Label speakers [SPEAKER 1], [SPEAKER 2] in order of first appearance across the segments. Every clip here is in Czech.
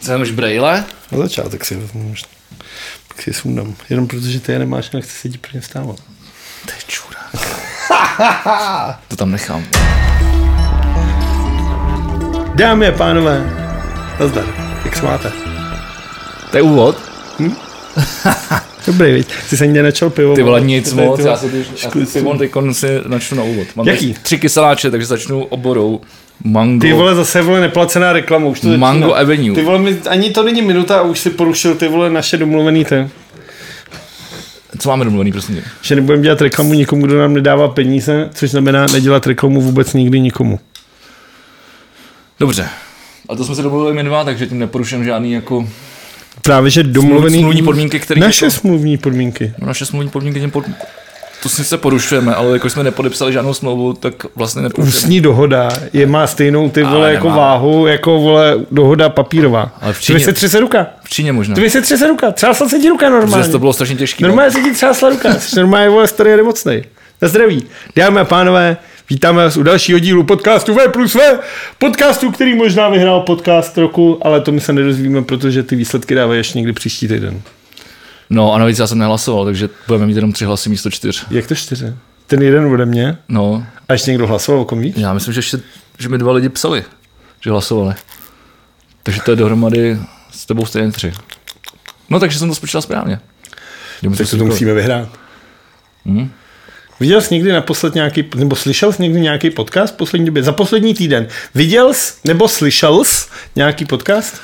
[SPEAKER 1] Jsem už brejle?
[SPEAKER 2] Na začátek si vezmu, možná. pak si je sundám. Jenom protože ty je nemáš a nechci se ti pro ně stávat.
[SPEAKER 1] To je čurák. to tam nechám.
[SPEAKER 2] Dámy a pánové, nazdar, jak se máte?
[SPEAKER 1] To je úvod?
[SPEAKER 2] Dobrý, viď? Ty se nikdy načal pivo.
[SPEAKER 1] Ty vole
[SPEAKER 2] vole,
[SPEAKER 1] nic
[SPEAKER 2] tady,
[SPEAKER 1] moc,
[SPEAKER 2] ty
[SPEAKER 1] já
[SPEAKER 2] vole,
[SPEAKER 1] si
[SPEAKER 2] šklicu.
[SPEAKER 1] ty vole, teď konci načnu na úvod. Mám
[SPEAKER 2] Jaký?
[SPEAKER 1] tady Tři kyseláče, takže začnu oborou. Mango.
[SPEAKER 2] Ty vole, zase vole neplacená reklama, už to
[SPEAKER 1] Mango
[SPEAKER 2] začíná.
[SPEAKER 1] Avenue.
[SPEAKER 2] Ty vole, mi, ani to není minuta a už si porušil ty vole naše domluvený ten.
[SPEAKER 1] Co máme domluvený, prosím tě?
[SPEAKER 2] Že nebudeme dělat reklamu nikomu, kdo nám nedává peníze, což znamená nedělat reklamu vůbec nikdy nikomu.
[SPEAKER 1] Dobře. A to jsme se domluvili my dva, takže tím neporuším žádný jako
[SPEAKER 2] Právě, že domluvený...
[SPEAKER 1] smluvní podmínky, který
[SPEAKER 2] Naše smluvní podmínky.
[SPEAKER 1] No, naše smluvní podmínky těm pod... To sice porušujeme, ale jako jsme nepodepsali žádnou smlouvu, tak vlastně neporušujeme.
[SPEAKER 2] Ústní dohoda je má stejnou ty vole
[SPEAKER 1] Ale
[SPEAKER 2] jako
[SPEAKER 1] nemá.
[SPEAKER 2] váhu, jako vole dohoda papírová.
[SPEAKER 1] Ale v
[SPEAKER 2] Ty
[SPEAKER 1] Číně-
[SPEAKER 2] by se třese ruka.
[SPEAKER 1] V Číně možná.
[SPEAKER 2] Ty by se třese ruka. Třásla se ti ruka normálně.
[SPEAKER 1] Protože to bylo strašně těžké.
[SPEAKER 2] Normálně se ti třásla ruka. Jsi normálně vole starý a nemocnej. Na zdraví. Dámy a pánové, vítáme vás u dalšího dílu podcastu V plus V. Podcastu, který možná vyhrál podcast roku, ale to my se nedozvíme, protože ty výsledky dávají až někdy příští týden.
[SPEAKER 1] No a navíc já jsem nehlasoval, takže budeme mít jenom tři hlasy místo čtyř.
[SPEAKER 2] Jak to čtyři? Ten jeden ode mě.
[SPEAKER 1] No,
[SPEAKER 2] A ještě někdo hlasoval o kom víš?
[SPEAKER 1] já myslím, že, ještě, že mi dva lidi psali, že hlasovali. Takže to je dohromady s tebou stejně tři. No takže jsem to spočítal správně. Jdeme
[SPEAKER 2] Tak to, to musíme vyhrát. Hm?
[SPEAKER 1] Hmm.
[SPEAKER 2] Viděl jsi někdy naposled nějaký, nebo slyšel jsi někdy nějaký podcast v poslední době? Za poslední týden. Viděl jsi nebo slyšel jsi nějaký podcast?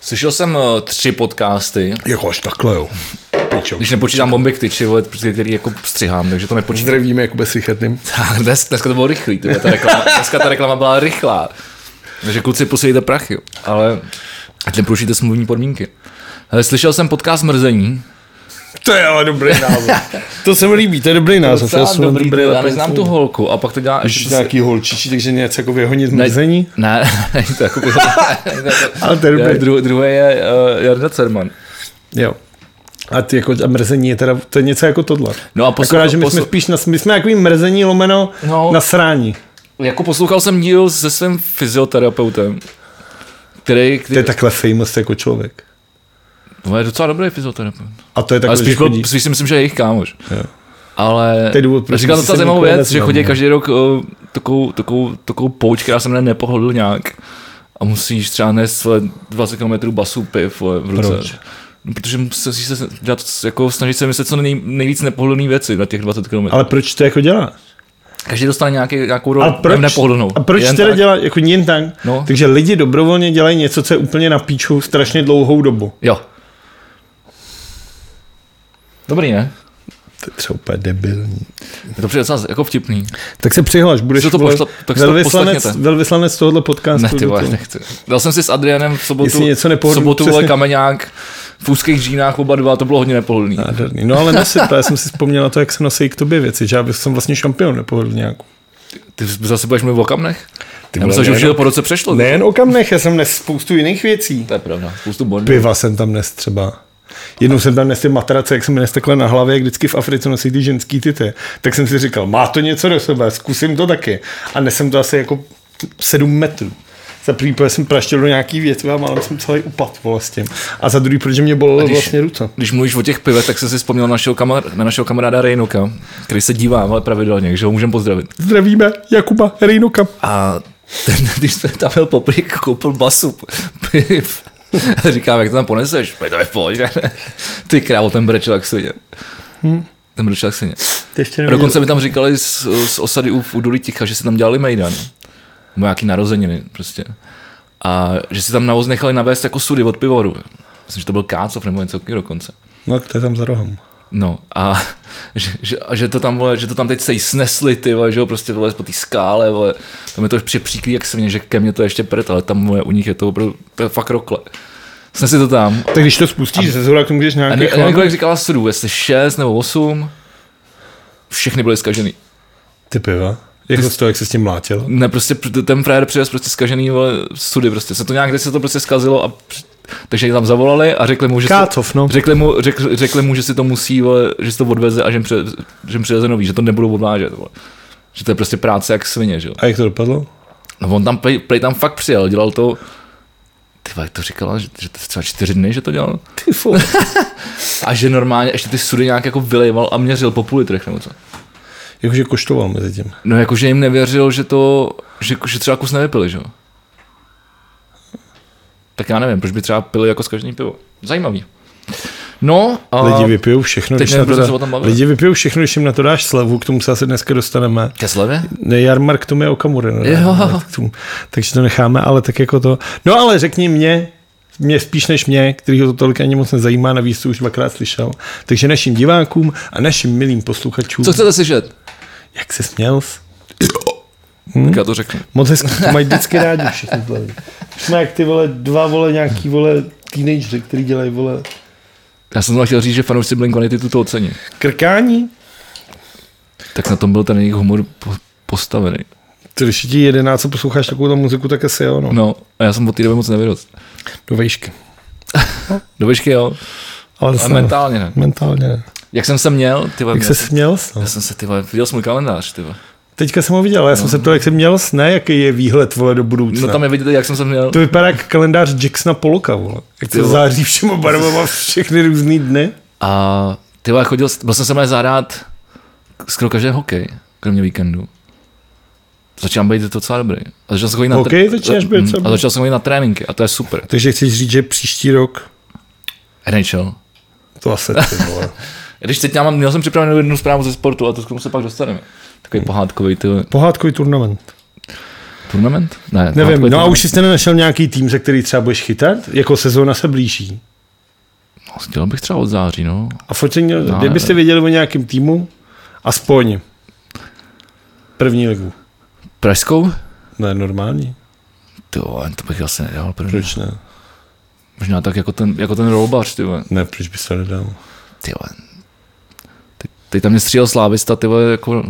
[SPEAKER 1] Slyšel jsem eh, tři podcasty,
[SPEAKER 2] Jako až takhle, jo. Pičo.
[SPEAKER 1] když nepočítám bombekty, či vole, který jako střihám, takže to nepočítám.
[SPEAKER 2] Zdravíme Jakube Sichetným.
[SPEAKER 1] Tak, dnes, dneska to bylo rychlý, tyhle, ta reklama, dneska ta reklama byla rychlá. Takže kluci posílejte prachy, ale ať neporušíte smluvní podmínky. Hele, slyšel jsem podcast Mrzení.
[SPEAKER 2] To je ale dobrý název. to se mi líbí, to je dobrý název.
[SPEAKER 1] Docela
[SPEAKER 2] jsem
[SPEAKER 1] dobrý, já
[SPEAKER 2] lepší
[SPEAKER 1] neznám tu
[SPEAKER 2] název.
[SPEAKER 1] holku a pak to dělá...
[SPEAKER 2] Když nějaký holčičí, takže něco jako vyhonit
[SPEAKER 1] Ne-
[SPEAKER 2] mrzení.
[SPEAKER 1] Ne, není to jako...
[SPEAKER 2] Ale to je dobrý.
[SPEAKER 1] Dru, druhý je uh, Jarda Cerman.
[SPEAKER 2] Jo. A, ty jako, a mrzení je teda, to je něco jako tohle.
[SPEAKER 1] No a posl-
[SPEAKER 2] Akorát, že my
[SPEAKER 1] posl-
[SPEAKER 2] jsme spíš, na, my jsme takový mrzení lomeno
[SPEAKER 1] No.
[SPEAKER 2] na srání.
[SPEAKER 1] Jako poslouchal jsem díl se svým fyzioterapeutem, který...
[SPEAKER 2] To je
[SPEAKER 1] který
[SPEAKER 2] takhle famous jako člověk.
[SPEAKER 1] to je docela dobrý fyzioterapeut.
[SPEAKER 2] A to je jako
[SPEAKER 1] Ale
[SPEAKER 2] takové,
[SPEAKER 1] spíš, jako byl,
[SPEAKER 2] že chodí.
[SPEAKER 1] spíš si myslím, že je jejich kámoš.
[SPEAKER 2] Jo.
[SPEAKER 1] Ale
[SPEAKER 2] To je důvod, proč
[SPEAKER 1] říkal
[SPEAKER 2] jsem
[SPEAKER 1] docela
[SPEAKER 2] se
[SPEAKER 1] zajímavou
[SPEAKER 2] nikoho
[SPEAKER 1] věc, že
[SPEAKER 2] neznal,
[SPEAKER 1] chodí
[SPEAKER 2] no.
[SPEAKER 1] každý rok uh, takovou, takovou, takovou pouč, která se mne nepohodl nějak. A musíš třeba nést vole, 20 km basu piv vole, v ruce.
[SPEAKER 2] Proč?
[SPEAKER 1] No, protože musíš se dělat, jako snažit se myslet co nej, nejvíc nepohodlné věci na těch 20 km.
[SPEAKER 2] Ale proč to jako dělá?
[SPEAKER 1] Každý dostane nějaký, nějakou
[SPEAKER 2] A
[SPEAKER 1] roli
[SPEAKER 2] proč,
[SPEAKER 1] nepohodlnou.
[SPEAKER 2] a proč
[SPEAKER 1] Jen
[SPEAKER 2] teda
[SPEAKER 1] tak.
[SPEAKER 2] dělá, jako jen tak?
[SPEAKER 1] No.
[SPEAKER 2] Takže lidi dobrovolně dělají něco, co je úplně na píču strašně dlouhou dobu.
[SPEAKER 1] Jo. Dobrý, ne?
[SPEAKER 2] To je třeba úplně debilní.
[SPEAKER 1] Je to přijde docela jako vtipný.
[SPEAKER 2] Tak se přihlaš, budeš
[SPEAKER 1] Si to
[SPEAKER 2] vole,
[SPEAKER 1] pošla- tak si to
[SPEAKER 2] velvyslanec,
[SPEAKER 1] poslechněte.
[SPEAKER 2] velvyslanec tohohle podcastu.
[SPEAKER 1] Ne, ty
[SPEAKER 2] do
[SPEAKER 1] vole,
[SPEAKER 2] toho.
[SPEAKER 1] nechci. Dal jsem si s Adrianem v sobotu,
[SPEAKER 2] Jestli něco
[SPEAKER 1] v
[SPEAKER 2] nepohodlný,
[SPEAKER 1] sobotu vole
[SPEAKER 2] přesně.
[SPEAKER 1] kameňák, v úzkých džínách oba dva, to bylo hodně nepohodlný.
[SPEAKER 2] Nádherný. No ale nosit, to, já jsem si vzpomněl na to, jak se nosí k tobě věci, že já jsem vlastně šampion nepovedl nějakou.
[SPEAKER 1] Ty zase budeš mluvit o kamnech? Ty já
[SPEAKER 2] vole,
[SPEAKER 1] myslím, že
[SPEAKER 2] ne,
[SPEAKER 1] už je
[SPEAKER 2] no.
[SPEAKER 1] to po roce přešlo.
[SPEAKER 2] Nejen o kamnech, já jsem nes spoustu jiných věcí.
[SPEAKER 1] To je pravda, spoustu bondů.
[SPEAKER 2] Piva jsem tam nes třeba. Jednou jsem tam nesl matrace, jak jsem je nes takhle na hlavě, jak vždycky v Africe nosí ty ženský tyty. Tak jsem si říkal, má to něco do sebe, zkusím to taky. A nesem to asi jako 7 metrů. Za prvý, protože jsem praštil do nějaký větve a málem jsem celý upad vole s tím. A za druhý, protože mě bolelo
[SPEAKER 1] když-
[SPEAKER 2] vlastně ruce.
[SPEAKER 1] Když mluvíš o těch pivech, tak jsem si vzpomněl na našeho, kamar- na našeho kamaráda Rejnuka, který se dívá ale pravidelně, takže ho můžeme pozdravit.
[SPEAKER 2] Zdravíme Jakuba Rejnoka.
[SPEAKER 1] A ten, když jsme tam byl poprvé, koupil basu piv. A říkám, jak to tam poneseš? "Pojď, To je v pohodě. Ty krávo, ten brečel jak svině.
[SPEAKER 2] Hm.
[SPEAKER 1] Ten brečel jak svině.
[SPEAKER 2] To
[SPEAKER 1] A
[SPEAKER 2] ještě neviděl.
[SPEAKER 1] dokonce mi tam říkali z, z osady u v Údolí Ticha, že si tam dělali mejdan. Nebo nějaký narozeniny prostě. A že si tam na voz nechali navést jako sudy od pivoru. Myslím, že to byl Kácov nebo něco takového dokonce.
[SPEAKER 2] No, to je tam za rohem.
[SPEAKER 1] No a že, že, a že, to tam, vole, že to tam teď se jí snesli, ty vole, že jo, prostě vole, po té skále, vole. Tam je to už přepříklý, jak se mě, že ke mně to je ještě prd, ale tam vole, u nich je to opravdu, to je fakt rokle. Snesli to tam.
[SPEAKER 2] Tak když to spustíš ze zhora, k tomu můžeš
[SPEAKER 1] A jako-
[SPEAKER 2] nějaký
[SPEAKER 1] ne,
[SPEAKER 2] chlap.
[SPEAKER 1] nevím, kolik říkala sudů, jestli šest nebo osm. Všechny byly zkažený.
[SPEAKER 2] Ty piva. Jako z toho, jak se s tím mlátil.
[SPEAKER 1] Ne, prostě pr- ten frajer přivez prostě zkažený vole, sudy prostě. Se to nějak, kde se to prostě skazilo a př- takže jim tam zavolali a řekli mu, že
[SPEAKER 2] Kácov, no.
[SPEAKER 1] si, řekli, mu, řekl, řekli mu, že si to musí, vole, že si to odveze a že jim, pře, že jim přiveze nový, že to nebudou odvážet. Vole. Že to je prostě práce jak svině, že jo.
[SPEAKER 2] A jak to dopadlo?
[SPEAKER 1] No on tam, play, play tam fakt přijel, dělal to ty vole, jak to říkala, že, že to třeba čtyři dny, že to dělal.
[SPEAKER 2] Ty vole.
[SPEAKER 1] A že normálně ještě ty sudy nějak jako vylejval a měřil po půl litrech nebo co.
[SPEAKER 2] Jakože koštoval mezi tím.
[SPEAKER 1] No jakože jim nevěřil, že to, že, že třeba kus nevypili, že jo. Tak já nevím, proč by třeba pili jako z každý pivo. Zajímavý. No, a
[SPEAKER 2] Lidi vypijou všechno,
[SPEAKER 1] teď
[SPEAKER 2] když na
[SPEAKER 1] nevím,
[SPEAKER 2] to
[SPEAKER 1] proč
[SPEAKER 2] dá...
[SPEAKER 1] se o tom bavíme.
[SPEAKER 2] Lidi vypijou všechno, když jim na to dáš slevu, k tomu se asi dneska dostaneme.
[SPEAKER 1] ke slevě?
[SPEAKER 2] Ne, Jarmark k tomu je Okamura. Ne,
[SPEAKER 1] Jo.
[SPEAKER 2] ale k tomu. Takže to necháme, ale tak jako to. No ale řekni mě, mě spíš než mě, který ho to tolik ani moc nezajímá, navíc to už dvakrát slyšel. Takže našim divákům a našim milým posluchačům,
[SPEAKER 1] Co chcete slyšet?
[SPEAKER 2] jak se směl? jsi? Hmm?
[SPEAKER 1] Tak já to řeknu.
[SPEAKER 2] Moc hezky, to mají vždycky rádi všichni tohle. Jsme jak ty vole, dva vole, nějaký vole, teenagery, který dělají vole
[SPEAKER 1] Já jsem znovu chtěl říct, že fanoušci Blink-182 tuto ocení.
[SPEAKER 2] krkání.
[SPEAKER 1] Tak na tom byl ten jejich humor po- postavený.
[SPEAKER 2] Ty, když je ti jedenáct a posloucháš takovou muziku, tak asi jo, no.
[SPEAKER 1] No, a já jsem od té doby moc nevyrost.
[SPEAKER 2] Do vejšky.
[SPEAKER 1] Do vešky, jo.
[SPEAKER 2] Ale
[SPEAKER 1] A
[SPEAKER 2] snad-
[SPEAKER 1] mentálně ne.
[SPEAKER 2] mentálně. ne.
[SPEAKER 1] Jak jsem se měl, ty vole,
[SPEAKER 2] Jak
[SPEAKER 1] měl
[SPEAKER 2] se
[SPEAKER 1] jsem-
[SPEAKER 2] směl? jsi, No.
[SPEAKER 1] já jsem se, ty vole, viděl jsem můj kalendář, ty vole.
[SPEAKER 2] Teďka jsem ho viděl, já jsem se ptal, jak jsem měl sne, jaký je výhled vole do budoucna.
[SPEAKER 1] No tam je vidět, jak jsem se měl.
[SPEAKER 2] To vypadá jak kalendář Jacksona Poloka, vole. Jak
[SPEAKER 1] Ty
[SPEAKER 2] to
[SPEAKER 1] vole.
[SPEAKER 2] září všema barvama všechny různý dny.
[SPEAKER 1] A ty vole, chodil, byl jsem se mé zahrát skoro každý hokej, kromě víkendu. Začínám být docela dobrý. A začal jsem chodit na
[SPEAKER 2] Hokej začínáš být
[SPEAKER 1] Mm,
[SPEAKER 2] docela
[SPEAKER 1] A začal jsem chodit na tréninky a to je super.
[SPEAKER 2] Takže chceš říct, že příští rok
[SPEAKER 1] NHL.
[SPEAKER 2] to asi ty vole.
[SPEAKER 1] Když teď já mám, měl jsem připravenou jednu zprávu ze sportu a to k tomu se pak dostaneme. Takový pohádkový ty vole,
[SPEAKER 2] Pohádkový turnament.
[SPEAKER 1] turnament? Ne,
[SPEAKER 2] Nevím,
[SPEAKER 1] pohádkový
[SPEAKER 2] no a
[SPEAKER 1] turnament.
[SPEAKER 2] už jsi nenašel nějaký tým, ze který třeba budeš chytat? Jako sezóna se blíží.
[SPEAKER 1] No, Chtěl bych třeba od září, no.
[SPEAKER 2] A fotení, no, kdybyste
[SPEAKER 1] nevím.
[SPEAKER 2] věděli o nějakém týmu, aspoň první ligu.
[SPEAKER 1] Pražskou?
[SPEAKER 2] Ne, normální.
[SPEAKER 1] Ty vole, to bych asi nedělal první.
[SPEAKER 2] Proč ne?
[SPEAKER 1] Možná tak jako ten, jako ten roubař, ty vole.
[SPEAKER 2] Ne, proč bys to nedal?
[SPEAKER 1] Ty vole. Teď, teď tam mě střílel slávista, ty vole, jako...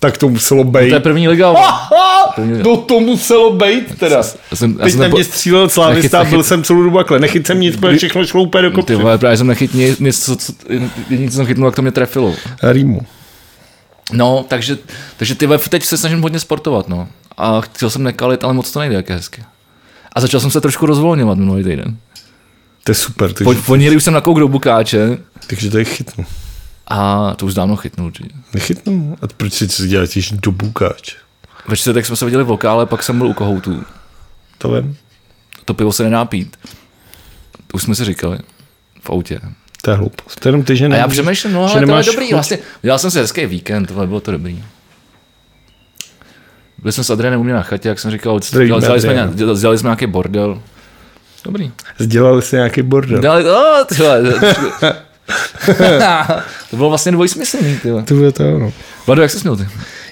[SPEAKER 2] Tak to muselo
[SPEAKER 1] To
[SPEAKER 2] být.
[SPEAKER 1] je první liga, vole.
[SPEAKER 2] Aha,
[SPEAKER 1] První liga.
[SPEAKER 2] no to muselo být teda.
[SPEAKER 1] Já jsem, já
[SPEAKER 2] Teď
[SPEAKER 1] jsem
[SPEAKER 2] na
[SPEAKER 1] nepo...
[SPEAKER 2] mě střílel slávista a
[SPEAKER 1] nechyt-
[SPEAKER 2] byl jsem celou dobu takhle. Nechyt jsem nic, protože všechno šlo úplně do
[SPEAKER 1] Ty
[SPEAKER 2] kopce.
[SPEAKER 1] vole, právě jsem nechytnil nic, nic, co, co, jediný, co jsem chytnul, jak to mě trefilo.
[SPEAKER 2] Rýmu.
[SPEAKER 1] No, takže, takže ty vole, teď se snažím hodně sportovat, no. A chtěl jsem nekalit, ale moc to nejde, jak je hezky. A začal jsem se trošku rozvolňovat minulý týden.
[SPEAKER 2] To je super, takže,
[SPEAKER 1] Po, pondělí už jsem nakouk do bukáče
[SPEAKER 2] takže to je chytnu.
[SPEAKER 1] a to už dávno chytnul určitě.
[SPEAKER 2] Nechytnu. A proč si to děláš když do bukáč?
[SPEAKER 1] Ve čtvrtek jsme se viděli v lokále, pak jsem byl u kohoutů.
[SPEAKER 2] To vím.
[SPEAKER 1] To pivo se nedá pít. To už jsme si říkali v autě.
[SPEAKER 2] To je hloupost. To je jenom ty, že
[SPEAKER 1] A já
[SPEAKER 2] nemůžeš-
[SPEAKER 1] přemýšlím, no ale
[SPEAKER 2] že
[SPEAKER 1] to je
[SPEAKER 2] nemáš
[SPEAKER 1] dobrý,
[SPEAKER 2] chuť.
[SPEAKER 1] vlastně. Dělal jsem si hezký víkend, tohle bylo to dobrý. Byl jsem s Adrianem u mě na chatě, jak jsem říkal,
[SPEAKER 2] Zdravíme
[SPEAKER 1] dělali, dělali, jsme,
[SPEAKER 2] Adriana.
[SPEAKER 1] nějak, dělali, dělali jsme nějaký bordel. Dobrý.
[SPEAKER 2] Zdělali si nějaký bordel.
[SPEAKER 1] Dělali, o, tyhle, to bylo vlastně dvojsmyslný, tyhle.
[SPEAKER 2] To bude to, no.
[SPEAKER 1] Vlado, jak jsi měl ty?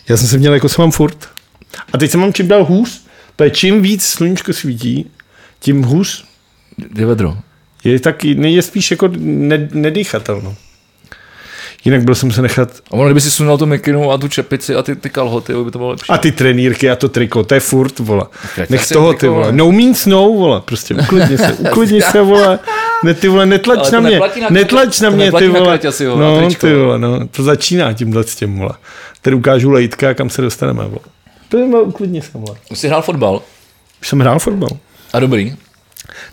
[SPEAKER 2] Já jsem se měl, jako se mám furt. A teď se mám čím dál hůř. To je čím víc sluníčko svítí, tím hůř
[SPEAKER 1] Je vedro.
[SPEAKER 2] je taky, je spíš jako ne, nedýchatelno. Jinak byl jsem se nechat
[SPEAKER 1] A ono, kdyby si sunul tu mikinu a tu čepici a ty, ty kalhoty, by to bylo lepší.
[SPEAKER 2] a ty trenýrky a to triko, to je furt, vole.
[SPEAKER 1] Tak
[SPEAKER 2] Nech
[SPEAKER 1] asi
[SPEAKER 2] toho,
[SPEAKER 1] triko,
[SPEAKER 2] ty vole.
[SPEAKER 1] vole.
[SPEAKER 2] No means no, vole. Prostě uklidni se, uklidni se, vole. Ne, ty vole, netlač
[SPEAKER 1] Ale to
[SPEAKER 2] na mě,
[SPEAKER 1] neplatí na
[SPEAKER 2] netlač
[SPEAKER 1] kratě-
[SPEAKER 2] na
[SPEAKER 1] to
[SPEAKER 2] mě, ty
[SPEAKER 1] neplatí na
[SPEAKER 2] vole.
[SPEAKER 1] kratě asi, vole, na
[SPEAKER 2] no,
[SPEAKER 1] tričko,
[SPEAKER 2] ty
[SPEAKER 1] vole.
[SPEAKER 2] vole, no, to začíná tímhle s tím, vole. Tady ukážu lejtka, kam se dostaneme, vole. To je, vole, uklidni se, vole.
[SPEAKER 1] Už jsi hrál fotbal.
[SPEAKER 2] Už jsem hrál fotbal.
[SPEAKER 1] A dobrý.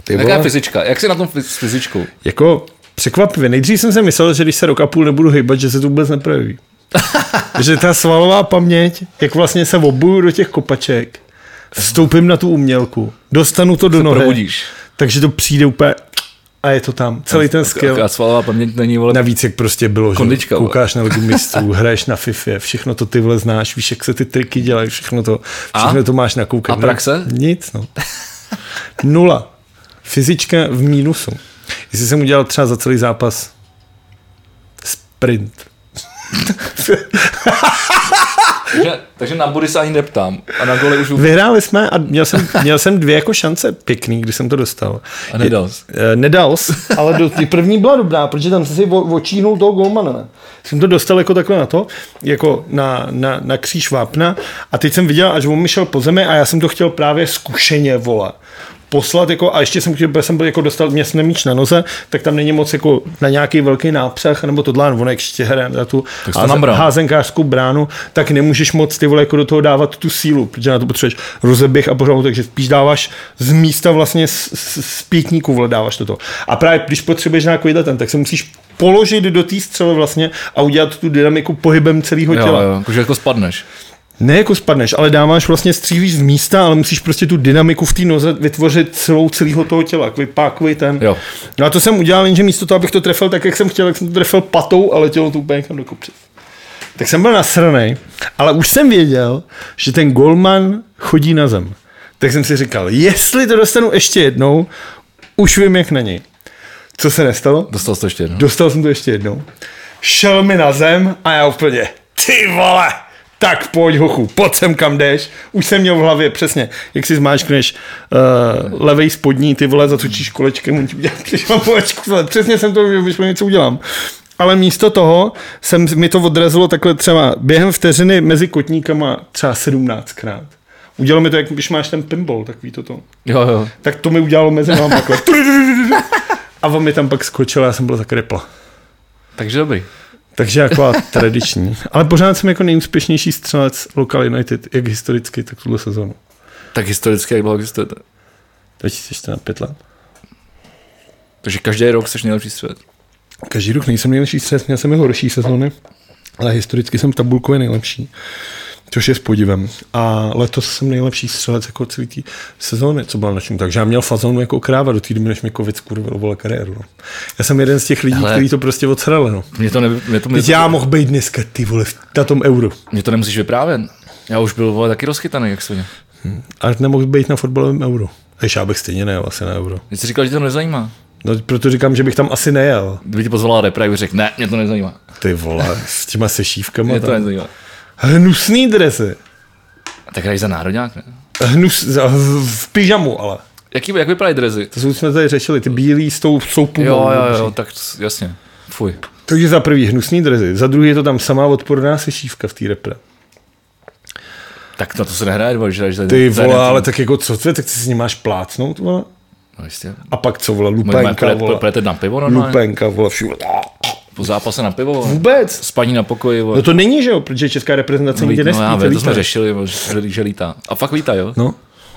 [SPEAKER 2] Ty
[SPEAKER 1] Jaká je
[SPEAKER 2] vole,
[SPEAKER 1] fyzička? Jak jsi na tom fyz- s fyzičkou?
[SPEAKER 2] jako překvapivě. Nejdřív jsem si myslel, že když se rok a půl nebudu hejbat, že se to vůbec neprojeví. že ta svalová paměť, jak vlastně se obuju do těch kopaček, vstoupím na tu umělku, dostanu to do nohy,
[SPEAKER 1] Probudíš.
[SPEAKER 2] takže to přijde úplně a je to tam. Celý ten skill.
[SPEAKER 1] A svalová paměť není, vole,
[SPEAKER 2] Navíc, jak prostě bylo, že
[SPEAKER 1] Kondička, vole.
[SPEAKER 2] koukáš na ligu mistrů, hraješ na FIFA, všechno to ty vole znáš, víš, jak se ty triky dělají, všechno to, všechno
[SPEAKER 1] A?
[SPEAKER 2] to máš nakoukat.
[SPEAKER 1] A praxe?
[SPEAKER 2] Nic, no. Nula. Fyzička v mínusu. Jestli jsem udělal třeba za celý zápas sprint.
[SPEAKER 1] Takže, takže na body se ani neptám. A na gole už vůbec.
[SPEAKER 2] Vyhráli jsme a měl jsem, měl jsem dvě jako šance pěkný, když jsem to dostal.
[SPEAKER 1] A nedal jsi.
[SPEAKER 2] Eh, Nedal jsi, ale do, ty první byla dobrá, protože tam jsi si o- očíhnul toho golmana. Ne? Jsem to dostal jako takhle na to, jako na, na, na kříž vápna a teď jsem viděl, až on mi šel po zemi a já jsem to chtěl právě zkušeně, vole, poslat, jako, a ještě jsem, chtěl, protože jsem byl, jako dostal, mě jsem nemíč na noze, tak tam není moc jako na nějaký velký nápřah, nebo tohle, on jak ještě hraje na tu
[SPEAKER 1] Tak jsi to nabral.
[SPEAKER 2] házenkářskou bránu, tak nemůžeš moc ty vole jako do toho dávat tu sílu, protože na to potřebuješ rozeběh a pořád, takže spíš dáváš z místa vlastně z, z, z pětníku vole dáváš toto. A právě když potřebuješ nějaký ten, tak se musíš položit do té střely vlastně a udělat tu dynamiku pohybem celého
[SPEAKER 1] Jo,
[SPEAKER 2] těla.
[SPEAKER 1] jo, jakože jako spadneš.
[SPEAKER 2] Ne jako spadneš, ale dáváš vlastně střílíš z místa, ale musíš prostě tu dynamiku v té noze vytvořit celou celého toho těla, takový pákový ten.
[SPEAKER 1] Jo.
[SPEAKER 2] No a to jsem udělal, jenže místo toho, abych to trefil tak, jak jsem chtěl, tak jsem to trefil patou a letělo to úplně někam do kopce. Tak jsem byl nasranej, ale už jsem věděl, že ten golman chodí na zem. Tak jsem si říkal, jestli to dostanu ještě jednou, už vím, jak na něj. Co se nestalo?
[SPEAKER 1] Dostal jsi to ještě jedno.
[SPEAKER 2] Dostal jsem to ještě jednou. Šel mi na zem a já úplně, ty vole, tak pojď hochu, pojď sem kam jdeš. Už jsem měl v hlavě, přesně, jak si zmáčkneš uh, levej spodní, ty vole, zatočíš kolečkem, on ti udělá kolečku, vole. přesně jsem to věděl, když mu něco udělám. Ale místo toho jsem, mi to odrazilo takhle třeba během vteřiny mezi kotníkama třeba 17krát. Udělalo mi to, jak když máš ten pinball, takový toto
[SPEAKER 1] Jo, jo.
[SPEAKER 2] tak to mi udělalo mezi námi takhle. A on mi tam pak skočil a já jsem byl zakrepla.
[SPEAKER 1] Takže dobrý.
[SPEAKER 2] Takže jako tradiční. Ale pořád jsem jako nejúspěšnější střelec Local United, jak historicky, tak tuhle sezonu.
[SPEAKER 1] Tak historicky, jak dlouho existujete.
[SPEAKER 2] 2014, pět let.
[SPEAKER 1] Takže každý rok jsi nejlepší střed.
[SPEAKER 2] Každý rok nejsem nejlepší střelec, měl jsem i horší sezony, ale historicky jsem v tabulkově nejlepší. Což je s podivem. A letos jsem nejlepší střelec jako celý tý sezóny, co byl na čem. Takže já měl fazonu jako kráva do té doby, než mi covid skurvil vole kariéru. No. Já jsem jeden z těch lidí,
[SPEAKER 1] Hele.
[SPEAKER 2] kteří to prostě odsrali. No.
[SPEAKER 1] Mě to, nevy, mě to, mě
[SPEAKER 2] Teď
[SPEAKER 1] to,
[SPEAKER 2] já mohl být dneska, ty vole, v- na tom euru.
[SPEAKER 1] mě to nemusíš vyprávět. Já už byl vole, taky rozchytaný, jak svině.
[SPEAKER 2] A nemohl být na fotbalovém euru. Ještě já bych stejně nejel asi na euro.
[SPEAKER 1] Ty jsi říkal, že tě to nezajímá.
[SPEAKER 2] No, proto říkám, že bych tam asi nejel.
[SPEAKER 1] Kdyby ti pozvala repra, bych řekl, ne, mě to nezajímá.
[SPEAKER 2] Ty vole, s těma sešívkama.
[SPEAKER 1] Mě to
[SPEAKER 2] tam.
[SPEAKER 1] nezajímá.
[SPEAKER 2] Hnusný dresy.
[SPEAKER 1] A tak hraješ za národňák, ne?
[SPEAKER 2] Hnus, za- v pyžamu ale.
[SPEAKER 1] Jaký, jak vypadají drezy?
[SPEAKER 2] To jsou- jsme tady řešili, ty bílý s tou soupou.
[SPEAKER 1] Jo, jo, jo, tak s- jasně. Fuj.
[SPEAKER 2] To je za prvý hnusný dresy, za druhý je to tam samá odporná sešívka v té repre.
[SPEAKER 1] Tak na to se nehraje, nebo že hraješ za
[SPEAKER 2] Ty
[SPEAKER 1] za
[SPEAKER 2] vole,
[SPEAKER 1] jeden tým.
[SPEAKER 2] ale tak jako co to je, tak ty s ní máš plácnout, vole?
[SPEAKER 1] No jistě.
[SPEAKER 2] A pak co, vole,
[SPEAKER 1] Mají
[SPEAKER 2] lupenka,
[SPEAKER 1] plet,
[SPEAKER 2] vole.
[SPEAKER 1] pletet na pivo normálně?
[SPEAKER 2] Lupenka, vole, všude.
[SPEAKER 1] Po zápase na pivo? vole.
[SPEAKER 2] Vůbec.
[SPEAKER 1] Spaní na pokoji? vole.
[SPEAKER 2] No to není, že jo, protože česká reprezentace no, nikdy
[SPEAKER 1] Lít-
[SPEAKER 2] nespí.
[SPEAKER 1] no, já
[SPEAKER 2] No,
[SPEAKER 1] vím, to jsme řešili, vole, že, že lítá. A fakt lítá, jo?
[SPEAKER 2] no,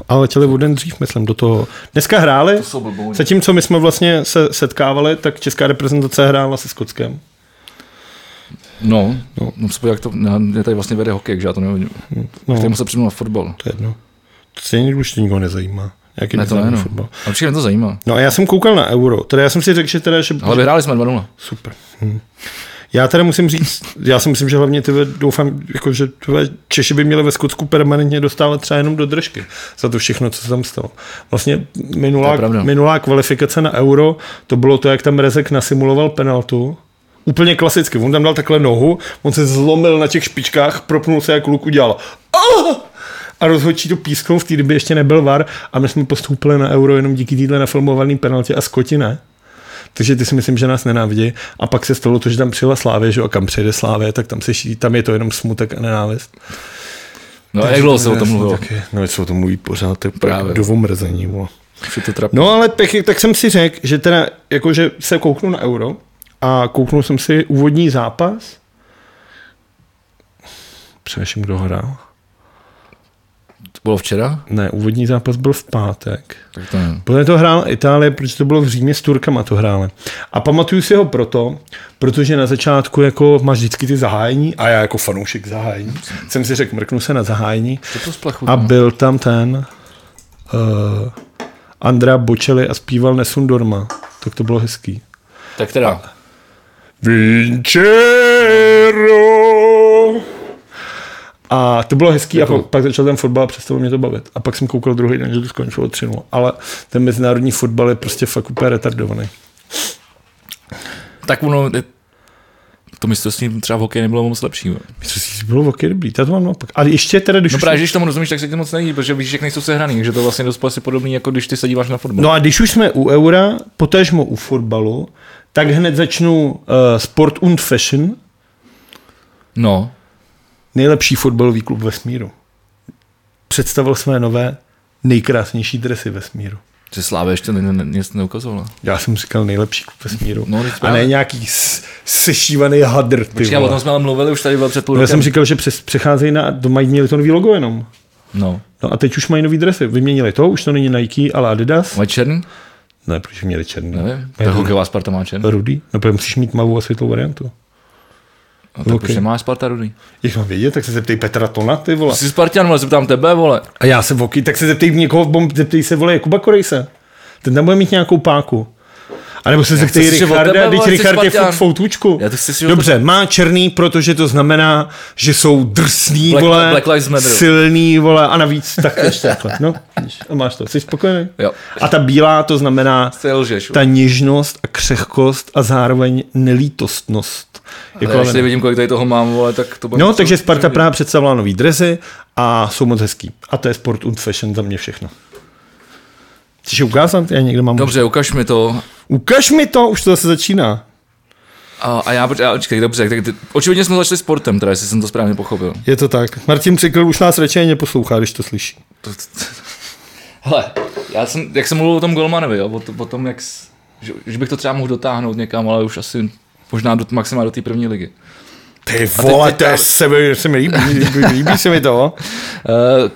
[SPEAKER 2] ale letěli o den dřív, myslím, do toho. Dneska hráli,
[SPEAKER 1] jsou blbouni.
[SPEAKER 2] zatímco my jsme vlastně se setkávali, tak česká reprezentace hrála se Skotskem.
[SPEAKER 1] No, no. no se podívej, jak to, ne, mě tady vlastně vede hokej, že já to nevidím. No. K tomu se přijdu na fotbal.
[SPEAKER 2] To je jedno. To stejně už to nikoho nezajímá. Jaký
[SPEAKER 1] Ne, to ne, no.
[SPEAKER 2] fotbal.
[SPEAKER 1] Ale určitě mě to zajímá.
[SPEAKER 2] No a já jsem koukal na euro, teda já jsem si řekl, že teda, že...
[SPEAKER 1] Ale vyhráli jsme 2-0.
[SPEAKER 2] Super. Hm. Já teda musím říct, já si myslím, že hlavně ty ve- doufám, jako, že ty ve- Češi by měli ve Skotsku permanentně dostávat třeba jenom do držky za to všechno, co se tam stalo. Vlastně
[SPEAKER 1] To
[SPEAKER 2] minulá,
[SPEAKER 1] je pravda.
[SPEAKER 2] minulá kvalifikace na euro, to bylo to, jak tam Rezek nasimuloval penaltu. Úplně klasicky. On tam dal takhle nohu, on se zlomil na těch špičkách, propnul se, jak kluk udělal. Ah! A rozhodčí to písknul, v té době ještě nebyl var a my jsme postoupili na euro jenom díky téhle nafilmované penaltě a skotine. Takže ty si myslím, že nás nenávidí. A pak se stalo to, že tam přijela Slávě, že jo, a kam přijede Slávě, tak tam se ší, tam je to jenom smutek a nenávist.
[SPEAKER 1] No a jak dlouho se o tom mluvilo?
[SPEAKER 2] Taky, no, se o tom mluví pořád, to je
[SPEAKER 1] Právě.
[SPEAKER 2] právě. do omrzení. vole.
[SPEAKER 1] Vše to trapí.
[SPEAKER 2] No ale tak, tak jsem si řekl, že teda, jakože se kouknu na euro a kouknul jsem si úvodní zápas. Přemýšlím, kdo hrál.
[SPEAKER 1] To bylo včera?
[SPEAKER 2] Ne, úvodní zápas byl v pátek.
[SPEAKER 1] Tak to nevím.
[SPEAKER 2] Podle to hrála Itálie, protože to bylo v Římě s Turkama to hráli. A pamatuju si ho proto, protože na začátku jako máš vždycky ty zahájení a já jako fanoušek zahájení jsem si řekl, mrknu se na zahájení
[SPEAKER 1] To to splachu.
[SPEAKER 2] a byl tam ten uh, Andra Bocelli a zpíval Nesun Dorma. Tak to bylo hezký.
[SPEAKER 1] Tak teda,
[SPEAKER 2] Vincero. A to bylo hezký a
[SPEAKER 1] Jako-
[SPEAKER 2] pak, pak začal ten fotbal a přestalo mě to bavit. A pak jsem koukal druhý den, že to skončilo 3 Ale ten mezinárodní fotbal je prostě fakt úplně retardovaný.
[SPEAKER 1] tak ono, je- to mistrovství třeba v hokeji nebylo moc lepší. jo.
[SPEAKER 2] Co si bylo ok, dobrý, to mám naopak. Ale ještě teda, když
[SPEAKER 1] No
[SPEAKER 2] už
[SPEAKER 1] právě, že když tomu rozumíš, tak se ti moc nejí, protože víš, jak nejsou sehraný, takže to vlastně dost asi podobný, jako když ty se díváš na fotbal.
[SPEAKER 2] No a když už jsme u eura, potažmo u fotbalu, tak hned začnu uh, Sport und Fashion,
[SPEAKER 1] no.
[SPEAKER 2] nejlepší fotbalový klub vesmíru. Představil své nové nejkrásnější dresy vesmíru.
[SPEAKER 1] Že Sláva ještě ne, ne, nic neukazovala.
[SPEAKER 2] Já jsem říkal nejlepší kup vesmíru.
[SPEAKER 1] No, teď
[SPEAKER 2] a
[SPEAKER 1] právě.
[SPEAKER 2] ne nějaký s- sešívaný hadr. Ty
[SPEAKER 1] Počkej, o
[SPEAKER 2] vole.
[SPEAKER 1] tom jsme ale mluvili, už tady byl před půl
[SPEAKER 2] Já
[SPEAKER 1] rokem.
[SPEAKER 2] jsem říkal, že přes, přecházejí na, to mají, měli to nový logo jenom.
[SPEAKER 1] No.
[SPEAKER 2] No a teď už mají nový dresy. Vyměnili to, už to není Nike, ale Adidas.
[SPEAKER 1] Má černý?
[SPEAKER 2] Ne, proč měli černý?
[SPEAKER 1] Nevím. Tak hokejová Sparta má černý.
[SPEAKER 2] Rudý? No protože musíš mít mavou a světlou variantu.
[SPEAKER 1] A tak
[SPEAKER 2] Hokej.
[SPEAKER 1] už nemá Sparta rudý.
[SPEAKER 2] Jak mám vědět, tak se zeptej Petra Tona, ty vole.
[SPEAKER 1] Jsi Spartan, vole, zeptám tebe, vole.
[SPEAKER 2] A já se voky, tak se zeptej někoho, v bomb, zeptej se, vole, Jakuba Korejse. Ten tam bude mít nějakou páku. A nebo se zeptej
[SPEAKER 1] chci slyšet od tebe,
[SPEAKER 2] Richarda,
[SPEAKER 1] vole,
[SPEAKER 2] teď
[SPEAKER 1] jsi
[SPEAKER 2] Richard je
[SPEAKER 1] Spartan.
[SPEAKER 2] furt foutučku.
[SPEAKER 1] Já to chci slyšet od
[SPEAKER 2] Dobře, má černý, protože to znamená, že jsou drsný,
[SPEAKER 1] Black-
[SPEAKER 2] vole,
[SPEAKER 1] Black Lives Matter.
[SPEAKER 2] silný, vole, a navíc tak ještě takhle. No, vidíš, a máš to, jsi spokojený.
[SPEAKER 1] Jo.
[SPEAKER 2] A ta bílá to znamená
[SPEAKER 1] Ty lžeš.
[SPEAKER 2] ta něžnost a křehkost a zároveň nelítostnost.
[SPEAKER 1] Jako já
[SPEAKER 2] Lennon.
[SPEAKER 1] ještě vidím, kolik tady toho mám, vole, tak to bude...
[SPEAKER 2] No, takže Sparta Praha představila nový dresy a jsou moc hezký. A to je sport und fashion za mě všechno. Chceš je ukázat? Já někde mám.
[SPEAKER 1] Dobře, ukaž mi to.
[SPEAKER 2] Ukaž mi to, už to zase začíná.
[SPEAKER 1] A, a já, já, počkej, dobře, tak ty, očividně jsme začali sportem, teda, jestli jsem to správně pochopil.
[SPEAKER 2] Je to tak. Martin Přikl už nás radši ani neposlouchá, když to slyší.
[SPEAKER 1] To, to, to. Hele, já jsem, jak jsem mluvil o tom Golmanovi, jo, o, to, o tom, jak, s- že, že, bych to třeba mohl dotáhnout někam, ale už asi možná do, maximálně do té první ligy.
[SPEAKER 2] Ty vole, to je se mi, se mi líbí, líbí, líbí se mi to.
[SPEAKER 1] Eh,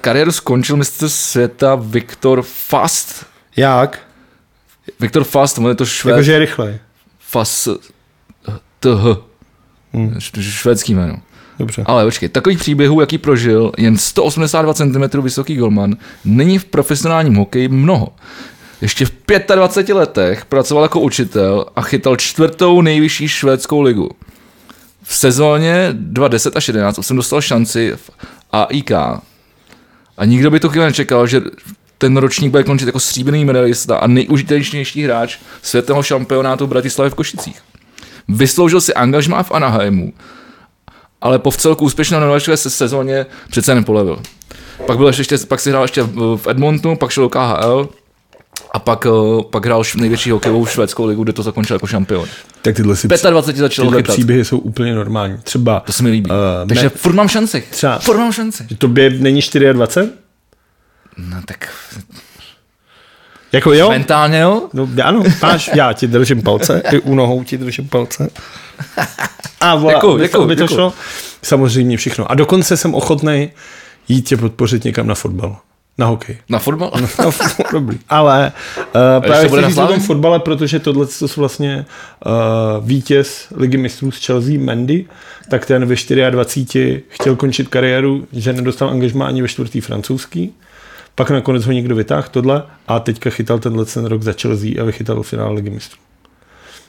[SPEAKER 1] kariéru skončil mistr světa Viktor Fast.
[SPEAKER 2] Jak?
[SPEAKER 1] Viktor Fast, on je to švéd.
[SPEAKER 2] Jakože je rychlej.
[SPEAKER 1] Fast. TH. Hmm. Švédský jméno.
[SPEAKER 2] Dobře.
[SPEAKER 1] Ale počkej, takových příběhů, jaký prožil jen 182 cm vysoký golman, není v profesionálním hokeji mnoho. Ještě v 25 letech pracoval jako učitel a chytal čtvrtou nejvyšší švédskou ligu. V sezóně 2010 až 11 jsem dostal šanci v AIK. A nikdo by to chvíli nečekal, že ten ročník bude končit jako stříbrný medailista a nejužitečnější hráč světového šampionátu v Bratislavě v Košicích. Vysloužil si angažmá v Anaheimu ale po vcelku úspěšné norvéžské se- sezóně přece nepolevil. Pak, byl ještě, pak si hrál ještě v v Edmontonu, pak šel do KHL a pak, eh, pak hrál š- největší hokejovou švédskou ligu, kde to zakončil jako šampion.
[SPEAKER 2] Tak tyhle, si,
[SPEAKER 1] 25 začal
[SPEAKER 2] tyhle
[SPEAKER 1] chytat.
[SPEAKER 2] příběhy jsou úplně normální. Třeba
[SPEAKER 1] To se mi líbí.
[SPEAKER 2] Eh,
[SPEAKER 1] Uh, Takže
[SPEAKER 2] ne-
[SPEAKER 1] ne, furt mám šanci.
[SPEAKER 2] Třeba-
[SPEAKER 1] Furt mám šanci.
[SPEAKER 2] tobě není 24?
[SPEAKER 1] No tak
[SPEAKER 2] Jako jo?
[SPEAKER 1] mentálně jo.
[SPEAKER 2] No, ano, máš, já ti držím palce, i u nohou ti držím palce. A vola,
[SPEAKER 1] Děkuju,
[SPEAKER 2] aby, to,
[SPEAKER 1] děkuju,
[SPEAKER 2] aby to
[SPEAKER 1] děkuju.
[SPEAKER 2] šlo. Samozřejmě všechno. A dokonce jsem ochotný jít tě podpořit někam na fotbal. Na hokej.
[SPEAKER 1] Na fotbal?
[SPEAKER 2] No, fotbal, dobrý. Ale uh,
[SPEAKER 1] to
[SPEAKER 2] právě
[SPEAKER 1] bude
[SPEAKER 2] chci
[SPEAKER 1] na
[SPEAKER 2] říct o tom
[SPEAKER 1] Slávii?
[SPEAKER 2] fotbale, protože tohle to jsou vlastně uh, vítěz ligy mistrů z Chelsea, Mendy, tak ten ve 24 chtěl končit kariéru, že nedostal angažmá ani ve čtvrtý francouzský. Pak nakonec ho někdo vytáhl tohle a teďka chytal tenhle ten rok za Chelsea a vychytal do finále ligy mistrů.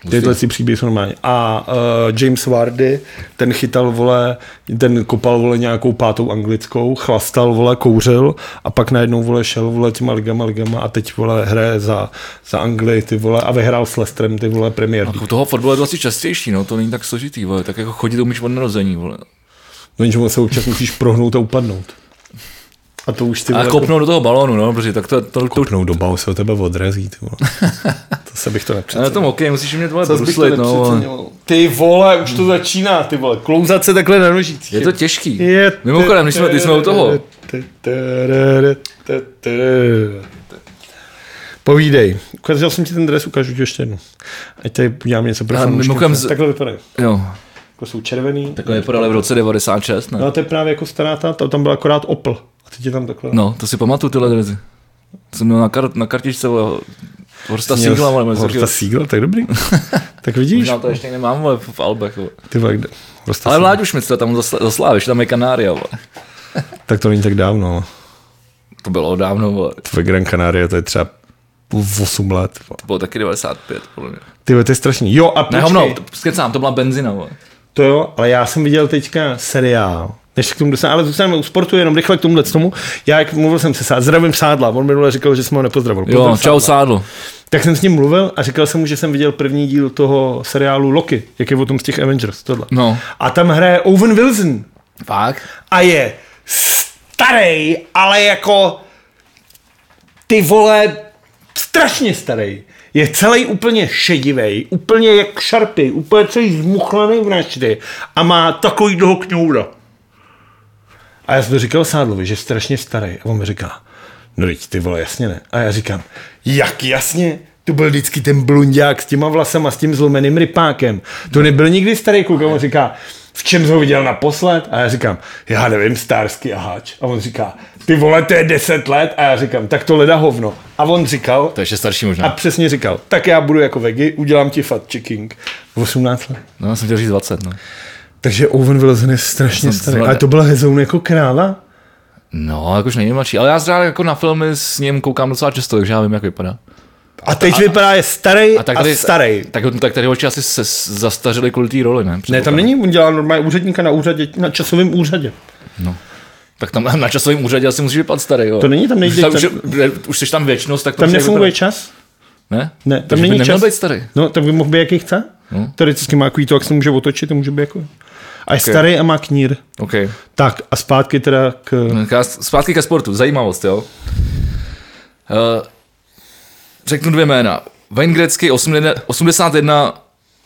[SPEAKER 2] Tyhle si příběhy jsou normálně. A uh, James Wardy, ten chytal, vole, ten kopal, vole, nějakou pátou anglickou, chlastal, vole, kouřil a pak najednou, vole, šel, vole, těma ligama, ligama a teď, vole, hraje za, za Anglii, ty vole, a vyhrál s Leicesterem, ty vole, premiér.
[SPEAKER 1] U toho fotbalu je to asi častější, no, to není tak složitý, vole. tak jako chodit umíš od narození, vole.
[SPEAKER 2] No jenže on se občas musíš prohnout a upadnout. A to už ty,
[SPEAKER 1] A
[SPEAKER 2] vole, jako-
[SPEAKER 1] kopnout do toho balónu, no, protože tak to, to, to, to
[SPEAKER 2] kopnou doba, on se od tebe odrazí, ty vole. to se bych to
[SPEAKER 1] na
[SPEAKER 2] nepřeceňoval.
[SPEAKER 1] tom hokeji musíš mě vole
[SPEAKER 2] Zas bych to
[SPEAKER 1] bruslit, no. vole.
[SPEAKER 2] nepřeceňoval. Ty vole, už to začíná, ty vole, klouzat se takhle na nožících. jako
[SPEAKER 1] Je to těžký.
[SPEAKER 2] Je
[SPEAKER 1] Mimochodem, když jsme, když jsme u toho,
[SPEAKER 2] Povídej. Ukázal jsem ti ten dres, ukážu ti ještě jednu. Ať tady udělám něco pro
[SPEAKER 1] A
[SPEAKER 2] fanoušky.
[SPEAKER 1] mimochodem z-
[SPEAKER 2] Takhle vypadají.
[SPEAKER 1] jo,
[SPEAKER 2] Jako jsou červený.
[SPEAKER 1] takhle vypadaly v roce 96, ne?
[SPEAKER 2] No a to je právě jako stará ta, ta- tam byla akorát Opl. A teď je tam takhle.
[SPEAKER 1] No, to si pamatuju tyhle drezy. To Jsem měl na, kart, na kartičce vole, Horsta
[SPEAKER 2] Měl
[SPEAKER 1] Singla, vole,
[SPEAKER 2] jsi-
[SPEAKER 1] mezi
[SPEAKER 2] Horsta Sígla, tak dobrý. tak vidíš,
[SPEAKER 1] Možná to ještě nemám, vole, v albech, vole.
[SPEAKER 2] ty vole, kde? prostě Horsta
[SPEAKER 1] Ale
[SPEAKER 2] Sígla.
[SPEAKER 1] Vláďu Šmicla tam zasla- zaslávíš, tam je Kanária, vole.
[SPEAKER 2] Tak to není tak dávno.
[SPEAKER 1] To bylo dávno, vole. To
[SPEAKER 2] Ve Gran Canaria to je třeba 8 let.
[SPEAKER 1] bylo taky 95, podle mě.
[SPEAKER 2] Ty vole, to je strašný. Jo, a
[SPEAKER 1] Ne,
[SPEAKER 2] počkej.
[SPEAKER 1] hovno, to- skecám, to byla benzina, vole.
[SPEAKER 2] To jo, ale já jsem viděl teďka seriál. Než se k tomu dostaneme, ale zůstaneme u sportu, jenom rychle k tomuhle tomu. Já jak mluvil jsem se sá, zdravím sádla, on minule říkal, že jsem ho nepozdravil.
[SPEAKER 1] Jo, no,
[SPEAKER 2] Pozdravím
[SPEAKER 1] čau
[SPEAKER 2] Sádla.
[SPEAKER 1] sádlo.
[SPEAKER 2] Tak jsem s ním mluvil a říkal jsem mu, že jsem viděl první díl toho seriálu Loki, jak je o tom z těch Avengers, tohle.
[SPEAKER 1] No.
[SPEAKER 2] A tam hraje Owen Wilson
[SPEAKER 1] Fakt?
[SPEAKER 2] a je starý, ale jako ty vole strašně starý. Je celý úplně šedivý, úplně jak šarpy, úplně celý zmuchlaný v našty a má takový dlouho kňoura. A já jsem to říkal Sádlovi, že je strašně starý. A on mi říká, No teď ty vole, jasně ne. A já říkám, jak jasně? To byl vždycky ten blundák s těma vlasama, s tím zlomeným rypákem. To nebyl nikdy starý kluk. A on říká, v čem jsi ho viděl naposled? A já říkám, já nevím, Starsky a Hač. A on říká, ty vole, to je 10 let. A já říkám, tak to leda hovno. A on říkal,
[SPEAKER 1] To je ještě starší
[SPEAKER 2] a
[SPEAKER 1] možná.
[SPEAKER 2] přesně říkal, tak já budu jako vegi, udělám ti fat checking. 18 let.
[SPEAKER 1] No, já jsem chtěl říct 20, no.
[SPEAKER 2] Takže Owen Wilson je strašně
[SPEAKER 1] Jsem
[SPEAKER 2] starý.
[SPEAKER 1] zvedl-
[SPEAKER 2] Ale to byl hezoun jako kráva?
[SPEAKER 1] No, jakož není mladší, ale já zrát jako na filmy s ním koukám docela často, takže já vím, jak vypadá.
[SPEAKER 2] A teď a, vypadá je starý a,
[SPEAKER 1] tak tady,
[SPEAKER 2] starý.
[SPEAKER 1] Tak, tak tady oči asi se s- zastařili kvůli té roli, ne?
[SPEAKER 2] Ne, tam
[SPEAKER 1] Předpokládám.
[SPEAKER 2] není, on dělá normálně úředníka na úřadě, na časovém úřadě.
[SPEAKER 1] Tak tam na časovém úřadě asi musíš vypadat starý, jo.
[SPEAKER 2] To není, tam nejde-
[SPEAKER 1] Už, tam,
[SPEAKER 2] tam-
[SPEAKER 1] že, že- už jsi tam věčnost, tak to
[SPEAKER 2] Tam
[SPEAKER 1] musíš
[SPEAKER 2] nefunguje
[SPEAKER 1] vypadat.
[SPEAKER 2] čas?
[SPEAKER 1] Ne?
[SPEAKER 2] Ne, tam
[SPEAKER 1] Takže by
[SPEAKER 2] není
[SPEAKER 1] neměl
[SPEAKER 2] čas.
[SPEAKER 1] být starý.
[SPEAKER 2] No, tak by mohl být, jaký chce. No. Teoreticky má takový to, jak se může otočit, to může být jako. A je okay. starý a má knír.
[SPEAKER 1] Okay.
[SPEAKER 2] Tak a zpátky teda k...
[SPEAKER 1] Ka- Zpátky ke sportu, zajímavost, jo. Eh, řeknu dvě jména. Wayne Gretzky, 81 81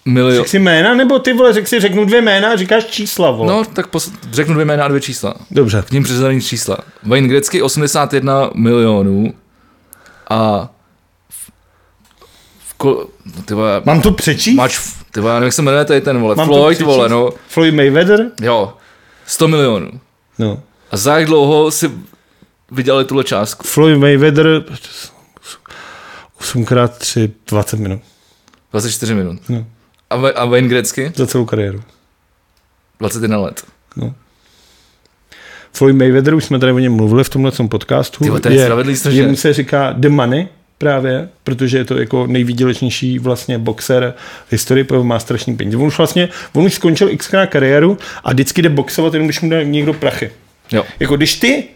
[SPEAKER 1] milion.
[SPEAKER 2] Řekl jsi jména, nebo ty vole, řekl si, řeknu dvě jména a říkáš čísla, vole.
[SPEAKER 1] No, tak pos- řeknu dvě jména a dvě čísla.
[SPEAKER 2] Dobře.
[SPEAKER 1] K ním přiznaný čísla. Wayne Gretzky 81 milionů a v- v ko- no, ty vole,
[SPEAKER 2] Mám to přečíst?
[SPEAKER 1] mač, ty vole, já nevím, jak se jmenuje tady ten, vole,
[SPEAKER 2] Mám to
[SPEAKER 1] Floyd,
[SPEAKER 2] přečíst?
[SPEAKER 1] vole, no,
[SPEAKER 2] Floyd Mayweather?
[SPEAKER 1] jo, 100 milionů.
[SPEAKER 2] No.
[SPEAKER 1] A za jak dlouho si vydělali tuhle částku?
[SPEAKER 2] Floyd Mayweather 8x3, 20 minut
[SPEAKER 1] 24 minut.
[SPEAKER 2] No.
[SPEAKER 1] A, Wa- a Wayne Gretzky?
[SPEAKER 2] za celou kariéru.
[SPEAKER 1] 21 let.
[SPEAKER 2] No. Floyd Mayweather, už jsme tady o něm mluvili v tomhle podcastu.
[SPEAKER 1] Ty vole, to je spravedlivý strašně.
[SPEAKER 2] jemu se říká The Money, právě, protože je to jako nejvýdělečnější vlastně boxer v historii, protože má strašný peníze. On už vlastně, on už skončil xkrát kariéru a vždycky jde boxovat, jenom když mu dá někdo prachy.
[SPEAKER 1] Jo.
[SPEAKER 2] Jako když ty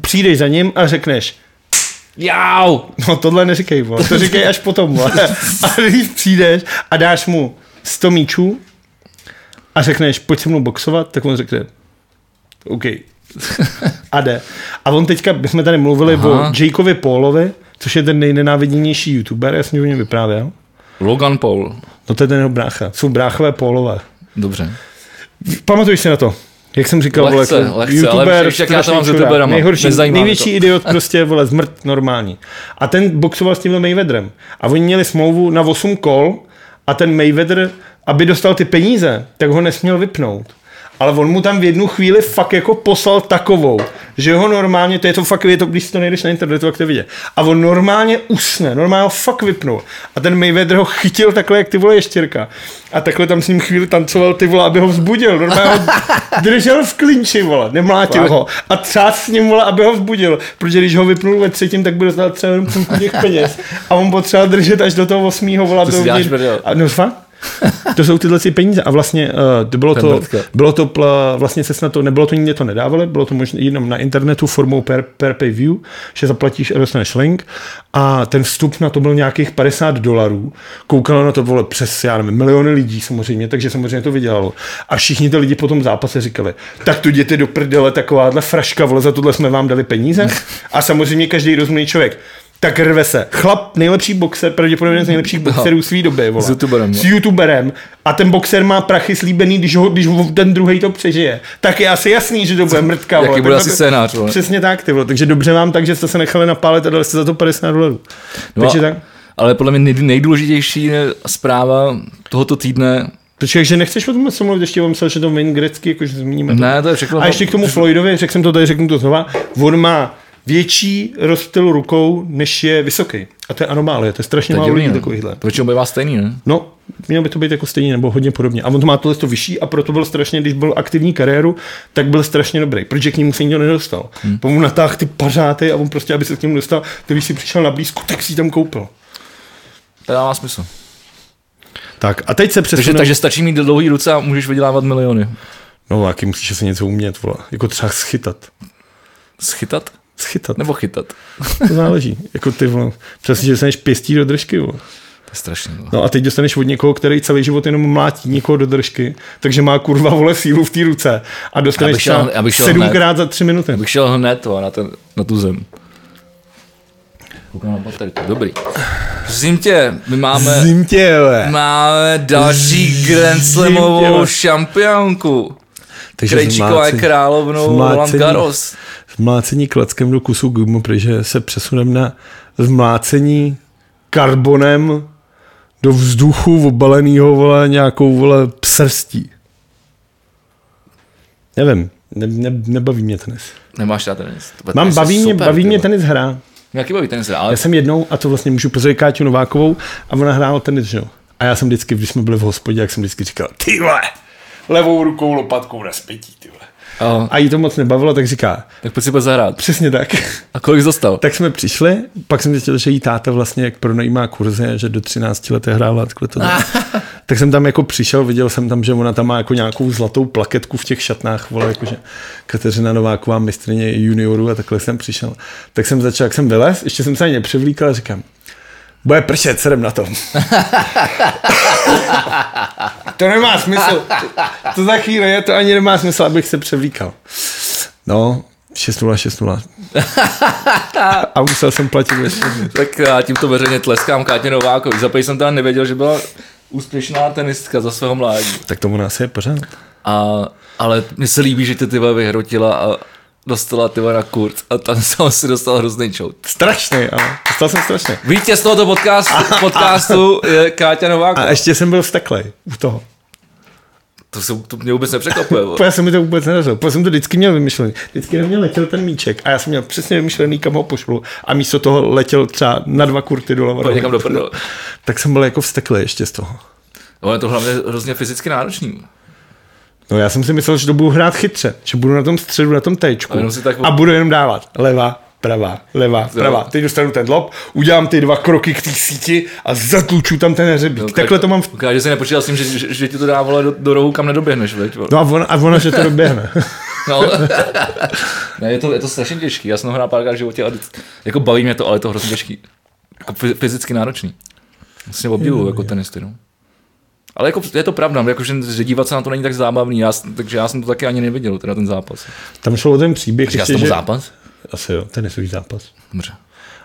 [SPEAKER 2] přijdeš za ním a řekneš,
[SPEAKER 1] Jau!
[SPEAKER 2] No tohle neříkej, vole. to říkej až potom. Vole. A když přijdeš a dáš mu 100 míčů a řekneš, pojď se mnou boxovat, tak on řekne, OK. A jde. A on teďka, my jsme tady mluvili Aha. o
[SPEAKER 1] Aha.
[SPEAKER 2] Jakeovi Paulovi, což je ten nejnenáviděnější youtuber, já jsem ti o něm vyprávěl.
[SPEAKER 1] Logan Paul.
[SPEAKER 2] No to je ten jeho brácha. Jsou bráchové Paulové.
[SPEAKER 1] Dobře.
[SPEAKER 2] Pamatuješ si na to? Jak jsem říkal,
[SPEAKER 1] Lehce,
[SPEAKER 2] vole, jako
[SPEAKER 1] lehce, ale víš, jak já to
[SPEAKER 2] strašný
[SPEAKER 1] mám s
[SPEAKER 2] čurák,
[SPEAKER 1] youtuberama.
[SPEAKER 2] nejhorší,
[SPEAKER 1] Nezajímá mě
[SPEAKER 2] největší
[SPEAKER 1] to.
[SPEAKER 2] idiot, prostě, vole, zmrt normální. A ten boxoval s tímhle Mayweatherem. A oni měli smlouvu na 8 kol a ten Mayweather, aby dostal ty peníze, tak ho nesměl vypnout. Ale on mu tam v jednu chvíli fakt jako poslal takovou, že ho normálně, to je to fakt, je to, když si to nejdeš na internetu, jak to vidět. A on normálně usne, normálně ho fakt vypnul. A ten Mayweather ho chytil takhle, jak ty vole ještěrka. A takhle tam s ním chvíli tancoval ty vole, aby ho vzbudil. Normálně ho držel v klinči, vole, nemlátil ho. A třás s ním, vole, aby ho vzbudil. Protože když ho vypnul ve třetím, tak by dostal třeba jenom půlku těch peněz. A on potřeboval držet až do toho osmýho, vole,
[SPEAKER 1] To si
[SPEAKER 2] aby ho
[SPEAKER 1] děláš
[SPEAKER 2] vnitř-
[SPEAKER 1] prdel.
[SPEAKER 2] a, no fakt? To jsou tyhle si peníze. A vlastně uh, bylo,
[SPEAKER 1] Ten
[SPEAKER 2] to,
[SPEAKER 1] Bartka.
[SPEAKER 2] bylo to, pl, vlastně se snad to, nebylo to nikde to nedávali, bylo to možná jenom na internetu formou per, per pay view, že zaplatíš a dostaneš link. A ten vstup na to byl nějakých 50 dolarů. Koukalo na to bylo přes, já nevím, miliony lidí samozřejmě, takže samozřejmě to vydělalo. A všichni ty lidi po tom zápase říkali, tak tu jděte do prdele, takováhle fraška, vole, za tohle jsme vám dali peníze. A samozřejmě každý rozumný člověk, tak rve se. Chlap, nejlepší boxer, pravděpodobně jeden z nejlepších boxerů své doby. Vole.
[SPEAKER 1] S No. youtuberem, no.
[SPEAKER 2] S youtuberem. A ten boxer má prachy slíbený, když, ho, když ho ten druhý to přežije. Tak je asi jasný, že to bude mrtka.
[SPEAKER 1] Jaký
[SPEAKER 2] vole.
[SPEAKER 1] bude
[SPEAKER 2] Tak
[SPEAKER 1] asi
[SPEAKER 2] to-
[SPEAKER 1] scénář, vole.
[SPEAKER 2] Přesně tak, ty vole. Takže dobře vám tak, že jste se nechali napálit a dali jste za to 50 dolarů. No,
[SPEAKER 1] No,
[SPEAKER 2] Takže tak.
[SPEAKER 1] Ale podle mě nej- nejdůležitější je zpráva tohoto týdne.
[SPEAKER 2] Počkej, že nechceš o tom se mluvit, ještě vám myslel, že to Wayne Gretzky, jakože zmíníme. to.
[SPEAKER 1] Ne, to je všechno.
[SPEAKER 2] A ještě k tomu Floydovi, řekl jsem to tady, řeknu to znova, on má větší rozptyl rukou, než je vysoký. A to je anomálie, to je no. strašně
[SPEAKER 1] To je
[SPEAKER 2] málo
[SPEAKER 1] divný, no.
[SPEAKER 2] lidí
[SPEAKER 1] ne?
[SPEAKER 2] takovýchhle.
[SPEAKER 1] To Většinou bývá stejný, ne?
[SPEAKER 2] No, mělo by to být jako stejně nebo hodně podobně. A on to má tohle to vyšší a proto byl strašně, když byl aktivní kariéru, tak byl strašně dobrý, protože k němu se nikdo nedostal. Hmm. Po mu natáhl ty pařáty a on prostě, aby se k němu dostal, to když si přišel na blízku, tak si ji tam koupil.
[SPEAKER 1] To dává smysl.
[SPEAKER 2] Tak a teď se
[SPEAKER 1] Takže,
[SPEAKER 2] přesuneme.
[SPEAKER 1] takže stačí mít dlouhý ruce a můžeš vydělávat miliony.
[SPEAKER 2] No, jaký musíš se něco umět, vole. Jako třeba schytat.
[SPEAKER 1] Schytat?
[SPEAKER 2] Schytat,
[SPEAKER 1] Nebo chytat?
[SPEAKER 2] to záleží. Jako ty vole. Přesně, že dostaneš pěstí do držky, vole.
[SPEAKER 1] To je strašný. vole.
[SPEAKER 2] No a teď dostaneš od někoho, který celý život jenom mlátí někoho do držky, takže má kurva vole sílu v té ruce a dostaneš
[SPEAKER 1] Abych šel-
[SPEAKER 2] třeba
[SPEAKER 1] abych šel
[SPEAKER 2] sedmkrát za tři minuty.
[SPEAKER 1] Bych šel hned vole, na, ten, na tu zem. Koukám na baterku. Dobrý. Prosím tě, my máme...
[SPEAKER 2] Zim tě, vole.
[SPEAKER 1] Máme další Grand
[SPEAKER 2] Zim,
[SPEAKER 1] Slamovou
[SPEAKER 2] těle.
[SPEAKER 1] šampionku.
[SPEAKER 2] Takže
[SPEAKER 1] Krejčíková je
[SPEAKER 2] zmlácení-
[SPEAKER 1] královnou Roland
[SPEAKER 2] zmlácení-
[SPEAKER 1] Garros.
[SPEAKER 2] Zmlácení klackem do kusu gumu, protože se přesuneme na zmlácení karbonem do vzduchu obalenýho vole nějakou vole psrstí. Nevím, ne, ne, nebaví mě tenis.
[SPEAKER 1] Nemáš rád tenis. To bude
[SPEAKER 2] Mám,
[SPEAKER 1] tenis je
[SPEAKER 2] baví mě,
[SPEAKER 1] super,
[SPEAKER 2] baví
[SPEAKER 1] ty
[SPEAKER 2] mě
[SPEAKER 1] vole.
[SPEAKER 2] tenis hra.
[SPEAKER 1] Jaký baví tenis, ale
[SPEAKER 2] Já jsem jednou, a to vlastně můžu pozvat Káťu Novákovou, a ona hrála tenis, že jo. A já jsem vždycky, když jsme byli v hospodě, jak jsem vždycky říkal, ty vole, levou rukou lopatkou na spětí, ty vole.
[SPEAKER 1] a,
[SPEAKER 2] A jí to moc nebavilo, tak říká,
[SPEAKER 1] tak pojď si pojď zahrát.
[SPEAKER 2] přesně tak.
[SPEAKER 1] A kolik jsi dostal?
[SPEAKER 2] tak jsme přišli, pak jsem zjistil, že jí táta vlastně jak pronajímá kurzy, a že do 13 let je hrála takhle to. tak jsem tam jako přišel, viděl jsem tam, že ona tam má jako nějakou zlatou plaketku v těch šatnách, vole, jakože Kateřina Nováková, mistrně juniorů a takhle jsem přišel. Tak jsem začal, jak jsem vylez, ještě jsem se ani nepřevlíkal a říkám, bude pršet, sedem na tom. to nemá smysl. To za chvíli je, to ani nemá smysl, abych se převlíkal. No, 6-0, 6-0. A musel jsem platit ještě.
[SPEAKER 1] Tak já tímto veřejně tleskám Kátě Novákovi. Zapej jsem teda nevěděl, že byla úspěšná tenistka za svého mládí.
[SPEAKER 2] Tak tomu nás je pořád.
[SPEAKER 1] A, ale mně se líbí, že tě ty vole vyhrotila a dostala ty vole na kurz a tam jsem si dostal hrozný čout.
[SPEAKER 2] Strašný, ale dostal jsem strašně.
[SPEAKER 1] Vítěz tohoto podcastu, podcastu je Káťa Nováková.
[SPEAKER 2] A ještě jsem byl vsteklej u toho.
[SPEAKER 1] To, se, to mě vůbec nepřekvapuje. vole.
[SPEAKER 2] Já jsem mi to vůbec nedařil, protože jsem to vždycky měl vymyšlený. Vždycky na mě letěl ten míček a já jsem měl přesně vymyšlený, kam ho pošlu. A místo toho letěl třeba na dva kurty doleva.
[SPEAKER 1] Pojď někam do prdele.
[SPEAKER 2] Tak jsem byl jako vsteklej ještě z toho.
[SPEAKER 1] Ono je to hlavně hrozně fyzicky náročný.
[SPEAKER 2] No já jsem si myslel, že to budu hrát chytře, že budu na tom středu, na tom tečku
[SPEAKER 1] A jenom si tak-
[SPEAKER 2] a budu jenom dávat leva, pravá, leva, pravá. Teď dostanu ten lob, udělám ty dva kroky k té síti a zatluču tam ten
[SPEAKER 1] No,
[SPEAKER 2] hřebík. Takhle to mám v
[SPEAKER 1] Ukáže se nepočítal s tím, že, že, že ti to dá vole do, do rohu, kam nedoběhneš, veď? vole.
[SPEAKER 2] No a ona, a ona že to doběhne.
[SPEAKER 1] No. ne, je to, je to strašně těžký. Já jsem ho hrál párkrát v životě a vždycky- jako baví mě to, ale je to hrozně těžký. Jako fy- fyzicky náročný. Vlastně obdivuju jako tenisty, no. Ale jako, je to pravda, jako, že, že dívat se na to není tak zábavný, já, s- takže já jsem to taky ani neviděl, teda ten zápas.
[SPEAKER 2] Tam šlo o ten příběh.
[SPEAKER 1] Říká se
[SPEAKER 2] ještě,
[SPEAKER 1] tomu
[SPEAKER 2] že-
[SPEAKER 1] zápas?
[SPEAKER 2] Asi jo, tenisový zápas.
[SPEAKER 1] Dobře.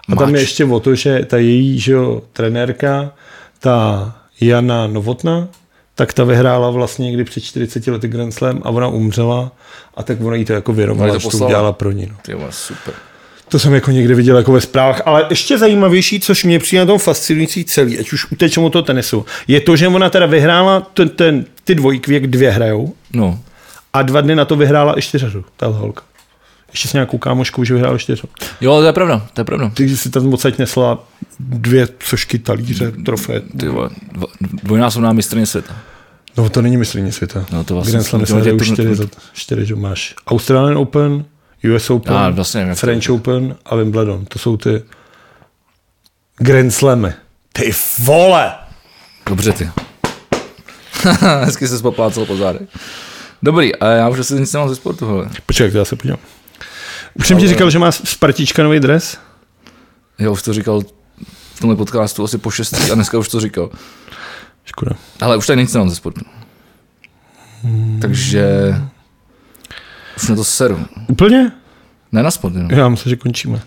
[SPEAKER 2] A tam
[SPEAKER 1] Máč.
[SPEAKER 2] je ještě o to, že ta její že jo, trenérka, ta Jana Novotna, tak ta vyhrála vlastně někdy před 40 lety Grand Slam a ona umřela a tak ona jí to jako
[SPEAKER 1] Ona jí
[SPEAKER 2] vyrovnala,
[SPEAKER 1] to
[SPEAKER 2] že to
[SPEAKER 1] poslala.
[SPEAKER 2] udělala pro ní. No.
[SPEAKER 1] Ty vole, super.
[SPEAKER 2] To jsem jako někde viděl jako ve zprávách, ale ještě zajímavější, což mě přijde na tom fascinující celý, ať už utečeme od toho tenisu, je to, že ona teda vyhrála ten, ten, ty dvojkvěk dvě hrajou,
[SPEAKER 1] No,
[SPEAKER 2] A dva dny na to vyhrála i čtyřhru, ta holka. Ještě s nějakou kámoškou, že vyhrála čtyřhru.
[SPEAKER 1] jo, to je pravda, to je pravda.
[SPEAKER 2] Takže si tam odsaď nesla dvě sošky, talíře, trofé.
[SPEAKER 1] Ty vole, dvo- dvojnásobná mistrně světa.
[SPEAKER 2] No to není myslení světa.
[SPEAKER 1] No to vlastně
[SPEAKER 2] Grand Slamy
[SPEAKER 1] jsem chtěl
[SPEAKER 2] se hrajou
[SPEAKER 1] tě to-
[SPEAKER 2] čtyři, za- čtyři, že máš Australian Open, US Open,
[SPEAKER 1] Já vlastně nevím, jak to
[SPEAKER 2] French Open a Wimbledon. To jsou ty Grand Slamy. Ty vole!
[SPEAKER 1] Dobře ty. Hezky se poplácel po zádech. Dobrý, a já už asi nic nemám ze sportu, hele.
[SPEAKER 2] Počkej, jak to já se podívám. Už jsem ti říkal, že má Spartička nový dres?
[SPEAKER 1] Já už to říkal v tomhle podcastu asi po šestý a dneska už to říkal.
[SPEAKER 2] Škoda.
[SPEAKER 1] Ale už tady nic nemám ze sportu. Takže už na to seru.
[SPEAKER 2] Úplně?
[SPEAKER 1] Ne na sport, jenom.
[SPEAKER 2] Já myslím, že končíme.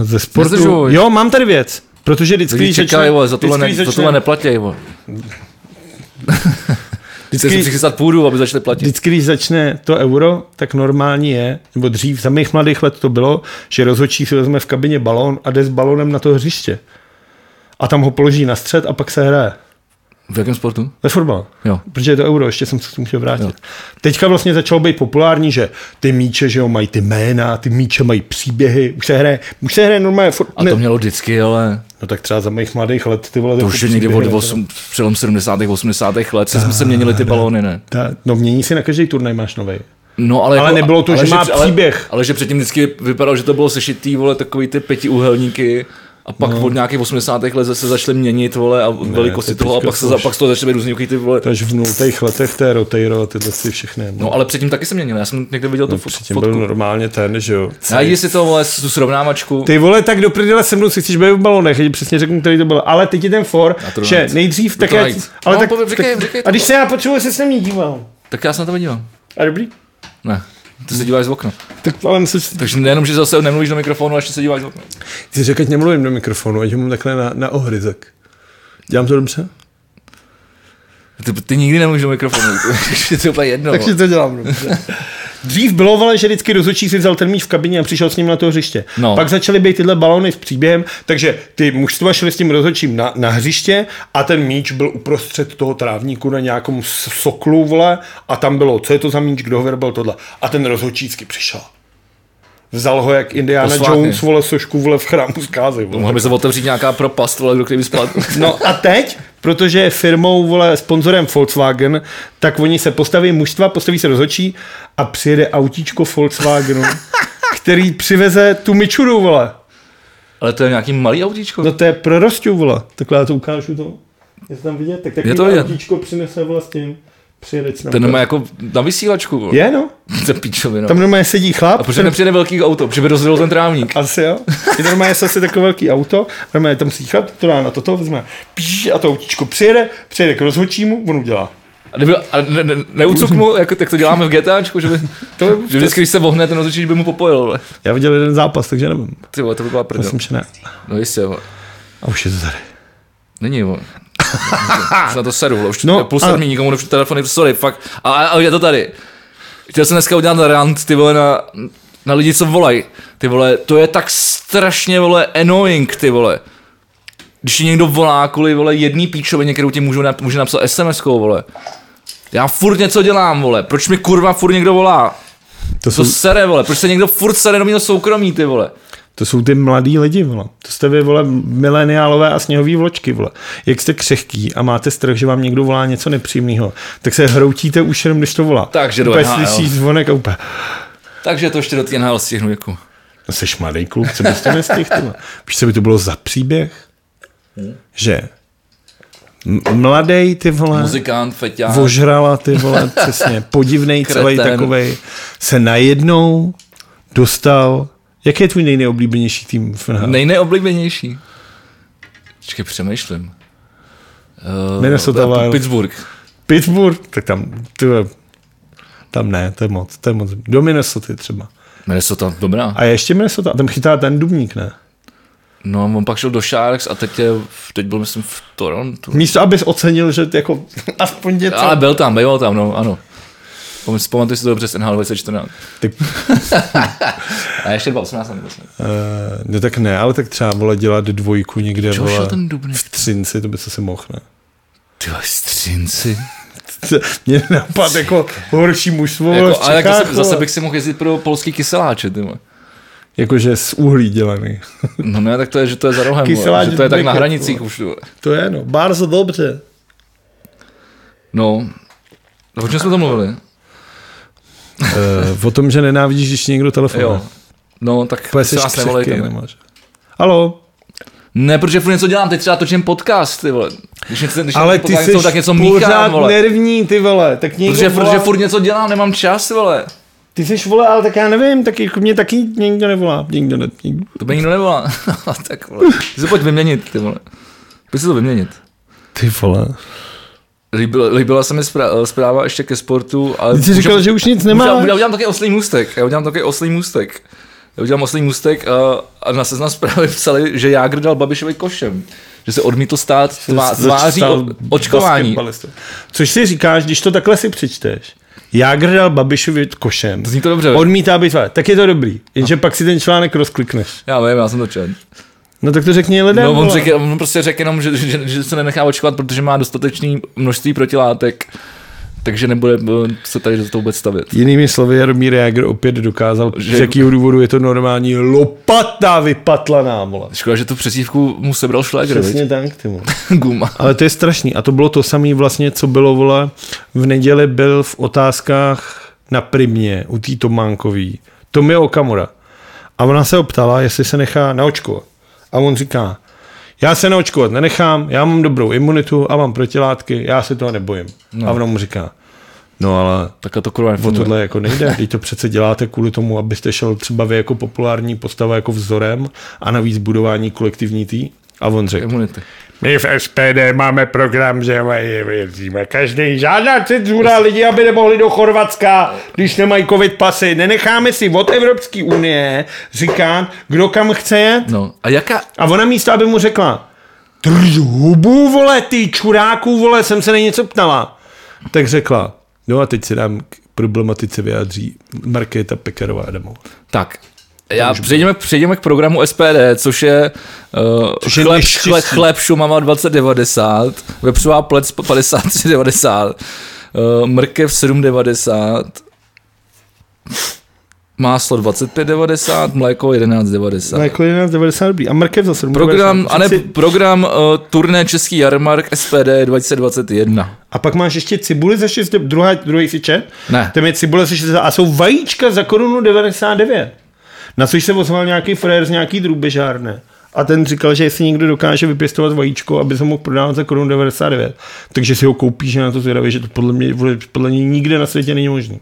[SPEAKER 2] Eh, Ze sportu.
[SPEAKER 1] Nezdržuj.
[SPEAKER 2] Jo, mám tady věc. Protože vždycky,
[SPEAKER 1] Lidi
[SPEAKER 2] když
[SPEAKER 1] čekají,
[SPEAKER 2] začne,
[SPEAKER 1] vole, za tohle,
[SPEAKER 2] vždycky,
[SPEAKER 1] ne,
[SPEAKER 2] když
[SPEAKER 1] za
[SPEAKER 2] začne,
[SPEAKER 1] tohle neplatěj, vole. Chtěl jsem
[SPEAKER 2] vždycky,
[SPEAKER 1] přichystat půdu, aby začali platit.
[SPEAKER 2] vždycky, když začne to euro, tak normální je, nebo dřív, za mých mladých let to bylo, že rozhodčí si vezme v kabině balón a jde s balónem na to hřiště. A tam ho položí na střed a pak se hraje.
[SPEAKER 1] V jakém sportu?
[SPEAKER 2] Ve fotbalu.
[SPEAKER 1] Jo.
[SPEAKER 2] Protože je to euro, ještě jsem se k tomu chtěl vrátit. Jo. Teďka vlastně začalo být populární, že ty míče, že jo, mají ty jména, ty míče mají příběhy, už se hraje, už se hraje normálně. Fot...
[SPEAKER 1] A to mělo vždycky, ale
[SPEAKER 2] No tak třeba za mých mladých let ty vole.
[SPEAKER 1] to
[SPEAKER 2] jako
[SPEAKER 1] už je někdy od
[SPEAKER 2] příběhy, ne?
[SPEAKER 1] osm, přelom 70. 80. let, se jsme se měnili
[SPEAKER 2] Ah,
[SPEAKER 1] ty balóny, ne?
[SPEAKER 2] Ta, no mění si na každý turnaj máš nový.
[SPEAKER 1] No, ale,
[SPEAKER 2] Ale
[SPEAKER 1] jako,
[SPEAKER 2] nebylo to, že má
[SPEAKER 1] před- Ale,
[SPEAKER 2] příběh.
[SPEAKER 1] ale že předtím vždycky vypadalo, že to bylo sešitý, vole, takový ty pětiúhelníky. A pak no. od nějakých 80. let se začaly měnit, vole, a velikosti
[SPEAKER 2] to
[SPEAKER 1] toho, a
[SPEAKER 2] teďka
[SPEAKER 1] pak se
[SPEAKER 2] to
[SPEAKER 1] za,
[SPEAKER 2] už-
[SPEAKER 1] pak z toho začaly být různý takový ty, vole.
[SPEAKER 2] Takže v nultých letech to je Roteiro a tyhle si všechny. No,
[SPEAKER 1] No, ale předtím taky se měnil, já jsem někde viděl tu no,
[SPEAKER 2] předtím
[SPEAKER 1] fotku.
[SPEAKER 2] byl normálně ten, že jo.
[SPEAKER 1] Já jdi si to, vole, s- tu srovnávačku.
[SPEAKER 2] Ty vole, tak do prdele se mnou si chceš být v balonech, já ti přesně řeknu, který to byl. Ale teď je ten for,
[SPEAKER 1] to
[SPEAKER 2] že
[SPEAKER 1] najít.
[SPEAKER 2] nejdřív, tak
[SPEAKER 1] to
[SPEAKER 2] já,
[SPEAKER 1] najít.
[SPEAKER 2] ale
[SPEAKER 1] No,
[SPEAKER 2] tak,
[SPEAKER 1] povím, říkej,
[SPEAKER 2] tak,
[SPEAKER 1] říkej to.
[SPEAKER 2] a když se já potřebuji, se s ním díval.
[SPEAKER 1] Tak já se na to podívám.
[SPEAKER 2] A dobrý?
[SPEAKER 1] Ne, ty se díváš z okna.
[SPEAKER 2] Tak ale myslím, že
[SPEAKER 1] Takže nejenom, že zase nemluvíš do mikrofonu, ale ještě se díváš z okna.
[SPEAKER 2] ty řekl, ať nemluvím do mikrofonu, ať ho mám takhle na, na ohryzek. Dělám to dobře?
[SPEAKER 1] Ty, ty nikdy nemůžeš do mikrofonu, to je to úplně jedno.
[SPEAKER 2] Takže to dělám no. dobře. Dřív bylo, vole, že vždycky rozhodčí si vzal ten míč v kabině a přišel s ním na to hřiště.
[SPEAKER 1] No.
[SPEAKER 2] No. Pak začaly být tyhle balony s příběhem, takže ty mužstva šli s tím rozhodčím na, na hřiště a ten míč byl uprostřed toho trávníku na nějakom s- soklu, vole, a tam bylo, co je to za míč, kdo ho vyrobil tohle. A ten rozhodčícky přišel. Vzal ho jak Indiana
[SPEAKER 1] Posvátný.
[SPEAKER 2] Jones, vole, sošku, vole, v chrámu zkázy, vole.
[SPEAKER 1] Mohla by se otevřít nějaká propast, vole, do které by spadl.
[SPEAKER 2] No a teď, protože je firmou, vole, sponzorem Volkswagen, tak oni se postaví mužstva, postaví se rozhodčí a přijede autíčko Volkswagenu, který přiveze tu Mičuru, vole.
[SPEAKER 1] Ale to je nějaký malý autíčko.
[SPEAKER 2] No to je pro Rostiu, vole. Takhle já to ukážu to. Je to tam vidět? Tak takový
[SPEAKER 1] to vidět.
[SPEAKER 2] autíčko přinese vlastně, přijede s námi.
[SPEAKER 1] Ten má jako na vysílačku. vole.
[SPEAKER 2] Je, no.
[SPEAKER 1] To je píčovina.
[SPEAKER 2] Tam normálně sedí
[SPEAKER 1] A
[SPEAKER 2] chlap.
[SPEAKER 1] proč
[SPEAKER 2] ten-
[SPEAKER 1] nepřijede velký auto? Protože by rozdělil ten trávník.
[SPEAKER 2] Asi jo. Je normálně se asi takové velký auto, normálně tam slychat, to dá na toto, vezme píš, a to autíčko přijede, přijede k rozhodčímu, on udělá.
[SPEAKER 1] A, kdyby, a ne, ne, neucuk mu, jako, tak to děláme v GTAčku, že, by,
[SPEAKER 2] To
[SPEAKER 1] že vždycky, když se vohne ten rozhodčí, by mu popojil. vole.
[SPEAKER 2] Já viděl jeden zápas, takže nevím.
[SPEAKER 1] Ty vole, to by byla prdel.
[SPEAKER 2] Myslím, že ne.
[SPEAKER 1] No jistě, vole.
[SPEAKER 2] A už je to tady. Není.
[SPEAKER 1] Není, vole. Už na to seru, vole. už
[SPEAKER 2] No,
[SPEAKER 1] no, půl
[SPEAKER 2] ale-
[SPEAKER 1] sedmí, nikomu nepřijde telefony, sorry, fakt. A, a, a je to tady. Chtěl jsem dneska udělat rant, ty vole, na, na lidi, co volají. Ty vole, to je tak strašně, vole, annoying, ty vole. Když ti někdo volá kvůli, vole, jedný píčovině, kterou ti můžu, nap- může napsat sms vole. Já furt něco dělám, vole. Proč mi kurva furt někdo volá?
[SPEAKER 2] To
[SPEAKER 1] Co
[SPEAKER 2] jsou,
[SPEAKER 1] sere, vole? Proč se někdo furt sere do mého soukromí, ty vole?
[SPEAKER 2] to jsou ty mladí lidi, vole. To jste vy, vole, mileniálové a sněhový vločky, vole. Jak jste křehký a máte strach, že vám někdo volá něco nepříjemného, tak se hroutíte už jenom, když to volá.
[SPEAKER 1] Takže do
[SPEAKER 2] úplně
[SPEAKER 1] NHL.
[SPEAKER 2] slyší zvonek a úplně.
[SPEAKER 1] Takže to ještě do té NHL stihnu, jako. děkuji.
[SPEAKER 2] No, jsi mladý kluk, co bys to nestihl, ty vole. Víš, co by to bylo za příběh?
[SPEAKER 1] Hm?
[SPEAKER 2] Že m- mladý ty vole,
[SPEAKER 1] Muzikant, feťák.
[SPEAKER 2] ožrala ty vole, přesně, podivnej celý
[SPEAKER 1] Kreten.
[SPEAKER 2] takovej, se najednou dostal, jaký je tvůj nejneoblíbenější tým v NHL?
[SPEAKER 1] Nejneoblíbenější. No. Počkej, přemýšlím. Uh,
[SPEAKER 2] Minnesota Wild.
[SPEAKER 1] Pittsburgh.
[SPEAKER 2] Pittsburgh, tak tam, ty vole, tam ne, to je moc, to je moc. Do Minnesota třeba.
[SPEAKER 1] Minnesota, dobrá.
[SPEAKER 2] A ještě Minnesota, a tam chytá ten Dubník, ne?
[SPEAKER 1] No, on pak šel do Sharks a teď, je, v- teď byl, myslím, v Torontu.
[SPEAKER 2] Místo, abys ocenil, že jako aspoň něco.
[SPEAKER 1] Ale byl tam, byl tam, no, ano. Pom- Pamatuju si to dobře z NHL 2014.
[SPEAKER 2] Tak,
[SPEAKER 1] A ještě 2018 nebo něco.
[SPEAKER 2] eh, no tak ne, ale tak třeba vole dělat dvojku někde,
[SPEAKER 1] Čeho šel
[SPEAKER 2] vole,
[SPEAKER 1] ten Dubnik?
[SPEAKER 2] v Třinci, to by se si mohl, ne?
[SPEAKER 1] Ty vole, střinci.
[SPEAKER 2] Mě napad jako horší mužstvo, vole,
[SPEAKER 1] Jako,
[SPEAKER 2] v
[SPEAKER 1] ale jako
[SPEAKER 2] Čechách,
[SPEAKER 1] zase, zase
[SPEAKER 2] vole.
[SPEAKER 1] bych si mohl jezdit pro polský kyseláče, ty vole.
[SPEAKER 2] Jakože z uhlí dělaný.
[SPEAKER 1] No ne, tak to je, že to je za rohem, vole,
[SPEAKER 2] Kyseláč
[SPEAKER 1] že to je tak na
[SPEAKER 2] Dubnik,
[SPEAKER 1] hranicích
[SPEAKER 2] vole.
[SPEAKER 1] už. Vole.
[SPEAKER 2] To je no, bardzo dobře.
[SPEAKER 1] No, no, o čem jsme to mluvili?
[SPEAKER 2] Uh, o tom, že nenávidíš, když ti někdo telefonuje.
[SPEAKER 1] Jo. No, tak
[SPEAKER 2] Úplně jsi
[SPEAKER 1] se nás nevolejte.
[SPEAKER 2] křehký,
[SPEAKER 1] ne.
[SPEAKER 2] nemáš. Halo,
[SPEAKER 1] Ne, protože furt něco dělám, teď třeba točím podcast, ty vole. Když něco, když
[SPEAKER 2] ale
[SPEAKER 1] něco
[SPEAKER 2] ty
[SPEAKER 1] podcast,
[SPEAKER 2] jsi
[SPEAKER 1] něco, tak něco
[SPEAKER 2] pořád
[SPEAKER 1] míchám, vole.
[SPEAKER 2] nervní, ty vole. Tak někdo
[SPEAKER 1] Protože,
[SPEAKER 2] volá,
[SPEAKER 1] furt, že furt něco dělám, nemám čas, vole.
[SPEAKER 2] Ty jsi vole, ale tak já nevím, tak jako mě taky nikdo nevolá. Nikdo ne, nikdo.
[SPEAKER 1] To by nikdo nevolá. tak vole, ty se pojď vyměnit, ty vole. Pojď se to vyměnit.
[SPEAKER 2] Ty vole.
[SPEAKER 1] Líbila, líbila se mi zpráva, zpráva ještě ke sportu, ale...
[SPEAKER 2] Ty jsi
[SPEAKER 1] můžu-
[SPEAKER 2] říkal, že už nic nemá.
[SPEAKER 1] Já udělám, udělám taky oslý můstek. Já udělám taky oslý můstek. Já udělám oslý můstek a, a na seznam zprávy psali, že Jágr dal Babišovi košem. Že se odmítl stát tvá, tváří
[SPEAKER 2] Začal
[SPEAKER 1] o, očkování.
[SPEAKER 2] basketbalista. Což si říkáš, když to takhle si přečteš. Jágr dal Babišovi košem.
[SPEAKER 1] Zní to dobře.
[SPEAKER 2] Odmítá být tvá. Tak je to dobrý. Jenže pak si ten článek rozklikneš.
[SPEAKER 1] Já vím, já jsem to čet.
[SPEAKER 2] No tak to řekni lidem.
[SPEAKER 1] No, on,
[SPEAKER 2] vole.
[SPEAKER 1] řekl, on prostě řekl jenom, že, že, že se nenechá očkovat, protože má dostatečný množství protilátek, takže nebude eh, se tady za to vůbec stavět.
[SPEAKER 2] Jinými slovy, Jaromír Jágr opět dokázal, že...
[SPEAKER 1] Že-
[SPEAKER 2] z jakého důvodu je to normální lopata vypatlaná, vole.
[SPEAKER 1] Škoda, že tu přesívku mu sebral šlégr,
[SPEAKER 2] Přesně
[SPEAKER 1] viď?
[SPEAKER 2] tak, ty vole.
[SPEAKER 1] Guma.
[SPEAKER 2] Ale to je strašný. A to bylo to samé vlastně, co bylo, vole, v neděli byl v otázkách na primě u té Tománkový. Tomi Okamura. A ona se optala, jestli se nechá naočkovat. A on říká, já se naočkovat nenechám, já mám dobrou imunitu a mám protilátky, já se toho nebojím. No. A ona mu říká, no ale
[SPEAKER 1] Takhle to kurva
[SPEAKER 2] O
[SPEAKER 1] nefunguje.
[SPEAKER 2] tohle jako nejde. Teď to přece děláte kvůli tomu, abyste šel třeba vy jako populární postava jako vzorem a navíc budování kolektivní tý. A on řekl,
[SPEAKER 1] Imunity.
[SPEAKER 3] My v SPD máme program, že mají věříme každý žádný.
[SPEAKER 2] žádná cenzura lidi, aby nemohli do Chorvatska, když nemají covid pasy. Nenecháme si od Evropské unie říkat, kdo kam chce jet.
[SPEAKER 1] No, a jaká...
[SPEAKER 2] A ona místo, aby mu řekla, drž hubu, vole, ty čuráku, vole, jsem se na něco ptala. Tak řekla, no a teď se nám k problematice vyjádří Markéta Pekarová Adamová.
[SPEAKER 1] Tak, já přejdeme, přejdeme k programu SPD, což je, uh, což
[SPEAKER 2] je
[SPEAKER 1] chleb,
[SPEAKER 2] neštěstí.
[SPEAKER 1] chleb, chleb Šumava 2090, vepřová plec 5390, uh, mrkev 790, máslo 2590, mléko 1190.
[SPEAKER 2] No jako 11,90 dobrý. A Mrkev za 7,90.
[SPEAKER 1] Program, a ne,
[SPEAKER 2] Přeci-
[SPEAKER 1] program uh, turné Český jarmark SPD 2021.
[SPEAKER 2] A pak máš ještě cibuli za 6, druhá, druhý si čet.
[SPEAKER 1] Ne.
[SPEAKER 2] Tam je cibule za 6 a jsou vajíčka za korunu 99. Na což se ozval nějaký frér z nějaký drůbežárny. A ten říkal, že jestli někdo dokáže vypěstovat vajíčko, aby se mohl prodávat za korunu 99, takže si ho koupíš a na to zvědavě, že to podle mě, vole, podle mě nikde na světě není možný.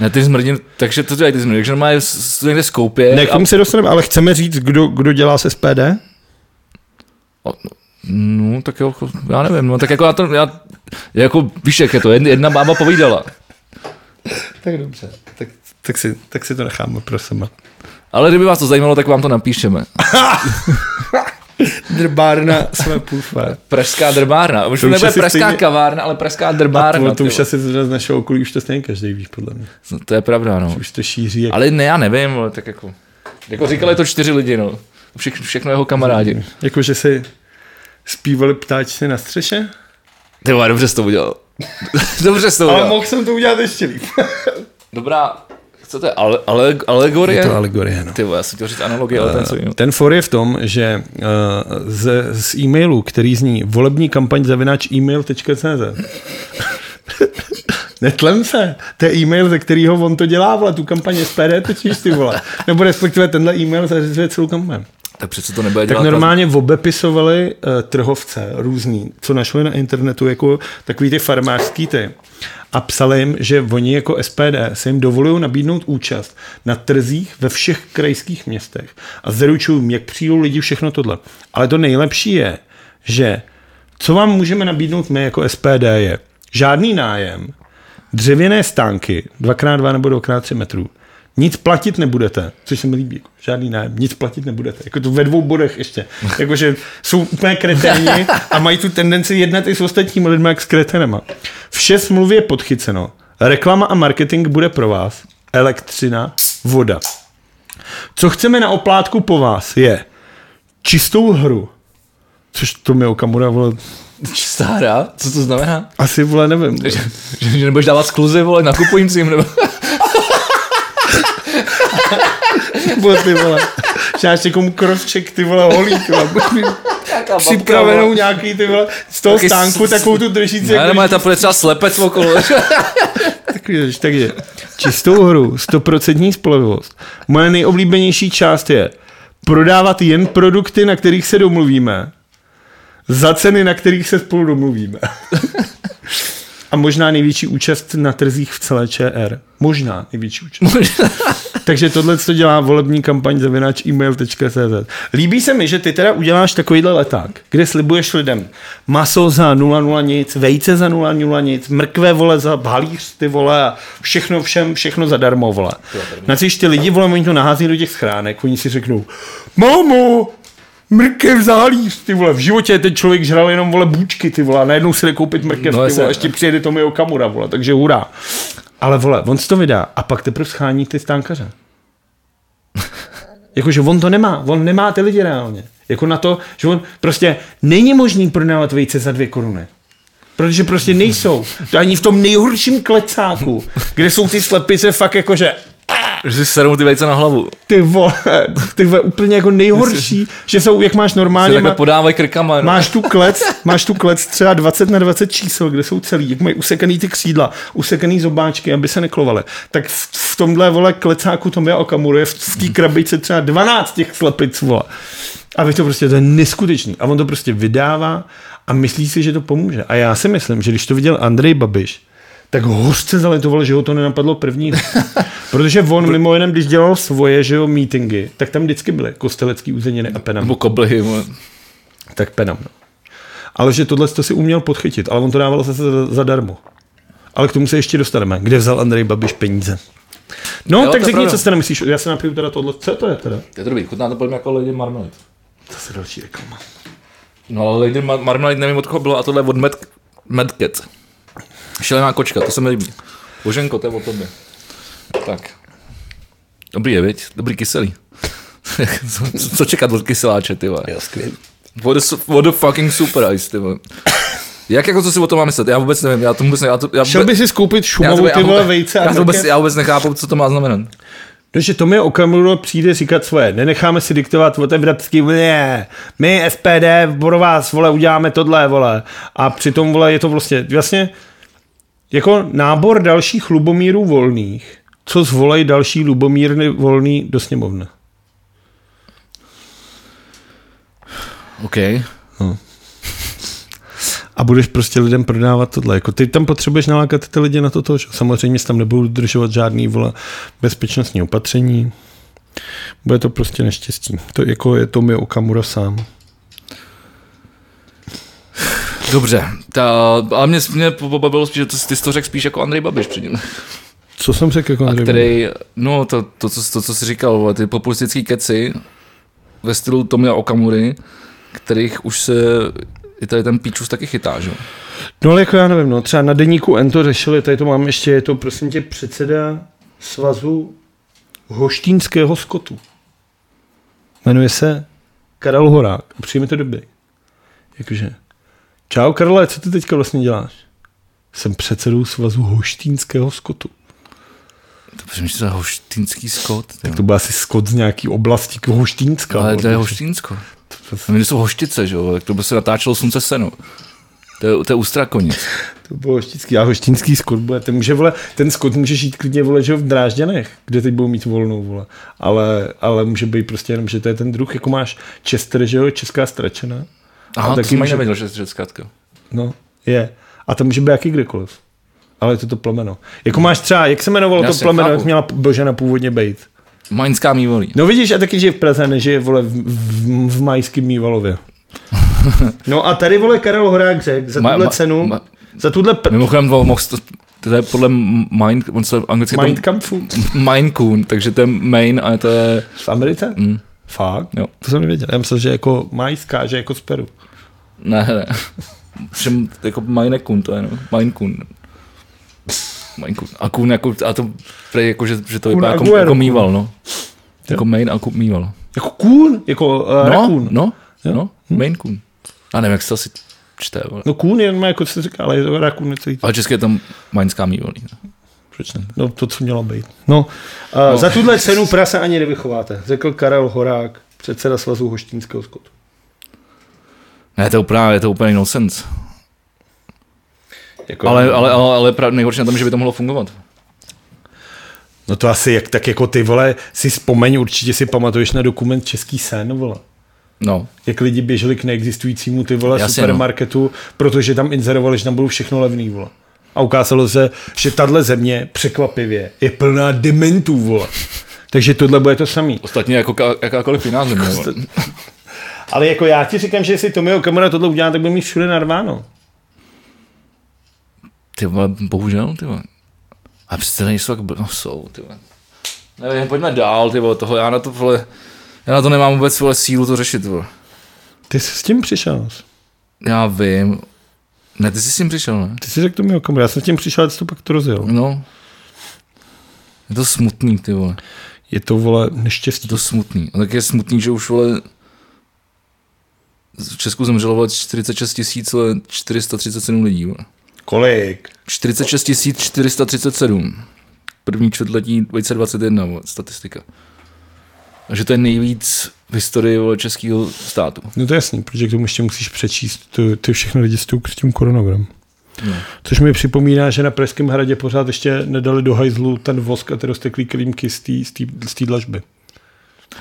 [SPEAKER 1] Ne, ty zmrdin, takže to dělají ty zmrdin, takže normálně s- s- někde skoupě.
[SPEAKER 2] Ne, k tomu se dostaneme, ale chceme říct, kdo, kdo dělá se SPD?
[SPEAKER 1] A- No, tak jo, jako- já nevím, no, tak jako já to, já, jako víš, jak je to, jedna, jedna bába povídala.
[SPEAKER 2] Tak dobře, tak, tak, si, tak si to necháme pro sebe.
[SPEAKER 1] Ale kdyby vás to zajímalo, tak vám to napíšeme.
[SPEAKER 2] Drbárna své půlfé.
[SPEAKER 1] Pražská drbárna. Už
[SPEAKER 2] To
[SPEAKER 1] to
[SPEAKER 2] už
[SPEAKER 1] nebude
[SPEAKER 2] asi
[SPEAKER 1] pražská
[SPEAKER 2] stejně-
[SPEAKER 1] stejně... kavárna, ale pražská
[SPEAKER 2] To,
[SPEAKER 1] drbárna.
[SPEAKER 2] to už
[SPEAKER 1] ty vole.
[SPEAKER 2] asi z našeho okolí už to stejně každý ví, podle mě.
[SPEAKER 1] No, to je pravda, no.
[SPEAKER 2] Už to šíří jako- jak
[SPEAKER 1] Ale ne, já nevím, ale tak jako, jako říkali to čtyři lidi, no. Vše, všechno jeho kamarádi.
[SPEAKER 2] Jako, že si zpívali ptáčci na střeše?
[SPEAKER 1] Ty vole, dobře jsi to udělal. dobře jsi to
[SPEAKER 2] Ale
[SPEAKER 1] udělal.
[SPEAKER 2] mohl jsem to udělat ještě líp.
[SPEAKER 1] Dobrá, chcete ale, ale, alegorie?
[SPEAKER 2] Je to Eh, alegorie, no.
[SPEAKER 1] Ty vole, já jsem chtěl říct analogie, ale ten co jiného.
[SPEAKER 2] Ten for je v tom, že uh, z, z e-mailu, který zní volební kampaň zavináč e-mail.cz Netlem se. To je e-mail, ze kterého on to dělá, vole, tu kampaň SPD točíš ty vole. Nebo respektive tenhle e-mail zařizuje celou kampaň.
[SPEAKER 1] Tak přece to nebude
[SPEAKER 2] Tak
[SPEAKER 1] dělat.
[SPEAKER 2] normálně obepisovali uh, trhovce různý, co našli na internetu, jako takový ty farmářský ty. A psali jim, že oni jako SPD se jim dovolují nabídnout účast na trzích ve všech krajských městech a zaručují jim, jak přijdou lidi, všechno tohle. Ale to nejlepší je, že co vám můžeme nabídnout my jako SPD je žádný nájem, dřevěné stánky, 2x2 nebo 2x3 metrů, nic platit nebudete, což se mi líbí, jako žádný nájem, nic platit nebudete, jako to ve dvou bodech ještě, jakože jsou úplně kreténi a mají tu tendenci jednat i s ostatními lidmi jak s kretenema. Vše smluvě je podchyceno, reklama a marketing bude pro vás, elektřina, voda. Co chceme na oplátku po vás je čistou hru, což to mi Okamura, vole,
[SPEAKER 1] Čistá hra? Co to znamená?
[SPEAKER 2] asi, vole, nevím.
[SPEAKER 1] Že, že nebudeš dávat skluzy, vole, nakupujícím, nebo...
[SPEAKER 2] Bo ty vole. Že máš někomu krovček, ty vole, holík, ty vole. Buď mi připravenou nějaký, ty vole, z toho
[SPEAKER 1] Taky
[SPEAKER 2] stánku,
[SPEAKER 1] s-
[SPEAKER 2] takovou tu držící.
[SPEAKER 1] Ne,
[SPEAKER 2] jako-
[SPEAKER 1] ne, tam bude třeba slepec okolo.
[SPEAKER 2] Takový, takže čistou hru, 100% spolehlivost. Moje nejoblíbenější část je prodávat jen produkty, na kterých se domluvíme, za ceny, na kterých se spolu domluvíme. A možná největší účast na trzích v celé ČR. Možná největší účast. Takže tohle, co dělá volební kampaň zavináč e-mail.cz. Líbí se mi, že ty teda uděláš takovýhle leták, kde slibuješ lidem maso za 0,0 nic, vejce za 0,0 nic, mrkvé vole za halíř ty vole a všechno všem, všechno zadarmo vole. Na což ty lidi vole, oni to nahází do těch schránek, oni si řeknou, mámo, mrkev za halíř, ty vole, v životě ten člověk žral jenom vole bučky, ty vole, a najednou si jde koupit mrkev,
[SPEAKER 1] No,
[SPEAKER 2] no, ty
[SPEAKER 1] jasně.
[SPEAKER 2] vole, ještě přijede Tomio Okamura, vole, takže hurá. Ale vole, on si to vydá a pak teprve schání ty stánkaře. Jakože on to nemá, on nemá ty lidi reálně. Jako na to, že on prostě není možný prodávat vejce za dvě koruny. Protože prostě nejsou. To ani v tom nejhorším klecáku, kde jsou ty slepice fakt jakože
[SPEAKER 1] Že si serou ty vejce na hlavu.
[SPEAKER 2] ty vole, ty vole, úplně jako nejhorší, že jsou, jak máš
[SPEAKER 1] Se
[SPEAKER 2] normálně,
[SPEAKER 1] takhle
[SPEAKER 2] má,
[SPEAKER 1] podávají krkama. no.
[SPEAKER 2] máš tu klec, máš tu klec třeba 20 na 20 čísel, kde jsou celý, jak mají usekaný ty křídla, usekaný zobáčky, aby se neklovaly. Tak v, v tomhle, vole, klecáku Tomia Okamura je v, v té krabici třeba 12 těch slepic, vole. A vy to prostě, to je neskutečný. A on to prostě vydává a myslí si, že to pomůže. A já si myslím, že když to viděl Andrej Babiš, tak hořce zaletoval, že ho to nenapadlo první. Protože on mimo jiném, když dělal svoje, že jo, meetingy, tak tam vždycky byly kostelecký uzeniny a penam
[SPEAKER 1] Nebo koblihy. vole.
[SPEAKER 2] tak penam. No. Ale že tohle to si uměl podchytit, ale on to dával zase za- zadarmo. Ale k tomu se ještě dostaneme. Kde vzal Andrej Babiš peníze? No,
[SPEAKER 1] Jo,
[SPEAKER 2] jo,
[SPEAKER 1] to
[SPEAKER 2] tak
[SPEAKER 1] je
[SPEAKER 2] řekni,
[SPEAKER 1] pravda.
[SPEAKER 2] co se nemyslíš. Já se napiju teda tohle. Co to je teda?
[SPEAKER 1] To je to dobrý, chutná to podle mě jako lidi marmelit.
[SPEAKER 2] Zase další reklama.
[SPEAKER 1] No ale Lady Mar- Marmalade nevím od koho bylo a tohle je od Mad, Mad Cat. Šelená kočka, to se mi líbí. Boženko, to je o tobě. Tak. Dobrý je, viď? Dobrý kyselý. co, co čekat od kyseláče, ty vole?
[SPEAKER 2] Jo, skvělý.
[SPEAKER 1] What a, su- what a fucking super ice, ty vole. Jak jako co si o tom mám myslet? Já vůbec nevím, já to vůbec nevím. Já to, já
[SPEAKER 2] Šel
[SPEAKER 1] vůbec,
[SPEAKER 2] by si skoupit
[SPEAKER 1] já
[SPEAKER 2] šumavu, ty vole vejce
[SPEAKER 1] já,
[SPEAKER 2] a
[SPEAKER 1] to vůbec,
[SPEAKER 2] mrkev?
[SPEAKER 1] já vůbec nechápu, co to má znamenat.
[SPEAKER 2] Takže Tomio Okamura přijde říkat svoje. Nenecháme si diktovat od Evropské unie. My SPD, pro vás, vole, uděláme tohle, vole. A přitom, vole, je to vlastně, jasně, jako nábor dalších lubomírů volných. Co zvolej další lubomírny volný do sněmovny?
[SPEAKER 1] OK.
[SPEAKER 2] A budeš prostě lidem prodávat tohle. Jako ty tam potřebuješ nalákat ty lidi na toto, že samozřejmě se tam nebudou dodržovat žádný vole bezpečnostní opatření. Bude to prostě neštěstí. To jako je to mi Okamura sám.
[SPEAKER 1] Dobře, ta, ale mě, mě pobavilo spíš, že to, ty jsi to řekl spíš jako Andrej Babiš předtím.
[SPEAKER 2] Co jsem řekl jako Andrej Babiš?
[SPEAKER 1] Který, no to, to, co, to, co jsi říkal, vole, ty populistický keci ve stylu Tomia Okamury, kterých už se i tady ten píčus taky chytá, že? jo?
[SPEAKER 2] No ale jako já nevím, no, třeba na deníku N to řešili, tady to mám ještě, je to prosím tě předseda svazu hoštínského skotu. Jmenuje se Karel Horák. Přijme to doby. Jakože, čau Karle, co ty teďka vlastně děláš? Jsem předsedou svazu hoštínského skotu.
[SPEAKER 1] To přijím, že to je hoštínský skot. ty
[SPEAKER 2] Tak
[SPEAKER 1] jo.
[SPEAKER 2] to byl asi skot z nějaký oblasti k Hoštínska.
[SPEAKER 1] No. Ale
[SPEAKER 2] vole,
[SPEAKER 1] to je
[SPEAKER 2] protože-
[SPEAKER 1] hoštínsko. A my jsou hoštice, že jo? Tak to by se natáčelo slunce senu. To je, to je ústrakonic.
[SPEAKER 2] To bylo hoštínský. A hoštínský skot bude, ten, může, vole, ten skot může žít klidně vole, že jo, v Drážďanech, kde teď budou mít volnou, vole. Ale, ale může být prostě jenom, že to je ten druh, jako máš Chester, že jo, česká stračena.
[SPEAKER 1] Aha, to
[SPEAKER 2] taky
[SPEAKER 1] jsem ani
[SPEAKER 2] může-
[SPEAKER 1] nevěděl, že že zkrátka.
[SPEAKER 2] No, je. A to může být jaký kdekoliv. Ale je to to plemeno. Jako máš třeba, jak se jmenovalo
[SPEAKER 1] Já
[SPEAKER 2] to
[SPEAKER 1] si
[SPEAKER 2] plemeno,
[SPEAKER 1] chápu.
[SPEAKER 2] jak měla Božena původně být?
[SPEAKER 1] Maňská mývolí.
[SPEAKER 2] No vidíš, a taky žije v Praze, nežije, vole, v, v, v majském Mývalově. No a tady, vole, Karel Horák řekl, za
[SPEAKER 1] Ma-
[SPEAKER 2] tuhle
[SPEAKER 1] ma-
[SPEAKER 2] cenu,
[SPEAKER 1] ma- No,
[SPEAKER 2] za tuhle pr-
[SPEAKER 1] Mimochodem, to, mohl, to, to je podle Mind, on se anglicky
[SPEAKER 2] Mind
[SPEAKER 1] Mind,
[SPEAKER 2] Kampfu
[SPEAKER 1] Mind Coon, takže to je Main a to je...
[SPEAKER 2] v Americe?
[SPEAKER 1] Mm.
[SPEAKER 2] Fakt?
[SPEAKER 1] Jo.
[SPEAKER 2] To jsem nevěděl. Já myslel, že jako majská, že jako z Peru.
[SPEAKER 1] Ne, ne. Všem, jako Mine Kun to je, no. Mine Kun. Mine Kun. A Kun jako, a to prej jako, že, že to vypadá jako,
[SPEAKER 2] Aguero.
[SPEAKER 1] jako mýval, no. Jako Main a Kun mýval.
[SPEAKER 2] Jako kůň, jako uh, no,
[SPEAKER 1] No,
[SPEAKER 2] rakun. No.
[SPEAKER 1] no, no, Main Kun. A nevím, jak se to asi čte, vole.
[SPEAKER 2] no kůň je, normálně, jako se říká, ale je to rakun, je to jít.
[SPEAKER 1] Ale česky je tam Maňská mývolí. no.
[SPEAKER 2] Proč ne? No to, co mělo být. No, uh, no. za tuhle cenu prase ani nevychováte, řekl Karel Horák, předseda Svazu hoštínského skotu.
[SPEAKER 1] Ne, to je úplně, je to úplně nonsense.
[SPEAKER 2] Jako,
[SPEAKER 1] Ale, ale, ale, ale pra- nejhorší na tom, že by to mohlo fungovat.
[SPEAKER 2] No to asi jak, tak jako ty vole, si vzpomeň, určitě si pamatuješ na dokument Český sen, vole.
[SPEAKER 1] No,
[SPEAKER 2] Jak lidi běželi k neexistujícímu ty vole
[SPEAKER 1] Jasně, no.
[SPEAKER 2] supermarketu, no. protože tam inzerovali, že tam budou všechno levný, vole. A ukázalo se, že tahle země překvapivě je plná dementů, vole. Takže tohle bude to samý.
[SPEAKER 1] ostatně jako ka- jakákoliv jiná země. vole.
[SPEAKER 2] Ale jako já ti říkám, že jestli Tomio Kamera tohle udělá, tak bude mít všude narváno.
[SPEAKER 1] Ty vole, bohužel, ty vole. A přece nejsou jak bl- no, jsou, ty vole. Nevím, pojďme dál, ty vole, tohle, já na to, vole, já na to nemám vůbec, vole, sílu to řešit, vole.
[SPEAKER 2] Ty jsi s tím přišel. no.
[SPEAKER 1] Já vím. Ne, ty jsi s tím přišel, ne?
[SPEAKER 2] Ty jsi řekl Tomio Kamera, já jsem s tím přišel, ale jsi to pak to rozjel.
[SPEAKER 1] No. Je to smutný, ty vole.
[SPEAKER 2] Je to, vole, neštěstí.
[SPEAKER 1] Je to smutný. A tak je smutný, že už, vole, v Česku zemřelo, vole, 46 tisíc, vole, 437 lidí, vole.
[SPEAKER 2] Kolik?
[SPEAKER 1] 46 437. První čtvrtletí 2021, vole, statistika. A že to je nejvíc v historii vole, českého státu.
[SPEAKER 2] No to je jasný, protože k tomu ještě musíš přečíst ty, ty všechny lidi s tou- s tím koronavirem.
[SPEAKER 1] No.
[SPEAKER 2] Což mi připomíná, že na Pražském hradě pořád ještě nedali do hajzlu ten vosk a ty rozteklý klímky z té- z té- z té dlažby.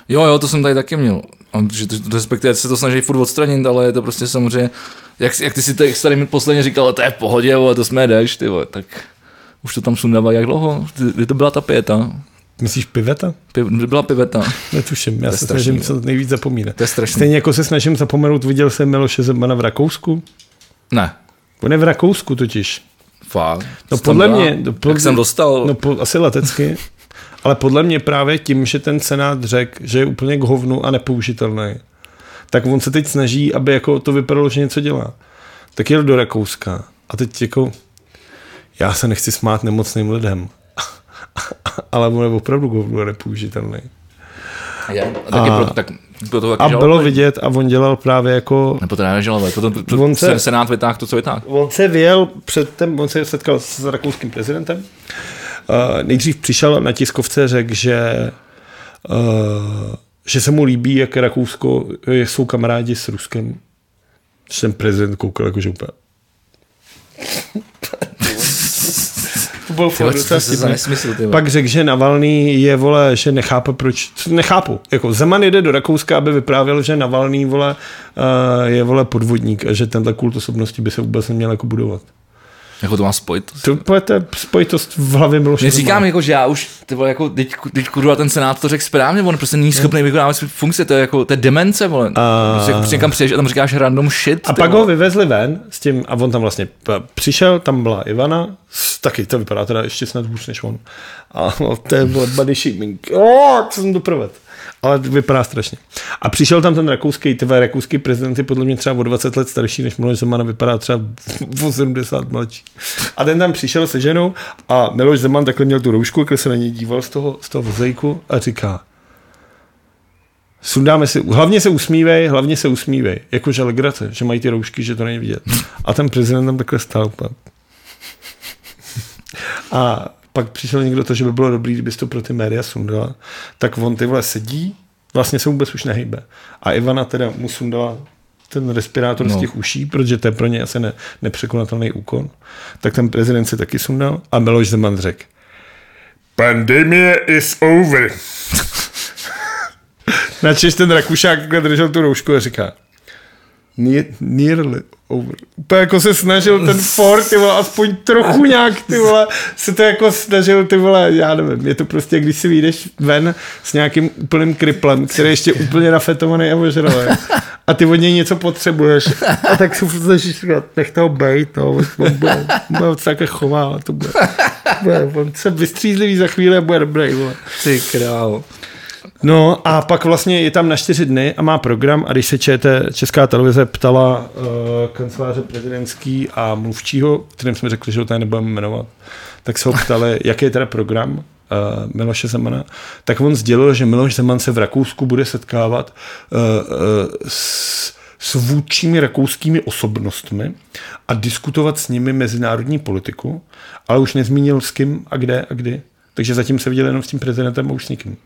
[SPEAKER 1] Jo, jo, to jsem tady taky měl. A že to, respektive se to snaží furt odstranit, ale je to prostě samozřejmě, jak, jak ty si tady, tady mi posledně říkal, to je v pohodě, vole, to jsme jdeš, ty vole, tak už to tam sundává jak dlouho? Kdy- Kdy to byla ta pěta?
[SPEAKER 2] Myslíš piveta?
[SPEAKER 1] Piv, kdy byla piveta?
[SPEAKER 2] Netuším, já
[SPEAKER 1] je
[SPEAKER 2] se
[SPEAKER 1] strašný,
[SPEAKER 2] snažím
[SPEAKER 1] jo.
[SPEAKER 2] co nejvíc zapomínat.
[SPEAKER 1] To je strašný.
[SPEAKER 2] Stejně jako se snažím zapomenout, viděl jsem Miloše Zemana v Rakousku.
[SPEAKER 1] Ne,
[SPEAKER 2] On je v Rakousku totiž.
[SPEAKER 1] fakt. Co
[SPEAKER 2] No
[SPEAKER 1] tam
[SPEAKER 2] podle
[SPEAKER 1] byla?
[SPEAKER 2] mě... no podle-
[SPEAKER 1] Jak jsem dostal?
[SPEAKER 2] No po, asi letecky. Ale podle mě právě tím, že ten senát řekl, že je úplně k hovnu a nepoužitelný, tak on se teď snaží, aby jako to vypadalo, že něco dělá. Tak jel do Rakouska a teď jako já se nechci smát nemocným lidem, ale on je opravdu govnu nepoužitelný.
[SPEAKER 1] Je. A taky
[SPEAKER 2] A-
[SPEAKER 1] pro, tak, pro to taky
[SPEAKER 2] A bylo
[SPEAKER 1] žalovali.
[SPEAKER 2] vidět a on dělal právě jako
[SPEAKER 1] Nebo to nežalovat, to, to, to,
[SPEAKER 2] On
[SPEAKER 1] to
[SPEAKER 2] se-
[SPEAKER 1] se... senát vytáhl to, co vytáhl.
[SPEAKER 2] On se vyjel před tem, on se setkal s rakouským prezidentem. Uh, nejdřív přišel na tiskovce, řekl, že, uh, že se mu líbí, jak Rakousko, eh, jak jsou kamarádi s Ruskem. Že ten prezident koukal jako, že úplně... to bylo
[SPEAKER 1] Ty,
[SPEAKER 2] fakt
[SPEAKER 1] vole, co
[SPEAKER 2] docela
[SPEAKER 1] to se za
[SPEAKER 2] vtipný.
[SPEAKER 1] nesmysl, ty vole.
[SPEAKER 2] Pak řekl, že Navalný je, vole, že nechápe, proč... Nechápu. Jako Zeman jede do Rakouska, aby vyprávěl, že Navalný, vole, eh, je, vole, podvodník a že tenhle kult osobnosti by se vůbec neměl jako budovat.
[SPEAKER 1] Jako to má spojit.
[SPEAKER 2] To je to je spojitost v hlavě Miloše.
[SPEAKER 1] Mě říkám,
[SPEAKER 2] Zemana.
[SPEAKER 1] jako, že já už, ty vole, jako, teď, teď kurva ten senát to řekl správně, on prostě není schopný vykonávat své funkce, to je jako, to je demence, vole.
[SPEAKER 2] A-
[SPEAKER 1] Prostě jako někam přijdeš a tam říkáš random shit.
[SPEAKER 2] a
[SPEAKER 1] ty
[SPEAKER 2] pak
[SPEAKER 1] vole.
[SPEAKER 2] ho vyvezli ven s tím, a on tam vlastně p- přišel, tam byla Ivana, s- taky to vypadá teda ještě snad hůř než on. A no, to je bylo body shaming. O, co jsem to proved. Ale vypadá strašně. A přišel tam ten rakouský, ty vole, rakouský prezident je podle mě třeba o 20 let starší než Miloš Zeman a vypadá třeba o 70 mladší. A ten tam přišel se ženou a Miloš Zeman takhle měl tu roušku, když se na něj díval z toho, z toho vozejku a říká, Sundáme si, hlavně se usmívej, hlavně se usmívej. Jakože legrace, že mají ty roušky, že to není vidět. A ten prezident tam takhle stál. úplně. A pak přišel někdo to, že by bylo dobrý, kdyby to pro ty média sundala. Tak on ty vole sedí, vlastně se vůbec už nehybe. A Ivana teda mu sundala ten respirátor no. z
[SPEAKER 1] No.
[SPEAKER 2] těch uší, protože to je pro ně asi ne, nepřekonatelný úkon. Tak ten prezident si taky sundal a Miloš Zeman řekl,
[SPEAKER 3] Pandemie is over.
[SPEAKER 2] Načež ten Rakušák takhle držel tu roušku a říká "Near- nearly over. Úplně jako se snažil ten Ford, ty vole, aspoň trochu nějak, ty vole, se to jako snažil, ty vole, já nevím, je to prostě, když si vyjdeš ven s nějakým úplným kriplem, který je ještě úplně nafetovaný a ožralý a ty od něj něco potřebuješ a tak si snažíš říkat, nech toho bejt, no, on bude, bude se takhle chová, ale to bude, bude, on se vystřízlivý za chvíli a bude dobrý, vole.
[SPEAKER 1] Ty král.
[SPEAKER 2] No a pak vlastně je tam na čtyři dny a má program a když se čete, Česká televize ptala uh, kanceláře prezidentský a mluvčího, kterým jsme řekli, že ho tady nebudeme jmenovat, tak se ho ptali, jaký je teda program uh, Miloše Zemana, tak on sdělil, že Miloš Zeman se v Rakousku bude setkávat uh, uh, s s vůdčími rakouskými osobnostmi a diskutovat s nimi mezinárodní politiku, ale už nezmínil s kým a kde a kdy. Takže zatím se viděl jenom s tím prezidentem a už s nikým.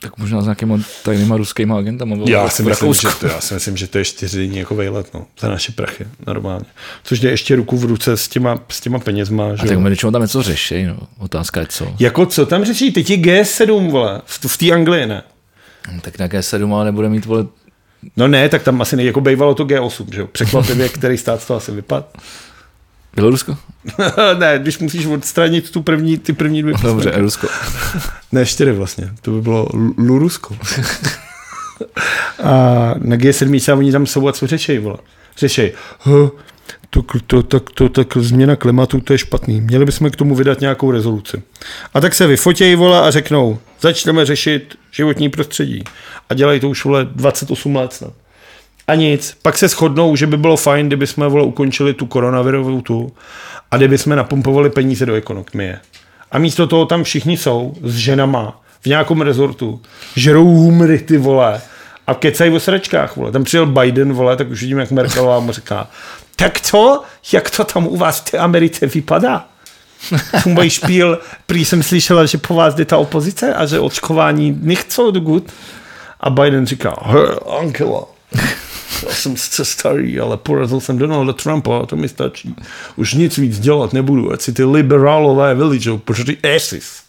[SPEAKER 1] Tak možná s nějakýma tajnýma ruskýma agentama. bylo
[SPEAKER 2] Já
[SPEAKER 1] Jako v
[SPEAKER 2] si, myslím,
[SPEAKER 1] Rakousku.
[SPEAKER 2] že to, já si myslím, že to je čtyři dní jako vejlet, no, za naše prachy, normálně. Což jde ještě ruku v ruce s těma, s těma penězma, že
[SPEAKER 1] A tak
[SPEAKER 2] jo.
[SPEAKER 1] my většinou tam něco řeší, no. Otázka je co.
[SPEAKER 2] Jako co tam řeší? Teď je G7, vole, v, v té Anglii, ne?
[SPEAKER 1] Hm, Tak nějaké sedm, ale nebude mít, vole,
[SPEAKER 2] No ne, tak tam asi ne, jako bejvalo to G8, že jo. Překvapivě, který stát z toho asi vypad.
[SPEAKER 1] Bělorusko?
[SPEAKER 2] ne, když musíš odstranit tu první, ty první dvě
[SPEAKER 1] No, Dobře,
[SPEAKER 2] písmenka.
[SPEAKER 1] Rusko.
[SPEAKER 2] Ne, čtyři vlastně. To by bylo Lu- Lurusko. a na G7 se oni tam jsou a co řešej, vole. Řešej. H, to, to, to, to, tak změna klimatu, to je špatný. Měli bychom k tomu vydat nějakou rezoluci. A tak se vyfotěj, vole, a řeknou, začneme řešit životní prostředí. A dělají to už, vole, 28 let snad. A nic. Pak se shodnou, že by bylo fajn, kdyby jsme vole, ukončili tu koronavirovou tu a kdyby jsme napumpovali peníze do ekonomie. A místo toho tam všichni jsou s ženama v nějakém rezortu. Žerou humry ty vole. A kecají o sračkách, vole. Tam přijel Biden, vole, tak už vidím, jak Merkelová mu říká. Tak to, jak to tam u vás v té Americe vypadá? Můj špíl, prý jsem slyšela, že po vás jde ta opozice a že očkování nechcou do good. A Biden říká, "Her, Angela, já jsem sice starý, ale porazil jsem Donalda Trumpa a to mi stačí. Už nic víc dělat nebudu, ať si ty liberálové vylížou, protože ty asis.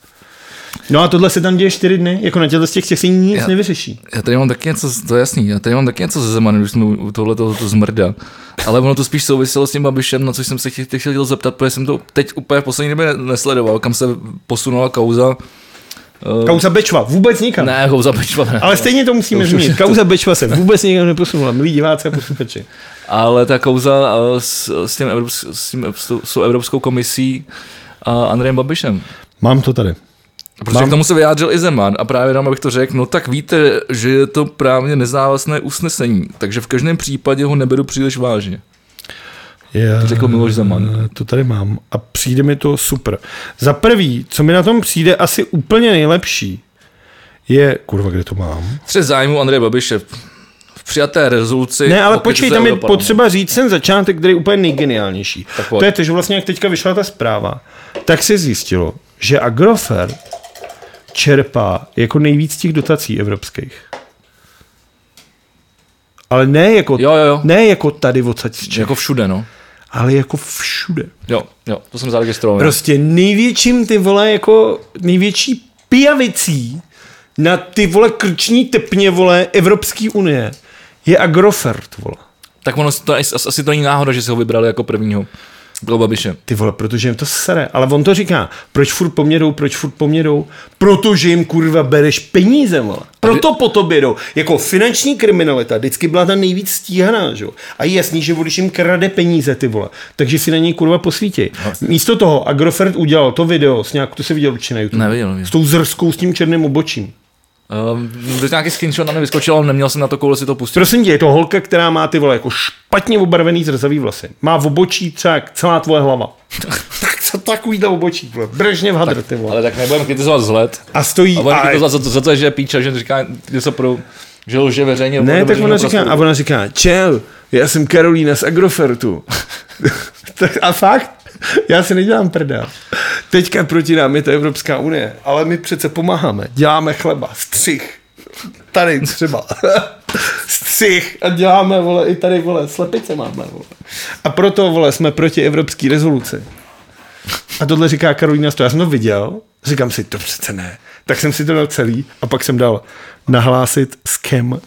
[SPEAKER 2] No a tohle se tam děje čtyři dny, jako na těchto z těch, těch se nic
[SPEAKER 1] Já-
[SPEAKER 2] nevyřeší.
[SPEAKER 1] Já tady mám taky něco, z- to je jasný, já tady mám taky něco ze Zemanu, když jsme u u tohle toho zmrda. Ale ono to spíš souviselo s tím Babišem, na což jsem se chtěl, chtěl zeptat, protože jsem to teď úplně v poslední době nesledoval, kam se posunula kauza.
[SPEAKER 2] Kauza Bečva, vůbec nikam.
[SPEAKER 1] Eh, Ne, kauza Babišova, ne.
[SPEAKER 2] Ale stejně to musíme
[SPEAKER 1] To už-
[SPEAKER 2] zmínit. Kauza Bečva se vůbec nikam neposunula, milí diváci a posluchači.
[SPEAKER 1] Ale ta kauza eh, s, s, tím, Evrops- s, tím, s, tou- s tou Evropskou komisí a Andrejem Babišem.
[SPEAKER 2] Mám to tady.
[SPEAKER 1] Protože k tomu se vyjádřil i Zeman a právě nám, abych to řekl, no tak víte, že je to právně nezávazné usnesení, takže v každém případě ho neberu příliš vážně.
[SPEAKER 2] Já,
[SPEAKER 1] řekl Miloš Zeman.
[SPEAKER 2] Eh, To tady mám a přijde mi to super. Za prvý, co mi na tom přijde asi úplně nejlepší, je, kurva, kde to mám?
[SPEAKER 1] Střed zájmu Andreje Babiše v přijaté rezoluci...
[SPEAKER 2] Ne, ale
[SPEAKER 1] pokud
[SPEAKER 2] počkej,
[SPEAKER 1] se
[SPEAKER 2] tam je
[SPEAKER 1] europarlamentu.
[SPEAKER 2] potřeba říct ten začátek, který je úplně nejgeniálnější.
[SPEAKER 1] Tak pojď.
[SPEAKER 2] To je to, že vlastně jak teďka vyšla ta zpráva, tak se zjistilo, že Agrofert čerpá jako nejvíc těch dotací evropských. Ale ne jako,
[SPEAKER 1] Jo, jo, jo.
[SPEAKER 2] Ne jako tady odsaď z Čech,
[SPEAKER 1] Jako všude, no.
[SPEAKER 2] ale jako všude.
[SPEAKER 1] Jo, jo, to jsem zaregistroval.
[SPEAKER 2] Prostě největším ty vole jako největší pijavicí na ty vole krční tepně vole Evropské unie je Agrofert vole.
[SPEAKER 1] Tak ono, to, asi, asi to není náhoda, že si ho vybrali jako prvního. Bylo Babiše.
[SPEAKER 2] Ty vole, protože jim to sere. Ale on to říká, proč furt po mně jdou, proč furt po mně jdou? Protože jim kurva bereš peníze, vole. Proto po tobě jdou. Jako finanční kriminalita vždycky byla ta nejvíc stíhaná, že jo. A je jasný, že když jim krade peníze, ty vole, takže si na něj kurva posvítěj. Místo toho Agrofert udělal to video s nějakou, to se viděl určitě na YouTube.
[SPEAKER 1] Neviděl, neviděl.
[SPEAKER 2] S tou zrskou, s tím černým obočím.
[SPEAKER 1] Uh, nějaký screenshot na mě vyskočil, ale neměl jsem na to koule si to pustit.
[SPEAKER 2] Prosím tě, je to holka, která má ty vole jako špatně obarvený zrzavý vlasy. Má v obočí třeba jak celá tvoje hlava. tak co takový to obočí, vole. Brežně v hadr, ty vole.
[SPEAKER 1] Ale tak nebudeme kritizovat vzhled.
[SPEAKER 2] A stojí...
[SPEAKER 1] A
[SPEAKER 2] a-
[SPEAKER 1] budeme kritizovat za to, za to, že je píča, že říká něco pro... Že lže veřejně.
[SPEAKER 2] Ne,
[SPEAKER 1] pro
[SPEAKER 2] tak
[SPEAKER 1] veřejnou
[SPEAKER 2] ona říká,
[SPEAKER 1] prostoru.
[SPEAKER 2] a ona říká, čel, já jsem Karolína z Agrofertu. tak a fakt, já si nedělám prdel. Teďka proti nám je ta Evropská unie, ale my přece pomáháme. Děláme chleba, střih, tady třeba. střih a děláme, vole, i tady, vole, slepice máme, vole. A proto, vole, jsme proti evropský rezoluci. A tohle říká Karolina Stoja. Já jsem to viděl, říkám si, to přece ne. Tak jsem si to dal celý a pak jsem dal nahlásit skem.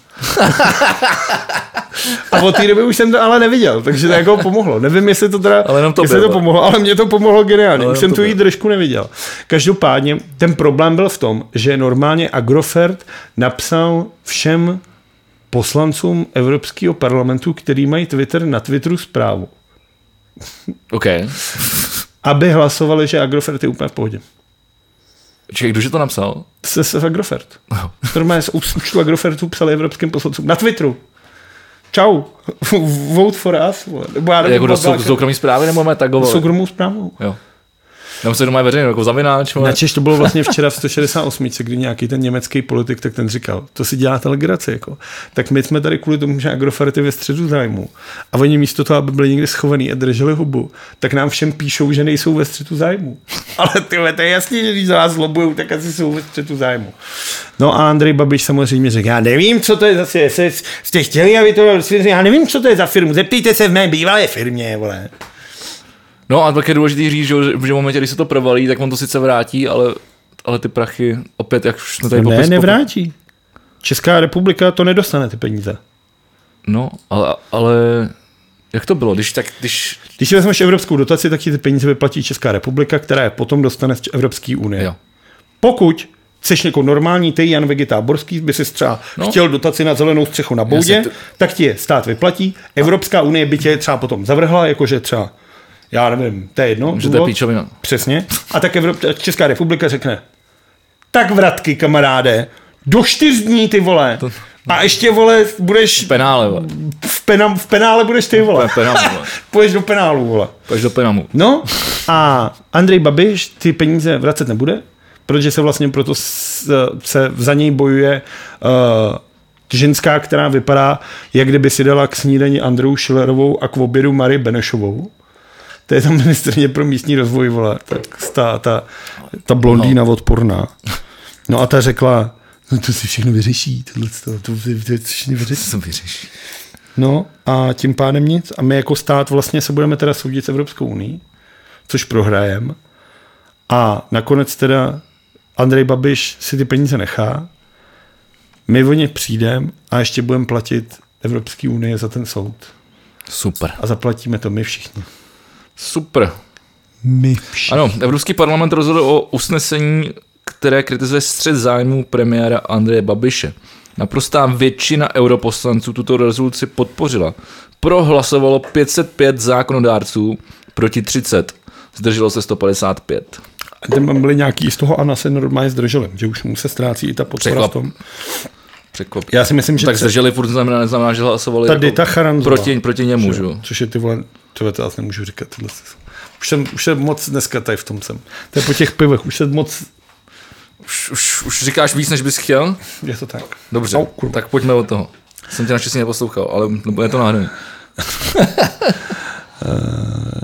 [SPEAKER 2] a od té doby už jsem to ale neviděl, takže to jako pomohlo. Nevím, jestli to teda,
[SPEAKER 1] Ale jenom to
[SPEAKER 2] jestli to
[SPEAKER 1] bylo.
[SPEAKER 2] pomohlo, ale mě to pomohlo geniálně.
[SPEAKER 1] Ale jenom
[SPEAKER 2] Už jsem
[SPEAKER 1] to
[SPEAKER 2] tu jí
[SPEAKER 1] bylo.
[SPEAKER 2] držku neviděl. Každopádně ten problém byl v tom, že normálně Agrofert napsal všem poslancům Evropského parlamentu, který mají Twitter, na Twitteru zprávu,
[SPEAKER 1] OK.
[SPEAKER 2] aby hlasovali, že Agrofert je úplně v pohodě.
[SPEAKER 1] Čekaj, kdože to napsal?
[SPEAKER 2] se, se Agrofert. Normálně z úst- účtu Agrofertu psali evropským poslancům. Na Twitteru. Čau. Vote for us. vole. Nebo já nevím,
[SPEAKER 1] Jako do
[SPEAKER 2] Babiáka.
[SPEAKER 1] sou, soukromý zprávy nebo máme tagovali?
[SPEAKER 2] soukromou zprávou.
[SPEAKER 1] Jo. Nebo se doma je veřejně, jako zavináč, ale...
[SPEAKER 2] Načež to bylo vlastně včera v 168, kdy nějaký ten německý politik, tak ten říkal, to si děláte legraci, jako. Tak my jsme tady kvůli tomu, že Agrofert je ve středu zájmu. A oni místo toho, aby byli někde schovaný a drželi hubu, tak nám všem píšou, že nejsou ve středu zájmu. Ale tyhle, to je jasný, že když za nás lobujou, tak asi jsou ve středu zájmu. No a Andrej Babiš samozřejmě řekl, já nevím, co to je zase, jestli jste chtěli, aby to bylo, já nevím, co to je za firmu, zeptejte se v mé bývalé firmě, vole.
[SPEAKER 1] No a pak je důležité říct, že, že v momentě, když se to provalí, tak on to sice vrátí, ale, ale ty prachy opět, jak už jsme tady
[SPEAKER 2] Ne,
[SPEAKER 1] popis-
[SPEAKER 2] nevrátí. Česká republika to nedostane ty peníze.
[SPEAKER 1] No, ale, ale jak to bylo, když tak, když...
[SPEAKER 2] Když si vezmeš evropskou dotaci, tak ti ty peníze vyplatí Česká republika, která je potom dostane z Č- Evropské unie.
[SPEAKER 1] Jo.
[SPEAKER 2] Pokud chceš jako normální, ty Jan Vegeta Borský by si třeba
[SPEAKER 1] No.
[SPEAKER 2] no. chtěl dotaci na zelenou střechu na boudě,
[SPEAKER 1] Jasně, to-
[SPEAKER 2] tak ti je stát vyplatí. Evropská unie by tě je třeba potom zavrhla, jakože třeba, já nevím, to je jedno.
[SPEAKER 1] Že to je
[SPEAKER 2] důvod.
[SPEAKER 1] píčovina.
[SPEAKER 2] Přesně. A tak Evrop- Česká republika řekne, tak vratky, kamaráde, do čtyř dní ty vole. A ještě vole, budeš
[SPEAKER 1] Penále, vole.
[SPEAKER 2] v, penam, v penále budeš ty vole.
[SPEAKER 1] Pe- penále, vole.
[SPEAKER 2] Půjdeš do penálu, vole.
[SPEAKER 1] Pojď do Penamu.
[SPEAKER 2] No a Andrej Babiš ty peníze vracet nebude, protože se vlastně proto s- se za něj bojuje uh, ženská, která vypadá, jak kdyby si dala k snídani Andreu Schillerovou a k obědu Marii Benešovou. To je tam ministrně pro místní rozvoj, vole, tak ta, ta, ta blondýna odporná. No a ta řekla, no to si všechno vyřeší, tohle to, to, to, to, to všechno vyřeší.
[SPEAKER 1] Co vyřešíš?
[SPEAKER 2] No a tím pádem nic. A my jako stát vlastně se budeme teda soudit s Evropskou unii, což prohrajem. A nakonec teda Andrej Babiš si ty peníze nechá, my o ně přijdeme a ještě budeme platit Evropské unie za ten soud.
[SPEAKER 1] Super.
[SPEAKER 2] A zaplatíme to my všichni.
[SPEAKER 1] Super.
[SPEAKER 2] My všichni.
[SPEAKER 1] Ano, Evropský parlament rozhodl o usnesení, které kritizuje střed zájmů premiéra Andreje Babiše. Naprostá většina europoslanců tuto rezoluci podpořila. Prohlasovalo 505 zákonodárců proti 30. Zdrželo se 155.
[SPEAKER 2] A tam byly nějaký, z toho Ana se normálně zdrželi, že už mu se ztrácí i ta podpora v
[SPEAKER 1] Překlap.
[SPEAKER 2] tom.
[SPEAKER 1] Překvap.
[SPEAKER 2] Já si myslím, že
[SPEAKER 1] tak
[SPEAKER 2] to-
[SPEAKER 1] zdrželi furt, znamená, neznamená, že hlasovali jako
[SPEAKER 2] Ta no. Dita Charanzová.
[SPEAKER 1] proti, proti němu, že? jo?
[SPEAKER 2] Což je ty vole, to já to asi nemůžu říkat. Tohle. Už jsem, už jsem moc dneska tady v tom jsem. To je po těch pivech, už jsem moc,
[SPEAKER 1] Už, už, už říkáš víc, než bys chtěl?
[SPEAKER 2] je to tak.
[SPEAKER 1] Dobře,
[SPEAKER 2] No, kurva.
[SPEAKER 1] tak pojďme od toho. Jsem tě naštěstí neposlouchal, ale nebo je to náhodou.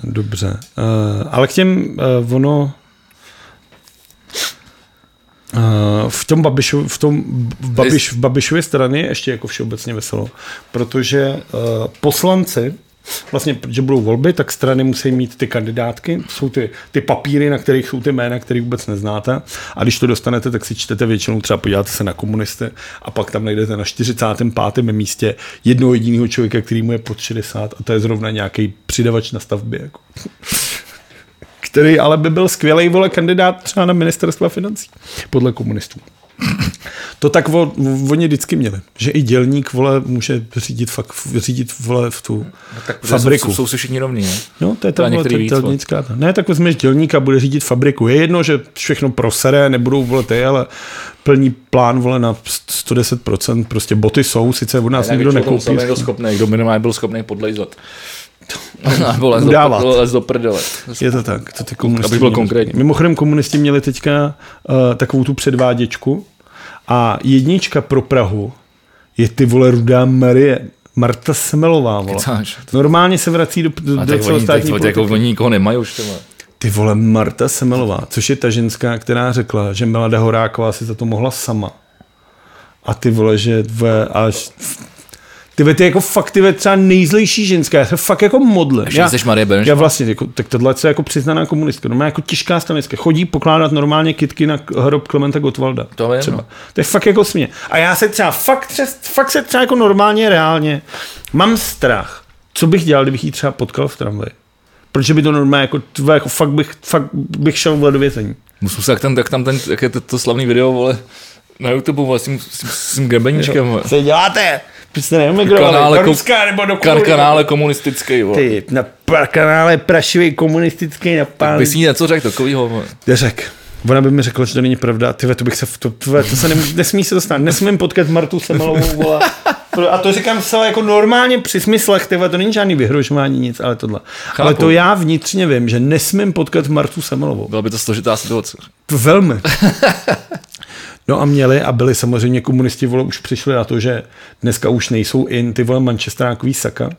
[SPEAKER 2] Dobře. Uh, ale k těm uh, ono... Uh, v tom, Babišu, v tom v Babiš, v Babišově straně je ještě jako všeobecně veselo, protože uh, poslanci, vlastně, protože budou volby, tak strany musí mít ty kandidátky, jsou ty, ty papíry, na kterých jsou ty jména, které vůbec neznáte a když to dostanete, tak si čtete většinou, třeba podíváte se na komunisty a pak tam najdete na 45. místě jednoho jediného člověka, který mu je pod 60 a to je zrovna nějaký přidavač na stavbě. Jako který ale by byl skvělý vole kandidát třeba na ministerstva financí, podle komunistů. To tak o, oni vždycky měli, že i dělník vole může řídit, fakt, řídit vole v tu
[SPEAKER 1] No Tak protože
[SPEAKER 2] fabriku.
[SPEAKER 1] Jsou, jsou, jsou si všichni rovní, ne?
[SPEAKER 2] No, to je
[SPEAKER 1] Teda
[SPEAKER 2] ta vole,
[SPEAKER 1] některý
[SPEAKER 2] ta
[SPEAKER 1] víc,
[SPEAKER 2] dělnická. Ta. Ne, tak vezmeš dělníka, bude řídit fabriku. Je jedno, že všechno prosere, nebudou vole ty, ale plní plán vole na 110%. Prostě boty jsou, sice od nás nikdo nekoupí.
[SPEAKER 1] Kdo schopný, kdo minimálně byl schopný podlejzat. Nebo les
[SPEAKER 2] Udávat.
[SPEAKER 1] do, les do prdele.
[SPEAKER 2] Je to tak, to ty komunisti.
[SPEAKER 1] Aby byl
[SPEAKER 2] měli.
[SPEAKER 1] konkrétní.
[SPEAKER 2] Mimochodem komunisti měli teďka uh, takovou tu předváděčku a jednička pro Prahu je ty vole rudá Marie. Marta Semelová, vole.
[SPEAKER 1] Kecáš.
[SPEAKER 2] Normálně se vrací do, do,
[SPEAKER 1] A tak oni,
[SPEAKER 2] do
[SPEAKER 1] tak,
[SPEAKER 2] celostátní
[SPEAKER 1] tak, jako oni nikoho nemají už, ty vole.
[SPEAKER 2] Ty vole, Marta Semelová, což je ta ženská, která řekla, že Milada Horáková si za to mohla sama. A ty vole, že ve, až... Ty ve, ty jako fakt, ty ve, třeba nejzlejší ženská, já se fakt jako modlím.
[SPEAKER 1] Ještě jsi Marie Beneš.
[SPEAKER 2] já vlastně, jako, tak tohle je jako přiznaná komunistka, normálně jako těžká stanická, chodí pokládat normálně kitky na k- hrob Klementa Gottwalda.
[SPEAKER 1] To vím,
[SPEAKER 2] třeba.
[SPEAKER 1] no.
[SPEAKER 2] To je fakt jako smě. A já se třeba fakt, třes, fakt se třeba jako normálně, reálně, mám strach, co bych dělal, kdybych ji třeba potkal v tramvaji. Protože by to normálně jako, tvé, jako fakt, bych, fakt bych šel vole do vězení.
[SPEAKER 1] Musím se, jak tam, jak tam ten, jak je to, to slavný video, vole, na YouTube, vole, s tím, s tím, s tím grebeníčkem, vole.
[SPEAKER 2] Co děláte? Proč jste neemigrovali?
[SPEAKER 1] Kanále
[SPEAKER 2] do
[SPEAKER 1] kom-
[SPEAKER 2] Ruska nebo do
[SPEAKER 1] Kar-
[SPEAKER 2] Kurdy?
[SPEAKER 1] kanále komunistický, vole.
[SPEAKER 2] Ty, na pra- kanále prašivý komunistický na pán.
[SPEAKER 1] By si jí něco řekl takovýho, vole.
[SPEAKER 2] Deřek. Ona by mi řekla, že to není pravda. Ty ve, to bych se, v- to, tve, to se nemů, nesmí se dostat. Nesmím potkat Martu Semelovou, vole. Pro- A to říkám zcela jako normálně při smyslech, ty ve, to není žádný vyhrožování, nic, ale tohle. Chápu. Ale to já vnitřně vím, že nesmím potkat Martu Semelovou.
[SPEAKER 1] Byla by to složitá situace.
[SPEAKER 2] Velmi. No a měli a byli samozřejmě komunisti, vole, už přišli na to, že dneska už nejsou in ty vole manchesterákový saka,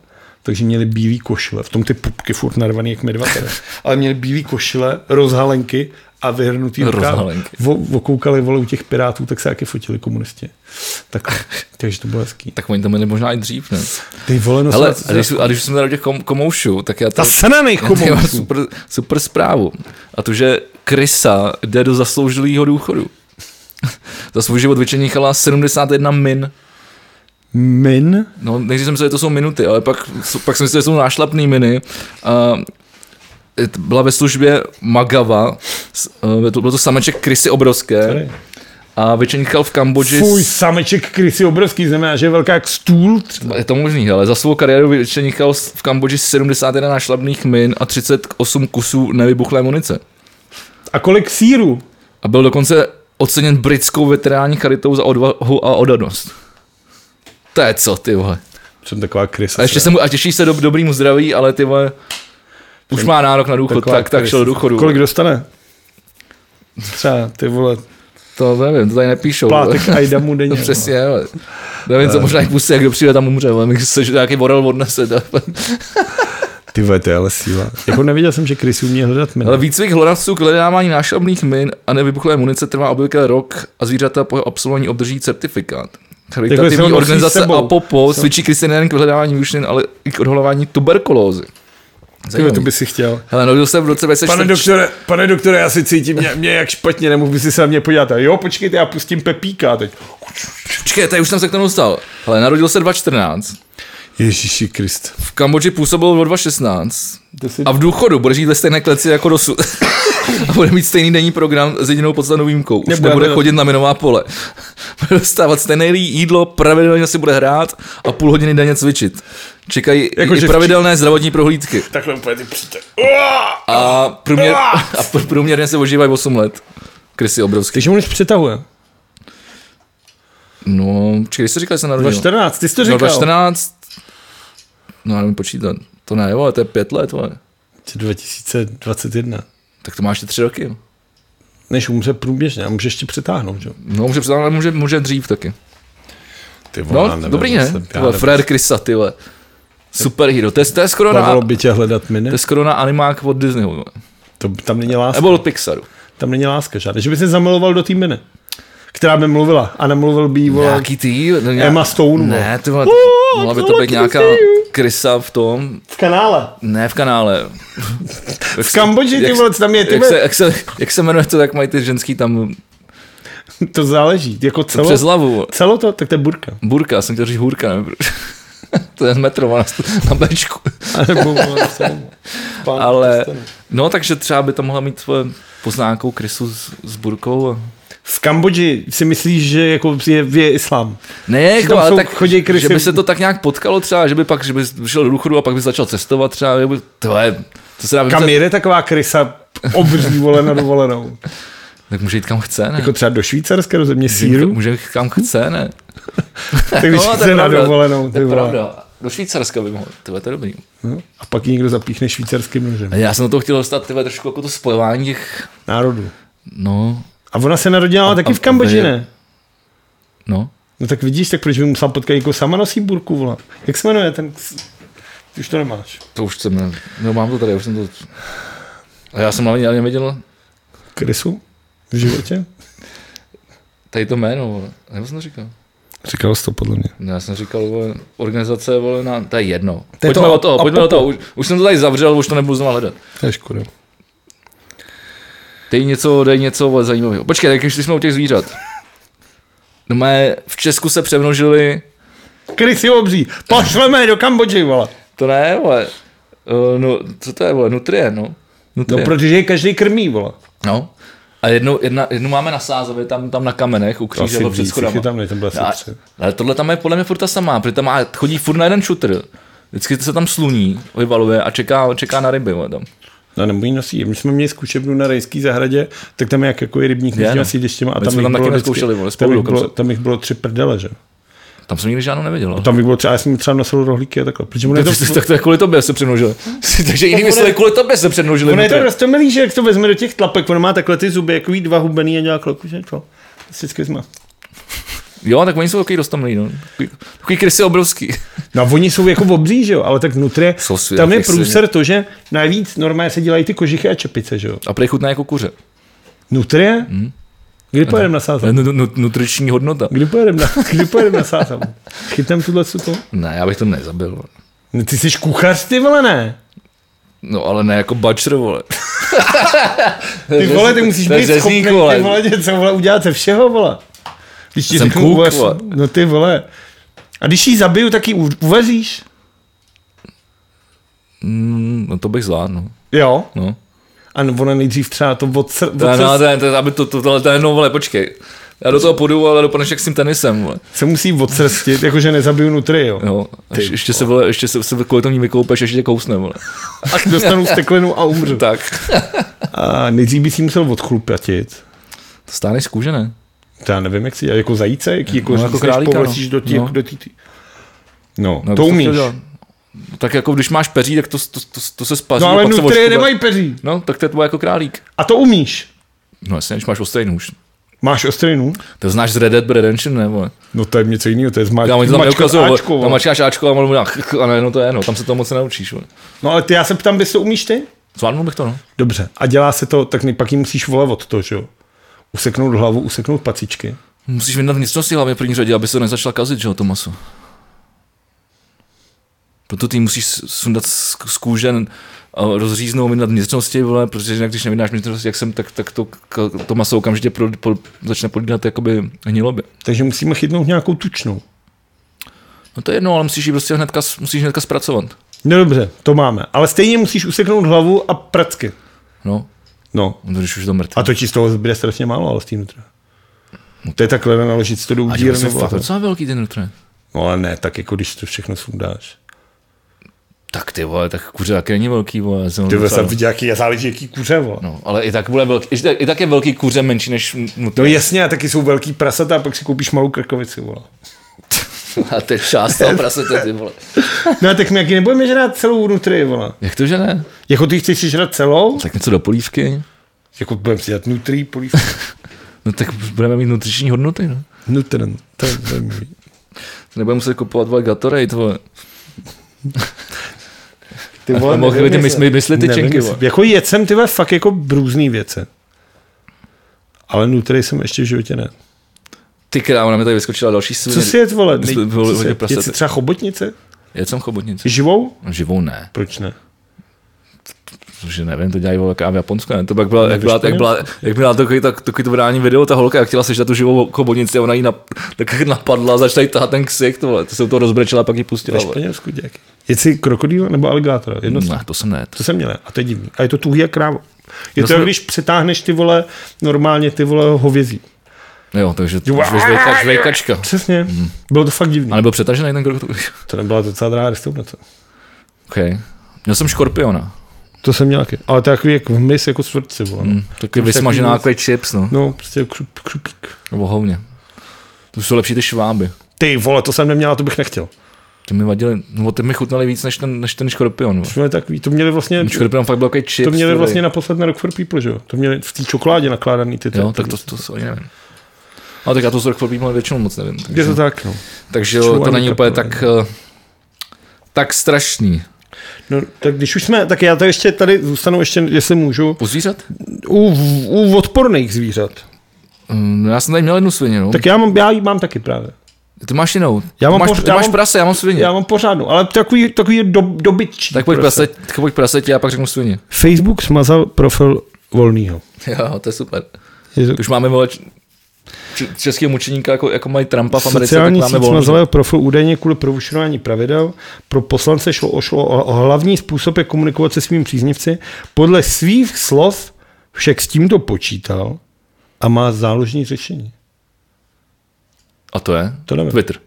[SPEAKER 2] takže měli bílý košile, v tom ty pupky furt narvaný jak my dva tady, ale měli bílý košile, rozhalenky a vyhrnutý rukáv.
[SPEAKER 1] Rozhalenky.
[SPEAKER 2] Vo- Okoukali vole u těch pirátů, tak se taky fotili komunisti. Tak, takže to bylo hezký.
[SPEAKER 1] Tak oni to měli možná i dřív, ne?
[SPEAKER 2] Ty vole, no
[SPEAKER 1] Hele,
[SPEAKER 2] snad-
[SPEAKER 1] a když, a když jsme tady u těch kom, komoušů, tak já to...
[SPEAKER 2] ta sena
[SPEAKER 1] Já mám
[SPEAKER 2] nejchomoucí.
[SPEAKER 1] super, super zprávu. A to, že Krysa jde do zasloužilého důchodu. Za svůj život vyčenichala 71 min.
[SPEAKER 2] Min?
[SPEAKER 1] No, nejdřív jsem myslel, že to jsou minuty, ale pak, pak jsem myslel, že jsou nášlapný miny. A t- byla ve službě Magava, s- eh, to- byl to sameček Krysy obrovské
[SPEAKER 2] Tady.
[SPEAKER 1] a vyčenichal v Kambodži
[SPEAKER 2] Fuj, sameček krysy obrovský, znamená, že je velká jak stůl třeba.
[SPEAKER 1] Je to možný, ale za svou kariéru vyčenichal v Kambodži 71 našlabných min a 38 kusů nevybuchlé munice.
[SPEAKER 2] A kolik síru?
[SPEAKER 1] A byl dokonce oceněn britskou veterální charitou za odvahu a odanost. To je co, ty vole.
[SPEAKER 2] Jsem taková krysa.
[SPEAKER 1] A ještě se mu, a těší se do, dobrýmu zdraví, ale ty vole, už má nárok na důchod,
[SPEAKER 2] Taková
[SPEAKER 1] tak, tak šel do
[SPEAKER 2] krysa.
[SPEAKER 1] důchodu.
[SPEAKER 2] Kolik dostane? Třeba ty vole,
[SPEAKER 1] To nevím, to tady nepíšou.
[SPEAKER 2] plátek
[SPEAKER 1] vole.
[SPEAKER 2] a jda mu denně.
[SPEAKER 1] To přesně, ale. Nevím, co možná jak pusí, jak kdo přijde, tam umře, ale myslím se, že nějaký borel odnese. tak.
[SPEAKER 2] Ty vole, to je ale síla. Jako neviděl jsem, že Chris umí hledat min.
[SPEAKER 1] Ale výcvik hledavců k hledávání nášlapných min a nevybuchlé munice trvá obvykle rok a zvířata po jeho absolvování obdrží certifikát.
[SPEAKER 2] Jako, že
[SPEAKER 1] Charitativní
[SPEAKER 2] ho nosí s
[SPEAKER 1] organizace
[SPEAKER 2] sebou.
[SPEAKER 1] APOPO cvičí Krysy nejen k hledávání výšin, ale i k odhalování tuberkulózy.
[SPEAKER 2] Ty vole, to
[SPEAKER 1] Zajímavý.
[SPEAKER 2] by si chtěl.
[SPEAKER 1] Hele, no, jsem v roce 2004.
[SPEAKER 2] Pane doktore, pane doktore, já si cítím mě, mě jak špatně, nemohl by si se na mě podívat. A Jo, počkejte, já pustím Pepíka teď.
[SPEAKER 1] Počkej, tady už jsem se k tomu dostal. Hele, narodil se 2014.
[SPEAKER 2] Ježíši Krist.
[SPEAKER 1] V Kambodži působil do 2016
[SPEAKER 2] Deset-
[SPEAKER 1] a v důchodu bude žít ve stejné kleci jako dosud. a bude mít stejný denní program s jedinou podstatnou výjimkou. Už
[SPEAKER 2] Nebude
[SPEAKER 1] nebude, nebude
[SPEAKER 2] hledat-
[SPEAKER 1] chodit na minová pole. Bude dostávat stejné jídlo, pravidelně si bude hrát a půl hodiny denně cvičit. Čekají jako,
[SPEAKER 2] Jako, že
[SPEAKER 1] i
[SPEAKER 2] v-
[SPEAKER 1] pravidelné zdravotní prohlídky.
[SPEAKER 2] Takhle úplně ty přijde.
[SPEAKER 1] A, průměr,
[SPEAKER 2] Ah!
[SPEAKER 1] a pr- průměrně se ožívají 8 let. Krysy obrovský.
[SPEAKER 2] Takže on už přetahuje.
[SPEAKER 1] No, čekaj, jsi říkal, že se narodil?
[SPEAKER 2] 2014, ty jsi to
[SPEAKER 1] No,
[SPEAKER 2] říkal.
[SPEAKER 1] 2014. No, já nevím počítat. To ne, vole, to je pět let, vole.
[SPEAKER 2] 2021.
[SPEAKER 1] Tak to máš ještě tři roky.
[SPEAKER 2] Než umře průběžně a může ještě přetáhnout, že?
[SPEAKER 1] No, může, přiznávat, ale může, může dřív taky.
[SPEAKER 2] Ty
[SPEAKER 1] No, dobrý, ne? Ty vole, Frér Krysa, ty vole. Superhero. To je, to je skoro na,
[SPEAKER 2] Bavilo
[SPEAKER 1] to
[SPEAKER 2] by tě hledat miny.
[SPEAKER 1] je skoro na animák od Disneyho. vole.
[SPEAKER 2] To, tam není láska.
[SPEAKER 1] Nebo od Pixaru.
[SPEAKER 2] Tam není láska žádná. Že by se zamiloval do té miny, která by mluvila a nemluvil by jí, vole.
[SPEAKER 1] Nějaký ty? ne, nějak-
[SPEAKER 2] Emma Stone, vole.
[SPEAKER 1] Ne, ty vole,
[SPEAKER 2] Oh,
[SPEAKER 1] mohla by
[SPEAKER 2] I
[SPEAKER 1] to
[SPEAKER 2] love
[SPEAKER 1] být
[SPEAKER 2] you,
[SPEAKER 1] nějaká
[SPEAKER 2] see you.
[SPEAKER 1] krysa v tom,
[SPEAKER 2] V kanále.
[SPEAKER 1] ne v kanále.
[SPEAKER 2] V Kambodži, ty
[SPEAKER 1] Jak-
[SPEAKER 2] vole, co tam je, ty
[SPEAKER 1] Jak se,
[SPEAKER 2] vole,
[SPEAKER 1] jak, se, jak se jmenuje to, jak mají ty ženský tam
[SPEAKER 2] to záleží, jako
[SPEAKER 1] to
[SPEAKER 2] celo,
[SPEAKER 1] přes hlavu.
[SPEAKER 2] celo to, tak to je burka.
[SPEAKER 1] Burka, já jsem chtěl říct hůrka, nevím proč. To je z metro na, na bečku.
[SPEAKER 2] A nebo, vole, celo. Pán
[SPEAKER 1] Ale,
[SPEAKER 2] prstenů.
[SPEAKER 1] no takže třeba by to mohla mít svoje poznákou krysu s, s burkou. A...
[SPEAKER 2] V Kambodži si myslíš, že jako je, je islám.
[SPEAKER 1] Ne, jako,
[SPEAKER 2] tam
[SPEAKER 1] ale
[SPEAKER 2] jsou-
[SPEAKER 1] tak,
[SPEAKER 2] chodí krysy-
[SPEAKER 1] že by se to tak nějak potkalo třeba, že by pak, že by šel do důchodu a pak by začal cestovat třeba, že by, to je, to se dá
[SPEAKER 2] Kam
[SPEAKER 1] vymyslet,
[SPEAKER 2] jede taková krysa obří vole na dovolenou?
[SPEAKER 1] tak může jít kam chce, ne?
[SPEAKER 2] Jako třeba do Švýcarska, do země
[SPEAKER 1] Může-
[SPEAKER 2] síru?
[SPEAKER 1] Může jít kam chce, ne? No,
[SPEAKER 2] Tak když
[SPEAKER 1] to je
[SPEAKER 2] chce na
[SPEAKER 1] pravda,
[SPEAKER 2] dovolenou,
[SPEAKER 1] To
[SPEAKER 2] ty
[SPEAKER 1] je
[SPEAKER 2] vole.
[SPEAKER 1] pravda. Do Švýcarska by mohl, tyhle, to je dobrý.
[SPEAKER 2] No, A pak ji někdo zapíchne švýcarským nožem.
[SPEAKER 1] A já jsem do toho chtěl dostat tyhle trošku jako to spojování těch,
[SPEAKER 2] Národu.
[SPEAKER 1] no,
[SPEAKER 2] A ona se narodila ale taky
[SPEAKER 1] a-
[SPEAKER 2] v Kambodži,
[SPEAKER 1] a-
[SPEAKER 2] ne?
[SPEAKER 1] no.
[SPEAKER 2] No tak vidíš, tak proč by musela potkat jako sama nosí burku, vole. Jak se jmenuje ten... Ty už to nemáš.
[SPEAKER 1] To už jsem, ne, no mám to tady, už jsem to, a já jsem hlavně ani nevěděl
[SPEAKER 2] Krysu? V životě?
[SPEAKER 1] tady to jméno, vole. nebo jsem to říkal.
[SPEAKER 2] Říkal jsi to podle mě.
[SPEAKER 1] No, Já jsem říkal, vole, organizace, vole, na, to je jedno.
[SPEAKER 2] To je
[SPEAKER 1] pojďme
[SPEAKER 2] to
[SPEAKER 1] to, o toho,
[SPEAKER 2] a- a
[SPEAKER 1] pojďme o
[SPEAKER 2] popo.
[SPEAKER 1] toho. Už, už, jsem to tady zavřel, už to nebudu znovu hledat.
[SPEAKER 2] To je škoda.
[SPEAKER 1] Dej něco, dej něco vole, zajímavého. Počkej, tak když jsme u těch zvířat. No mé, v Česku se přemnožili,
[SPEAKER 2] Krysy obří, pošleme je do Kambodži, vole.
[SPEAKER 1] to ne, vole, Eh, no, co to je, vole, nutrie, no.
[SPEAKER 2] No
[SPEAKER 1] Nutrie.
[SPEAKER 2] protože je každý krmí, vole.
[SPEAKER 1] no. A jednu, jedna, jednu máme na Sázově, tam, tam na kamenech, u kříže, vole, před
[SPEAKER 2] víc, jich
[SPEAKER 1] schodama.
[SPEAKER 2] je tam ne, tam byla
[SPEAKER 1] A,
[SPEAKER 2] asi tři.
[SPEAKER 1] ale tohle tam je podle mě furt ta samá, protože tam má, chodí furt na jeden šutr. Vždycky se tam sluní, vybaluje a čeká, čeká na ryby, vole, tam.
[SPEAKER 2] No nebo jí nosí. My jsme měli zkušebnu na rejský zahradě, tak tam je jak jako je rybník
[SPEAKER 1] Je,
[SPEAKER 2] mezi
[SPEAKER 1] no.
[SPEAKER 2] těma sídlištěma a
[SPEAKER 1] My
[SPEAKER 2] tam
[SPEAKER 1] jsme
[SPEAKER 2] jich,
[SPEAKER 1] tam taky
[SPEAKER 2] bylo vždycky,
[SPEAKER 1] neskoušeli, vole,
[SPEAKER 2] tam,
[SPEAKER 1] spolu
[SPEAKER 2] jich bylo,
[SPEAKER 1] dokonce.
[SPEAKER 2] tam jich bylo tři prdele, že?
[SPEAKER 1] Tam jsem nikdy žádnou neviděl. no. ale-
[SPEAKER 2] Tam jich bylo třeba, já jsem třeba nosil rohlíky a takhle. Protože ono je to,
[SPEAKER 1] Tak, tak to je kvůli tobě se přemnožili. Takže jinými slovy, kvůli tobě se přemnožili.
[SPEAKER 2] ono je to
[SPEAKER 1] nutrie.
[SPEAKER 2] roztomilý, že jak to vezme do těch tlapek, ono má takhle ty zuby, jako jí dva hubený a dělá kloku, že to. Vždycky jsme.
[SPEAKER 1] Jo, tak oni jsou takový dostomilý, no. Takový- Takový krysy obrovský.
[SPEAKER 2] No a oni jsou jako obří, že jo, ale tak nutrie,
[SPEAKER 1] Jsou jako svět,
[SPEAKER 2] tam je
[SPEAKER 1] jak se-
[SPEAKER 2] průser to, že navíc normálně se dělají ty kožichy a čepice, že jo.
[SPEAKER 1] A prej chutná jako kuře.
[SPEAKER 2] Nutrie?
[SPEAKER 1] Mm.
[SPEAKER 2] Kdy pojedeme na sázam?
[SPEAKER 1] Nu- nu- Nutriční hodnota.
[SPEAKER 2] Kdy pojedeme na, kdy pojedem na sázam? Chytám tuhle sutu?
[SPEAKER 1] Ne, já bych to nezabil.
[SPEAKER 2] No, ty jsi kuchař, ty vole, ne?
[SPEAKER 1] No ale ne jako bačr, vole.
[SPEAKER 2] Ty vole, ty musíš
[SPEAKER 1] To je
[SPEAKER 2] být schopný,
[SPEAKER 1] řezník,
[SPEAKER 2] ty
[SPEAKER 1] vole.
[SPEAKER 2] vole, něco vole, udělat ze všeho, vole. Když ti
[SPEAKER 1] Jsem
[SPEAKER 2] řeknu,
[SPEAKER 1] kůk,
[SPEAKER 2] uvař-
[SPEAKER 1] vole.
[SPEAKER 2] no ty vole. A když ji zabiju, tak ji u- uvaříš?
[SPEAKER 1] Mm, No to bych zvládl, no.
[SPEAKER 2] Jo.
[SPEAKER 1] no.
[SPEAKER 2] A no, ona nejdřív třeba to od sr- od
[SPEAKER 1] To je,
[SPEAKER 2] sr-
[SPEAKER 1] no, to je- to je- aby to, to, tohle, to je, no, vole, počkej. Já do toho půjdu, ale dopadneš jak s tím tenisem, vole.
[SPEAKER 2] se musí odsrstit, jakože nezabiju nutry, jo.
[SPEAKER 1] Jo. Až, ještě se, vole, ještě se, se kvůli tomu vykoupeš, ještě tě kousne, vole.
[SPEAKER 2] A dostanu steklinu a umřu.
[SPEAKER 1] Tak.
[SPEAKER 2] A nejdřív bys jí musel odchlupatit.
[SPEAKER 1] To stáneš z kůže, ne?
[SPEAKER 2] To já nevím, jak si dělat, jako zajíce, jak jí jako,
[SPEAKER 1] No, jako
[SPEAKER 2] jako
[SPEAKER 1] králíka, no.
[SPEAKER 2] povrcíš do těch,
[SPEAKER 1] No.
[SPEAKER 2] no. do těch, No,
[SPEAKER 1] No,
[SPEAKER 2] to
[SPEAKER 1] bys
[SPEAKER 2] umíš.
[SPEAKER 1] chtěl dělat. No, tak jako když máš peří, tak to, to, to, to se spaří.
[SPEAKER 2] No ale
[SPEAKER 1] pak se
[SPEAKER 2] nutrie
[SPEAKER 1] oškube.
[SPEAKER 2] nemají peří.
[SPEAKER 1] No, tak to je tvoje jako králík.
[SPEAKER 2] A to umíš.
[SPEAKER 1] No jasně, když máš ostrý nůž.
[SPEAKER 2] Máš ostrý nůž?
[SPEAKER 1] To znáš z Red Dead Redemption, nebo?
[SPEAKER 2] No to je něco jiného, to je zmač...
[SPEAKER 1] Já oni to tam
[SPEAKER 2] mačkat
[SPEAKER 1] neukazují,
[SPEAKER 2] Ačko,
[SPEAKER 1] tam
[SPEAKER 2] vole.
[SPEAKER 1] mačkáš Ačko a on mluví, a najednou to je, no, tam se to moc nenaučíš. vole.
[SPEAKER 2] No ale ty, já se ptám, bys to umíš ty?
[SPEAKER 1] Zvládnul bych to, no.
[SPEAKER 2] Dobře. A dělá se to, tak nej- pak jim musíš volat od to, že jo? Useknout hlavu, useknout pacičky.
[SPEAKER 1] Musíš vyndat vnitřnosti hlavně v první řadě, aby se to nezačala kazit, že jo, to maso. Proto ty musíš sundat z, z kůže a rozříznout vyndat vnitřnosti, vole, protože jinak, když nevydáš vnitřnosti, jak jsem, tak, tak to, ka- to maso okamžitě pro, po, začne podídat jakoby hnilobě.
[SPEAKER 2] Takže musíme chytnout nějakou tučnou.
[SPEAKER 1] No No to je jedno, ale musíš ji prostě hnedka, musíš hnedka zpracovat.
[SPEAKER 2] No dobře, to máme. Ale stejně musíš useknout hlavu a pracky.
[SPEAKER 1] No,
[SPEAKER 2] No.
[SPEAKER 1] no když už je to mrtvý.
[SPEAKER 2] A to ti z toho zbyde strašně málo, ale z té nutra. To je takhle naložit to do
[SPEAKER 1] A to
[SPEAKER 2] udír,
[SPEAKER 1] jsou
[SPEAKER 2] nebo
[SPEAKER 1] fakt
[SPEAKER 2] to.
[SPEAKER 1] docela velký ten nutren.
[SPEAKER 2] No ale ne, tak jako když to všechno sundáš.
[SPEAKER 1] Tak ty vole, tak kuřák není velký, vole. já jsem
[SPEAKER 2] Ty
[SPEAKER 1] docela-
[SPEAKER 2] jsem viděl, jaký je záleží, jaký kuře, vole.
[SPEAKER 1] No, ale i tak, bude velký, i tak, i tak je velký kuře menší než
[SPEAKER 2] No
[SPEAKER 1] nutren.
[SPEAKER 2] jasně, a taky jsou velký prasata a pak si koupíš malou krkovici, vole.
[SPEAKER 1] A to je část toho prasete, ty vole.
[SPEAKER 2] No a tak my jaký nebudeme žrát celou nutry, vole.
[SPEAKER 1] Jak to, že ne?
[SPEAKER 2] Jako ty chceš si žrat celou?
[SPEAKER 1] Tak něco do polívky?
[SPEAKER 2] Jako budeme si dát nutry, polívku.
[SPEAKER 1] No tak budeme mít nutriční hodnoty, no.
[SPEAKER 2] Nutren, to je velmi-
[SPEAKER 1] Nebudeme muset kupovat vole Gatorade, vole.
[SPEAKER 2] Ty
[SPEAKER 1] A mohli by ty
[SPEAKER 2] nevím,
[SPEAKER 1] mysli-
[SPEAKER 2] jestli-
[SPEAKER 1] mysli ty
[SPEAKER 2] nevím,
[SPEAKER 1] činky,
[SPEAKER 2] jestli-
[SPEAKER 1] vole.
[SPEAKER 2] Jako jedl jsem ty vole, fakt jako brůzný věce. Ale nutry jsem ještě v životě ne.
[SPEAKER 1] Ty krávo, na mě tady vyskočila další svině.
[SPEAKER 2] Co si jet, vole? Nej,
[SPEAKER 1] Jestli bylo
[SPEAKER 2] co si
[SPEAKER 1] hodně
[SPEAKER 2] jet?
[SPEAKER 1] prasete.
[SPEAKER 2] Jet si třeba chobotnice?
[SPEAKER 1] Já jsem chobotnice.
[SPEAKER 2] Živou?
[SPEAKER 1] No, Živou ne,
[SPEAKER 2] Proč ne?
[SPEAKER 1] protože nevím, to dělají velká v Japonsku, ne? To pak byla, jak byla, jak byla,
[SPEAKER 2] Španělsku.
[SPEAKER 1] jak byla takový, tak, takový to brání video, ta holka, jak chtěla sežrat tu živou chobotnici a ona jí na, tak napadla, začala jí tahat ten ksicht, vole. To se to rozbrečela, pak ji pustila,
[SPEAKER 2] Ve
[SPEAKER 1] vole.
[SPEAKER 2] Španělsku, děk. Jet si krokodýla nebo aligátora? Jedno z
[SPEAKER 1] Ne, to jsem ne.
[SPEAKER 2] To jsem měl a to je divný. A je to tuhý jak krávo. Je to,
[SPEAKER 1] jsme-
[SPEAKER 2] jak když přetáhneš ty vole, normálně ty vole hovězí.
[SPEAKER 1] Jo, takže to už žvejka, žvejkačka.
[SPEAKER 2] Přesně.
[SPEAKER 1] Mhm.
[SPEAKER 2] Bylo to fakt divný.
[SPEAKER 1] A nebyl přetažený ten krok?
[SPEAKER 2] To nebyla docela drahá restaurace.
[SPEAKER 1] OK. Měl jsem škorpiona.
[SPEAKER 2] To jsem měl taky. Ale to je takový jak v mys, jako čtvrtci, vole. Mm.
[SPEAKER 1] Taky vysmažená jako chips, no.
[SPEAKER 2] No, prostě křup, křupík.
[SPEAKER 1] Nebo hovně. To jsou lepší ty šváby.
[SPEAKER 2] Ty vole, to jsem neměl, a to bych nechtěl.
[SPEAKER 1] Ty mi vadily, no ty mi chutnaly víc než ten, než ten škorpion. vole.
[SPEAKER 2] To měli takový, to měli vlastně,
[SPEAKER 1] Ten škorpion fakt byl takový chips.
[SPEAKER 2] to měli
[SPEAKER 1] vole.
[SPEAKER 2] vlastně naposled na Rock for People, že jo? To měli v té čokoládě nakládaný ty
[SPEAKER 1] Jo, tak to, to, to ani nevím. Ale tak já to z Rock for People většinou moc nevím.
[SPEAKER 2] Je
[SPEAKER 1] Takže,
[SPEAKER 2] to tak, no.
[SPEAKER 1] takže jo, to
[SPEAKER 2] ani
[SPEAKER 1] není úplně
[SPEAKER 2] kapelu,
[SPEAKER 1] tak, eh, tak strašný.
[SPEAKER 2] no. tak když už jsme, tak já to ještě tady zůstanu ještě, jestli můžu,
[SPEAKER 1] U zvířat?
[SPEAKER 2] u, u odporných zvířat.
[SPEAKER 1] Mm, No, já jsem tady měl jednu svině, no.
[SPEAKER 2] Tak já, mám, já ji mám taky právě.
[SPEAKER 1] Ty máš jinou.
[SPEAKER 2] Já
[SPEAKER 1] ty
[SPEAKER 2] mám
[SPEAKER 1] máš,
[SPEAKER 2] poř-
[SPEAKER 1] ty
[SPEAKER 2] já
[SPEAKER 1] máš
[SPEAKER 2] mám-
[SPEAKER 1] prase, já mám svině.
[SPEAKER 2] Já mám pořádnou, ale takový, takový je do, dobytčí.
[SPEAKER 1] Tak pojď
[SPEAKER 2] prostě.
[SPEAKER 1] prase, tak pojď prase, já pak řeknu svině.
[SPEAKER 2] Facebook smazal profil volného.
[SPEAKER 1] Jo, to je super.
[SPEAKER 2] Je to
[SPEAKER 1] Už máme vole č- č- českého mučeníka, jako, jako mají Trumpa v Americe, tak
[SPEAKER 2] Sociální
[SPEAKER 1] máme
[SPEAKER 2] síť
[SPEAKER 1] volný.
[SPEAKER 2] smazala jeho profil údajně kvůli porušování pravidel. Pro poslance šlo, o- šlo o, o hlavní způsob, jak komunikovat se svými příznivci. Podle svých slov však s tímto počítal a má záložní řešení.
[SPEAKER 1] A to je?
[SPEAKER 2] To nevím.
[SPEAKER 1] Twitter.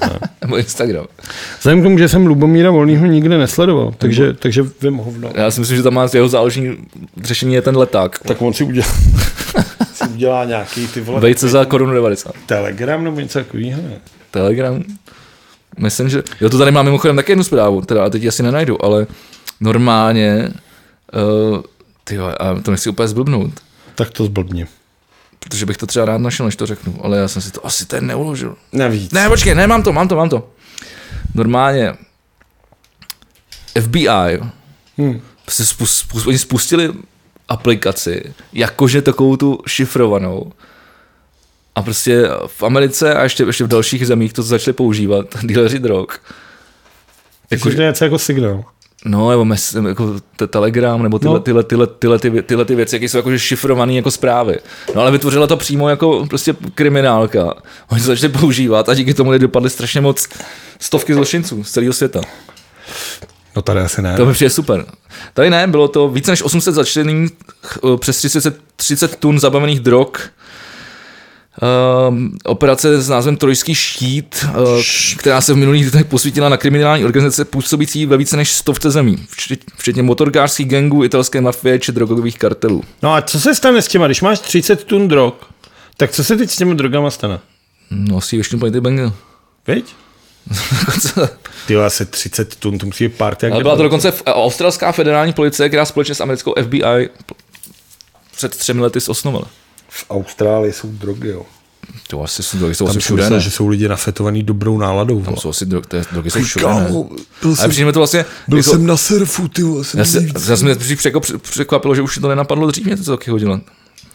[SPEAKER 1] Nebo Instagram.
[SPEAKER 2] Vzhledem k tomu, že jsem Lubomíra Volného nikdy nesledoval, takže, takže vím no- hovno.
[SPEAKER 1] Já si myslím, že tam má jeho záložní řešení je ten leták. Tak
[SPEAKER 2] Tak on si udělá, si udělá nějaký ty vole
[SPEAKER 1] Vejce za korunu 90.
[SPEAKER 2] telegram nebo něco takového. ne?
[SPEAKER 1] Telegram. Myslím, že... Jo, to tady mám mimochodem taky jednu zprávu, teda a teď ji asi nenajdu, ale normálně... Uh, tyjo, a to nechci úplně zblbnout,
[SPEAKER 2] Tak to zblbni.
[SPEAKER 1] protože bych to třeba rád našel, než to řeknu, ale já jsem si to asi ten neuložil.
[SPEAKER 2] Navíc.
[SPEAKER 1] Ne, počkej, ne, mám to, mám to, mám to. Normálně FBI
[SPEAKER 2] Hmm.
[SPEAKER 1] se spus, spus, oni spustili aplikaci, jakože takovou tu šifrovanou. A prostě v Americe a ještě, ještě v dalších zemích to začali používat, dealeři drog.
[SPEAKER 2] Jako, to je něco jako signál.
[SPEAKER 1] No, nebo mes, jako te, Telegram, nebo tyhle,
[SPEAKER 2] No.
[SPEAKER 1] no. tyhle, tyhle, tyhle, ty, vě- tyhle ty věci, jaké jsou jakože šifrované jako zprávy. No ale vytvořila to přímo jako prostě kriminálka. Oni to začali používat a díky tomu lidé dopadly strašně moc stovky zločinců z celého světa.
[SPEAKER 2] No tady asi ne.
[SPEAKER 1] To mi přijde super. Tady ne, bylo to více než 800 začlených, eh, přes 30, 30 tun zabavených drog. Um, operace s názvem Trojský štít, uh, která se v minulých dnech posvítila na kriminální organizace působící ve více než stovce zemí, včet- včetně motorkářských gangů, italské mafie či drogových kartelů.
[SPEAKER 2] No a co se stane s těma, když máš 30 tun drog, tak co se teď s těmi drogama stane?
[SPEAKER 1] No, si ještě úplně ty bangy.
[SPEAKER 2] Viď? Ty asi 30 tun, to musí být party. jak
[SPEAKER 1] Ale byla to
[SPEAKER 2] debel.
[SPEAKER 1] dokonce f- australská federální policie, která společně s americkou FBI před třemi lety zosnovala.
[SPEAKER 2] V Austrálii jsou drogy, jo.
[SPEAKER 1] To asi jsou drogy, jsou
[SPEAKER 2] Tam
[SPEAKER 1] asi
[SPEAKER 2] jsem
[SPEAKER 1] všude,
[SPEAKER 2] myslel,
[SPEAKER 1] ne?
[SPEAKER 2] že jsou lidi nafetovaný dobrou náladou.
[SPEAKER 1] To
[SPEAKER 2] vole.
[SPEAKER 1] jsou asi drogy, to je, drogy jsou
[SPEAKER 2] Ty
[SPEAKER 1] všude, ne?
[SPEAKER 2] kámo, byl
[SPEAKER 1] Ale
[SPEAKER 2] jsem,
[SPEAKER 1] přijde mi to vlastně...
[SPEAKER 2] byl
[SPEAKER 1] jako,
[SPEAKER 2] jsem na surfu, ty vole, jsem
[SPEAKER 1] já, se,
[SPEAKER 2] nejvíc.
[SPEAKER 1] já jsem mě dřív překvap- překvapilo, že už to nenapadlo dřív, mě to taky hodilo.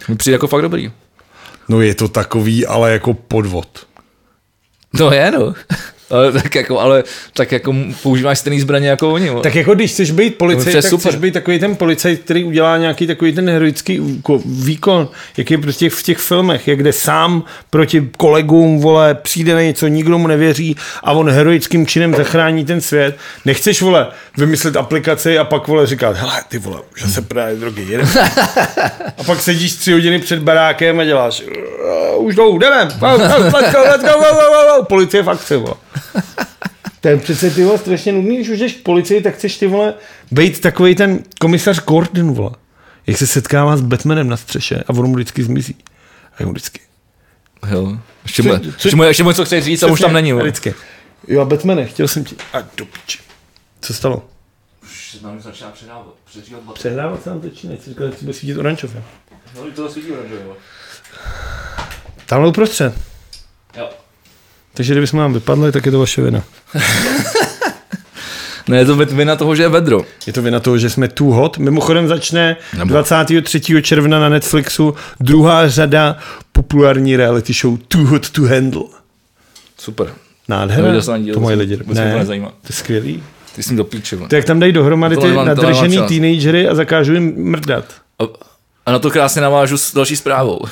[SPEAKER 1] Mi přijde jako fakt dobrý.
[SPEAKER 2] No je to takový, ale jako podvod.
[SPEAKER 1] To je, no. Ale, tak jako, ale tak jako používáš stejný zbraně jako oni. vole.
[SPEAKER 2] Tak jako když chceš být policajt,
[SPEAKER 1] je
[SPEAKER 2] tak
[SPEAKER 1] super.
[SPEAKER 2] chceš být takový ten policajt, který udělá nějaký takový ten heroický úko- výkon, jak je prostě v těch filmech, jak jde sám proti kolegům, vole, přijde na něco, nikdo mu nevěří a on heroickým činem zachrání ten svět. Nechceš, vole, vymyslet aplikaci a pak, vole, říkat, hele, ty vole, že se právě drogy, jedem. A pak sedíš tři hodiny před barákem a děláš, "Uh, už jdou, jdeme, let's go, let's go, let's go, go, go, go. policie v akci, vole. To je přece ty vole strašně nudný, když už jdeš k policii, tak chceš ty vole být takový ten komisař Gordon, vole. Jak se setkává s Batmanem na střeše a on mu vždycky zmizí. A mu vždycky.
[SPEAKER 1] Jo. Ještě mu,
[SPEAKER 2] Co- co-
[SPEAKER 1] ještě mu, ještě mu co chceš říct a už tam
[SPEAKER 2] Přesně,
[SPEAKER 1] není. vole.
[SPEAKER 2] Vždycky. Jo, Batmane, chtěl jsem ti. A do piči. Co stalo? No, Přehrávat se nám točí, nechci říkat, že bude svítit oranžově. Tamhle uprostřed. Takže kdybychom nám vypadli, tak je to vaše vina.
[SPEAKER 1] Ne, je to vin- vina toho, že je vedro.
[SPEAKER 2] Je to vina toho, že jsme tu hot. Mimochodem začne
[SPEAKER 1] Nebo-
[SPEAKER 2] 23. června na Netflixu druhá řada populární reality show Too Hot to Handle.
[SPEAKER 1] Super.
[SPEAKER 2] Nádhera.
[SPEAKER 1] Neviděl jsem ani díl,
[SPEAKER 2] to mají
[SPEAKER 1] co-
[SPEAKER 2] lidi.
[SPEAKER 1] vůbec mě to nezajímá.
[SPEAKER 2] to je skvělý.
[SPEAKER 1] Ty jsi mi do píče. vole.
[SPEAKER 2] To jak tam dají dohromady
[SPEAKER 1] Tohle
[SPEAKER 2] ty
[SPEAKER 1] mám- tohle mám
[SPEAKER 2] nadržený
[SPEAKER 1] čas.
[SPEAKER 2] teenagery a zakážu jim mrdat.
[SPEAKER 1] A, a na to krásně navážu s další zprávou.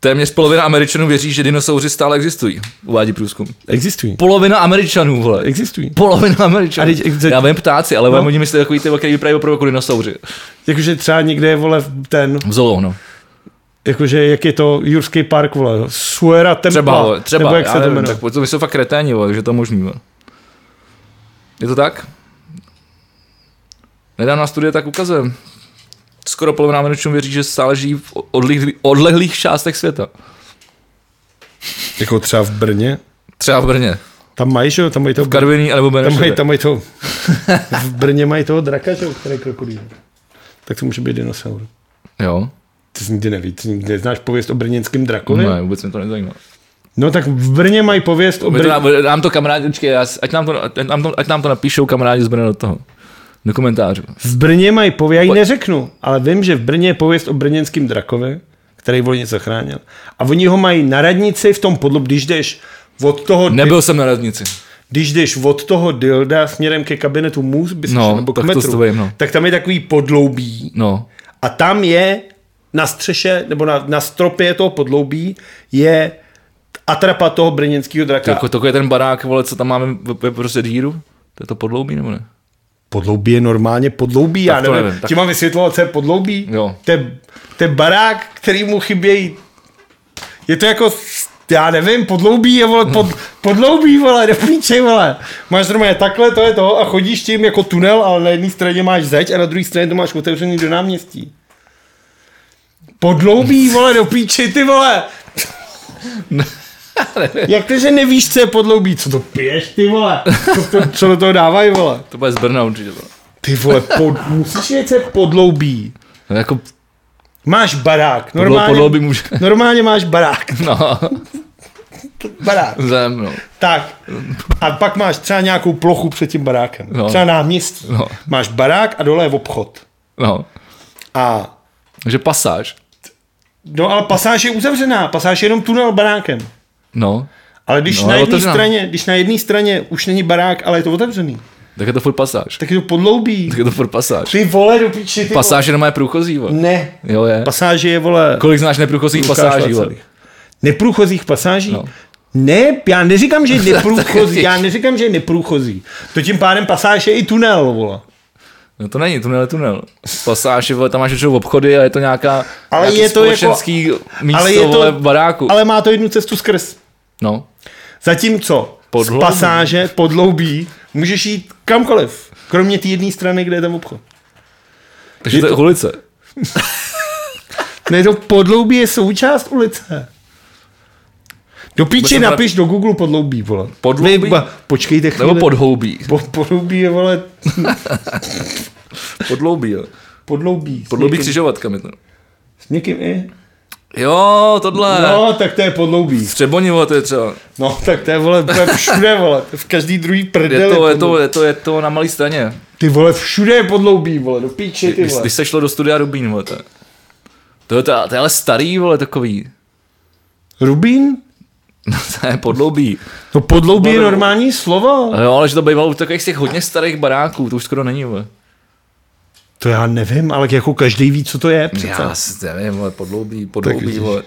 [SPEAKER 1] Téměř polovina Američanů věří, že dinosauři stále existují, uvádí průzkum.
[SPEAKER 2] Existují.
[SPEAKER 1] Polovina Američanů, vole.
[SPEAKER 2] Existují.
[SPEAKER 1] Polovina Američanů.
[SPEAKER 2] A teď- teď-
[SPEAKER 1] Já vím ptáci, ale
[SPEAKER 2] No.
[SPEAKER 1] no. oni myslí takový ty, který vypadají opravdu jako dinosauři.
[SPEAKER 2] Jakože třeba někde je, vole, ten,
[SPEAKER 1] V zoo, no.
[SPEAKER 2] jakože jak je to Jurský park, vole, Suera Templa.
[SPEAKER 1] Třeba, vole, třeba.
[SPEAKER 2] Nebo jak
[SPEAKER 1] já
[SPEAKER 2] se to
[SPEAKER 1] nevím,
[SPEAKER 2] jmenuje.
[SPEAKER 1] tak po- to my jsou fakt kreténi, vole, že to je možný. Vole. Je to tak? Nedávná studie tak ukazuje. Skoro polovina Američanů věří, že stále žijí v odlehlých, odlehlých částech světa.
[SPEAKER 2] Jako třeba v Brně.
[SPEAKER 1] Třeba v Brně,
[SPEAKER 2] Tam mají, že jo, tam mají to
[SPEAKER 1] v Karviní nebo
[SPEAKER 2] Tam
[SPEAKER 1] Benešově.
[SPEAKER 2] mají, tam mají to. V Brně mají toho draka, že jo, který je krokodýl. Tak to může být dinosaur.
[SPEAKER 1] Jo,
[SPEAKER 2] Ty jsi nikdy neví, ty nikdy neznáš pověst o brněnském drakovi?
[SPEAKER 1] ne, vůbec mě to nezajímá.
[SPEAKER 2] No tak v Brně mají pověst o
[SPEAKER 1] My to
[SPEAKER 2] Brně.
[SPEAKER 1] nám, nám to kamarádi, počkej, já s- ať nám to, ať nám to, ať nám to napíšou kamarádi z Brna do toho. Do komentářů.
[SPEAKER 2] V Brně mají pověst, já ji neřeknu, ale vím, že v Brně je pověst o brněnském drakovi, který volně zachránil. A oni ho mají na radnici v tom podlob, když jdeš od toho,
[SPEAKER 1] Nebyl jsem na radnici.
[SPEAKER 2] když jdeš od toho dilda směrem ke kabinetu Můz, bys
[SPEAKER 1] No,
[SPEAKER 2] šel, nebo k
[SPEAKER 1] tak to
[SPEAKER 2] metru,
[SPEAKER 1] s tobou, no.
[SPEAKER 2] tak tam je takový podloubí,
[SPEAKER 1] No,
[SPEAKER 2] A tam je na střeše, nebo na, na stropě toho podloubí, je atrapa toho brněnského
[SPEAKER 1] to
[SPEAKER 2] draka.
[SPEAKER 1] jako, to je ten barák, vole, co tam máme v, v, prostě díru? To je to podloubí, nebo ne?
[SPEAKER 2] Podloubí je normálně podloubí, já
[SPEAKER 1] Tak to
[SPEAKER 2] nevím. nevím
[SPEAKER 1] nevím, tak-
[SPEAKER 2] Ti mám vysvětlovat, co je podloubí?
[SPEAKER 1] Jo.
[SPEAKER 2] To je, to je barák, který mu chybějí. Je to jako, já nevím, podloubí je, vole, pod, podloubí, vole, do píči, vole. Máš normálně takhle, to je to, a chodíš tím jako tunel, ale na jedné straně máš zeď a na druhé straně to máš otevřený do náměstí. Podloubí, vole, do píči, ty vole. Jak to, že nevíš, co je podloubí? Co to piješ, ty vole? Co, to, co do toho dávají, vole?
[SPEAKER 1] To bude z Brna určitě. Vole.
[SPEAKER 2] Ty vole, pod, musíš vědět, co je podloubí.
[SPEAKER 1] No, jako
[SPEAKER 2] Máš barák.
[SPEAKER 1] podlo,
[SPEAKER 2] Normálně,
[SPEAKER 1] podloubí může.
[SPEAKER 2] normálně máš barák.
[SPEAKER 1] No,
[SPEAKER 2] Barák.
[SPEAKER 1] zem, no.
[SPEAKER 2] Tak. A pak máš třeba nějakou plochu před tím barákem. No.
[SPEAKER 1] No.
[SPEAKER 2] Třeba náměstí. No.
[SPEAKER 1] No.
[SPEAKER 2] Máš barák a dole je obchod.
[SPEAKER 1] no.
[SPEAKER 2] A
[SPEAKER 1] Takže pasáž.
[SPEAKER 2] No ale pasáž je uzavřená, pasáž je jenom tunel barákem.
[SPEAKER 1] No,
[SPEAKER 2] Ale když
[SPEAKER 1] No,
[SPEAKER 2] no, na
[SPEAKER 1] ale
[SPEAKER 2] jedné
[SPEAKER 1] otevřená.
[SPEAKER 2] straně, když na jedné straně už není barák, ale je to otevřený,
[SPEAKER 1] tak je to furt pasáž.
[SPEAKER 2] tak je to podloubí.
[SPEAKER 1] Tak je to furt pasáž.
[SPEAKER 2] Ty vole, do píči, ty
[SPEAKER 1] Pasáž je normálně průchozí,
[SPEAKER 2] vole.
[SPEAKER 1] vole.
[SPEAKER 2] Ne.
[SPEAKER 1] Jo, je.
[SPEAKER 2] Pasáže je, vole,
[SPEAKER 1] Kolik znáš neprůchozích
[SPEAKER 2] Lukáš
[SPEAKER 1] pasáží, vole?
[SPEAKER 2] Václavý. Neprůchozích pasáží? No.
[SPEAKER 1] No.
[SPEAKER 2] Ne, já neříkám, že je neprůchozí, já neříkám, že je neprůchozí. To tím pádem pasáž je i tunel, vole.
[SPEAKER 1] No to není, tunel je tunel. Pasáž, je, vole, tam máš většinou obchody a je to nějaká
[SPEAKER 2] Ale
[SPEAKER 1] nějaký
[SPEAKER 2] je to jako-
[SPEAKER 1] společenský jako, místo
[SPEAKER 2] ale je to-
[SPEAKER 1] vole, baráku. Ale...
[SPEAKER 2] Ale má to jednu cestu skrz.
[SPEAKER 1] No,
[SPEAKER 2] Zatímco podloubí.
[SPEAKER 1] Podloubí.
[SPEAKER 2] z pasáže, podloubí, můžeš jít kamkoliv, kromě té jedné strany, kde je ten obchod.
[SPEAKER 1] takže
[SPEAKER 2] Je
[SPEAKER 1] je to je
[SPEAKER 2] to-
[SPEAKER 1] ulice.
[SPEAKER 2] Ne, to podloubí je součást ulice. Do píči
[SPEAKER 1] Bude to
[SPEAKER 2] napiš do Google podloubí, vole.
[SPEAKER 1] Podloubí?
[SPEAKER 2] Vy- ba- Počkejte chvíli.
[SPEAKER 1] Nebo podhoubí.
[SPEAKER 2] Po- Podloubí je, vole,
[SPEAKER 1] Podloubí, jo.
[SPEAKER 2] podloubí. S
[SPEAKER 1] Podloubí
[SPEAKER 2] někým-
[SPEAKER 1] křižovatka mi to.
[SPEAKER 2] S někým i.
[SPEAKER 1] Jo, tohle. No.
[SPEAKER 2] No, tak to je podloubí.
[SPEAKER 1] Střeboni, vole, to je třeba.
[SPEAKER 2] No, tak to je, vole, to je všude, vole. To je V každý druhý prdeli.
[SPEAKER 1] Je to, je to,
[SPEAKER 2] podloubí.
[SPEAKER 1] je to, je to na malý straně.
[SPEAKER 2] Ty vole, všude je podloubí, vole, do píči, ty
[SPEAKER 1] Když,
[SPEAKER 2] vole.
[SPEAKER 1] když se šlo do studia Rubín, vole, to je. To je, to, je- to je ale starý, vole, takový.
[SPEAKER 2] Rubín?
[SPEAKER 1] ne, No, podloubí.
[SPEAKER 2] No podloubí je normální slovo.
[SPEAKER 1] A Jo, ale že to bývalo u takových z těch hodně starých baráků, to už skoro není, vole.
[SPEAKER 2] To já nevím, ale jako každý ví, co to je přece.
[SPEAKER 1] Já si nevím, vole, podloubí, podloubí,
[SPEAKER 2] vidíš.
[SPEAKER 1] vole.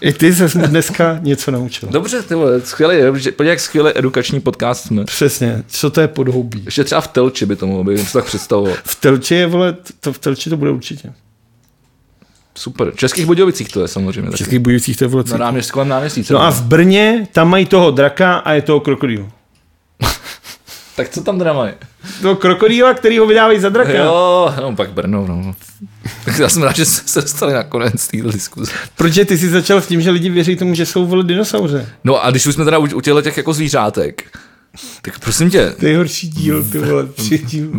[SPEAKER 2] I ty se dneska něco naučil.
[SPEAKER 1] Dobře, ty vole, skvělý, dobře, podívej, jak skvělý edukační podcast jsme.
[SPEAKER 2] Přesně, co to je podhoubí?
[SPEAKER 1] Ještě třeba v Telči by to mohlo být, jsem tak představoval.
[SPEAKER 2] V Telči je, vole, to v Telči to bude určitě.
[SPEAKER 1] Super. V Českých Budějovicích to je samozřejmě.
[SPEAKER 2] V
[SPEAKER 1] Český...
[SPEAKER 2] Českých Budějovicích to je, vole,
[SPEAKER 1] Na náměstí, kolem náměstí.
[SPEAKER 2] No
[SPEAKER 1] třeba.
[SPEAKER 2] a v Brně tam mají toho draka a je toho krokodýlu.
[SPEAKER 1] Tak co tam teda mají?
[SPEAKER 2] Toho krokodýla, který ho vydávají za draka.
[SPEAKER 1] Jo, no pak Brno, no. Tak já jsem rád, že jsme se dostali na konec téhle diskuze.
[SPEAKER 2] Protože ty jsi začal s tím, že lidi věří tomu, že jsou vole dinosauře.
[SPEAKER 1] No a když už jsme teda u, u těchto těch jako zvířátek, tak prosím tě,
[SPEAKER 2] To je horší díl, ty vole, tři díl.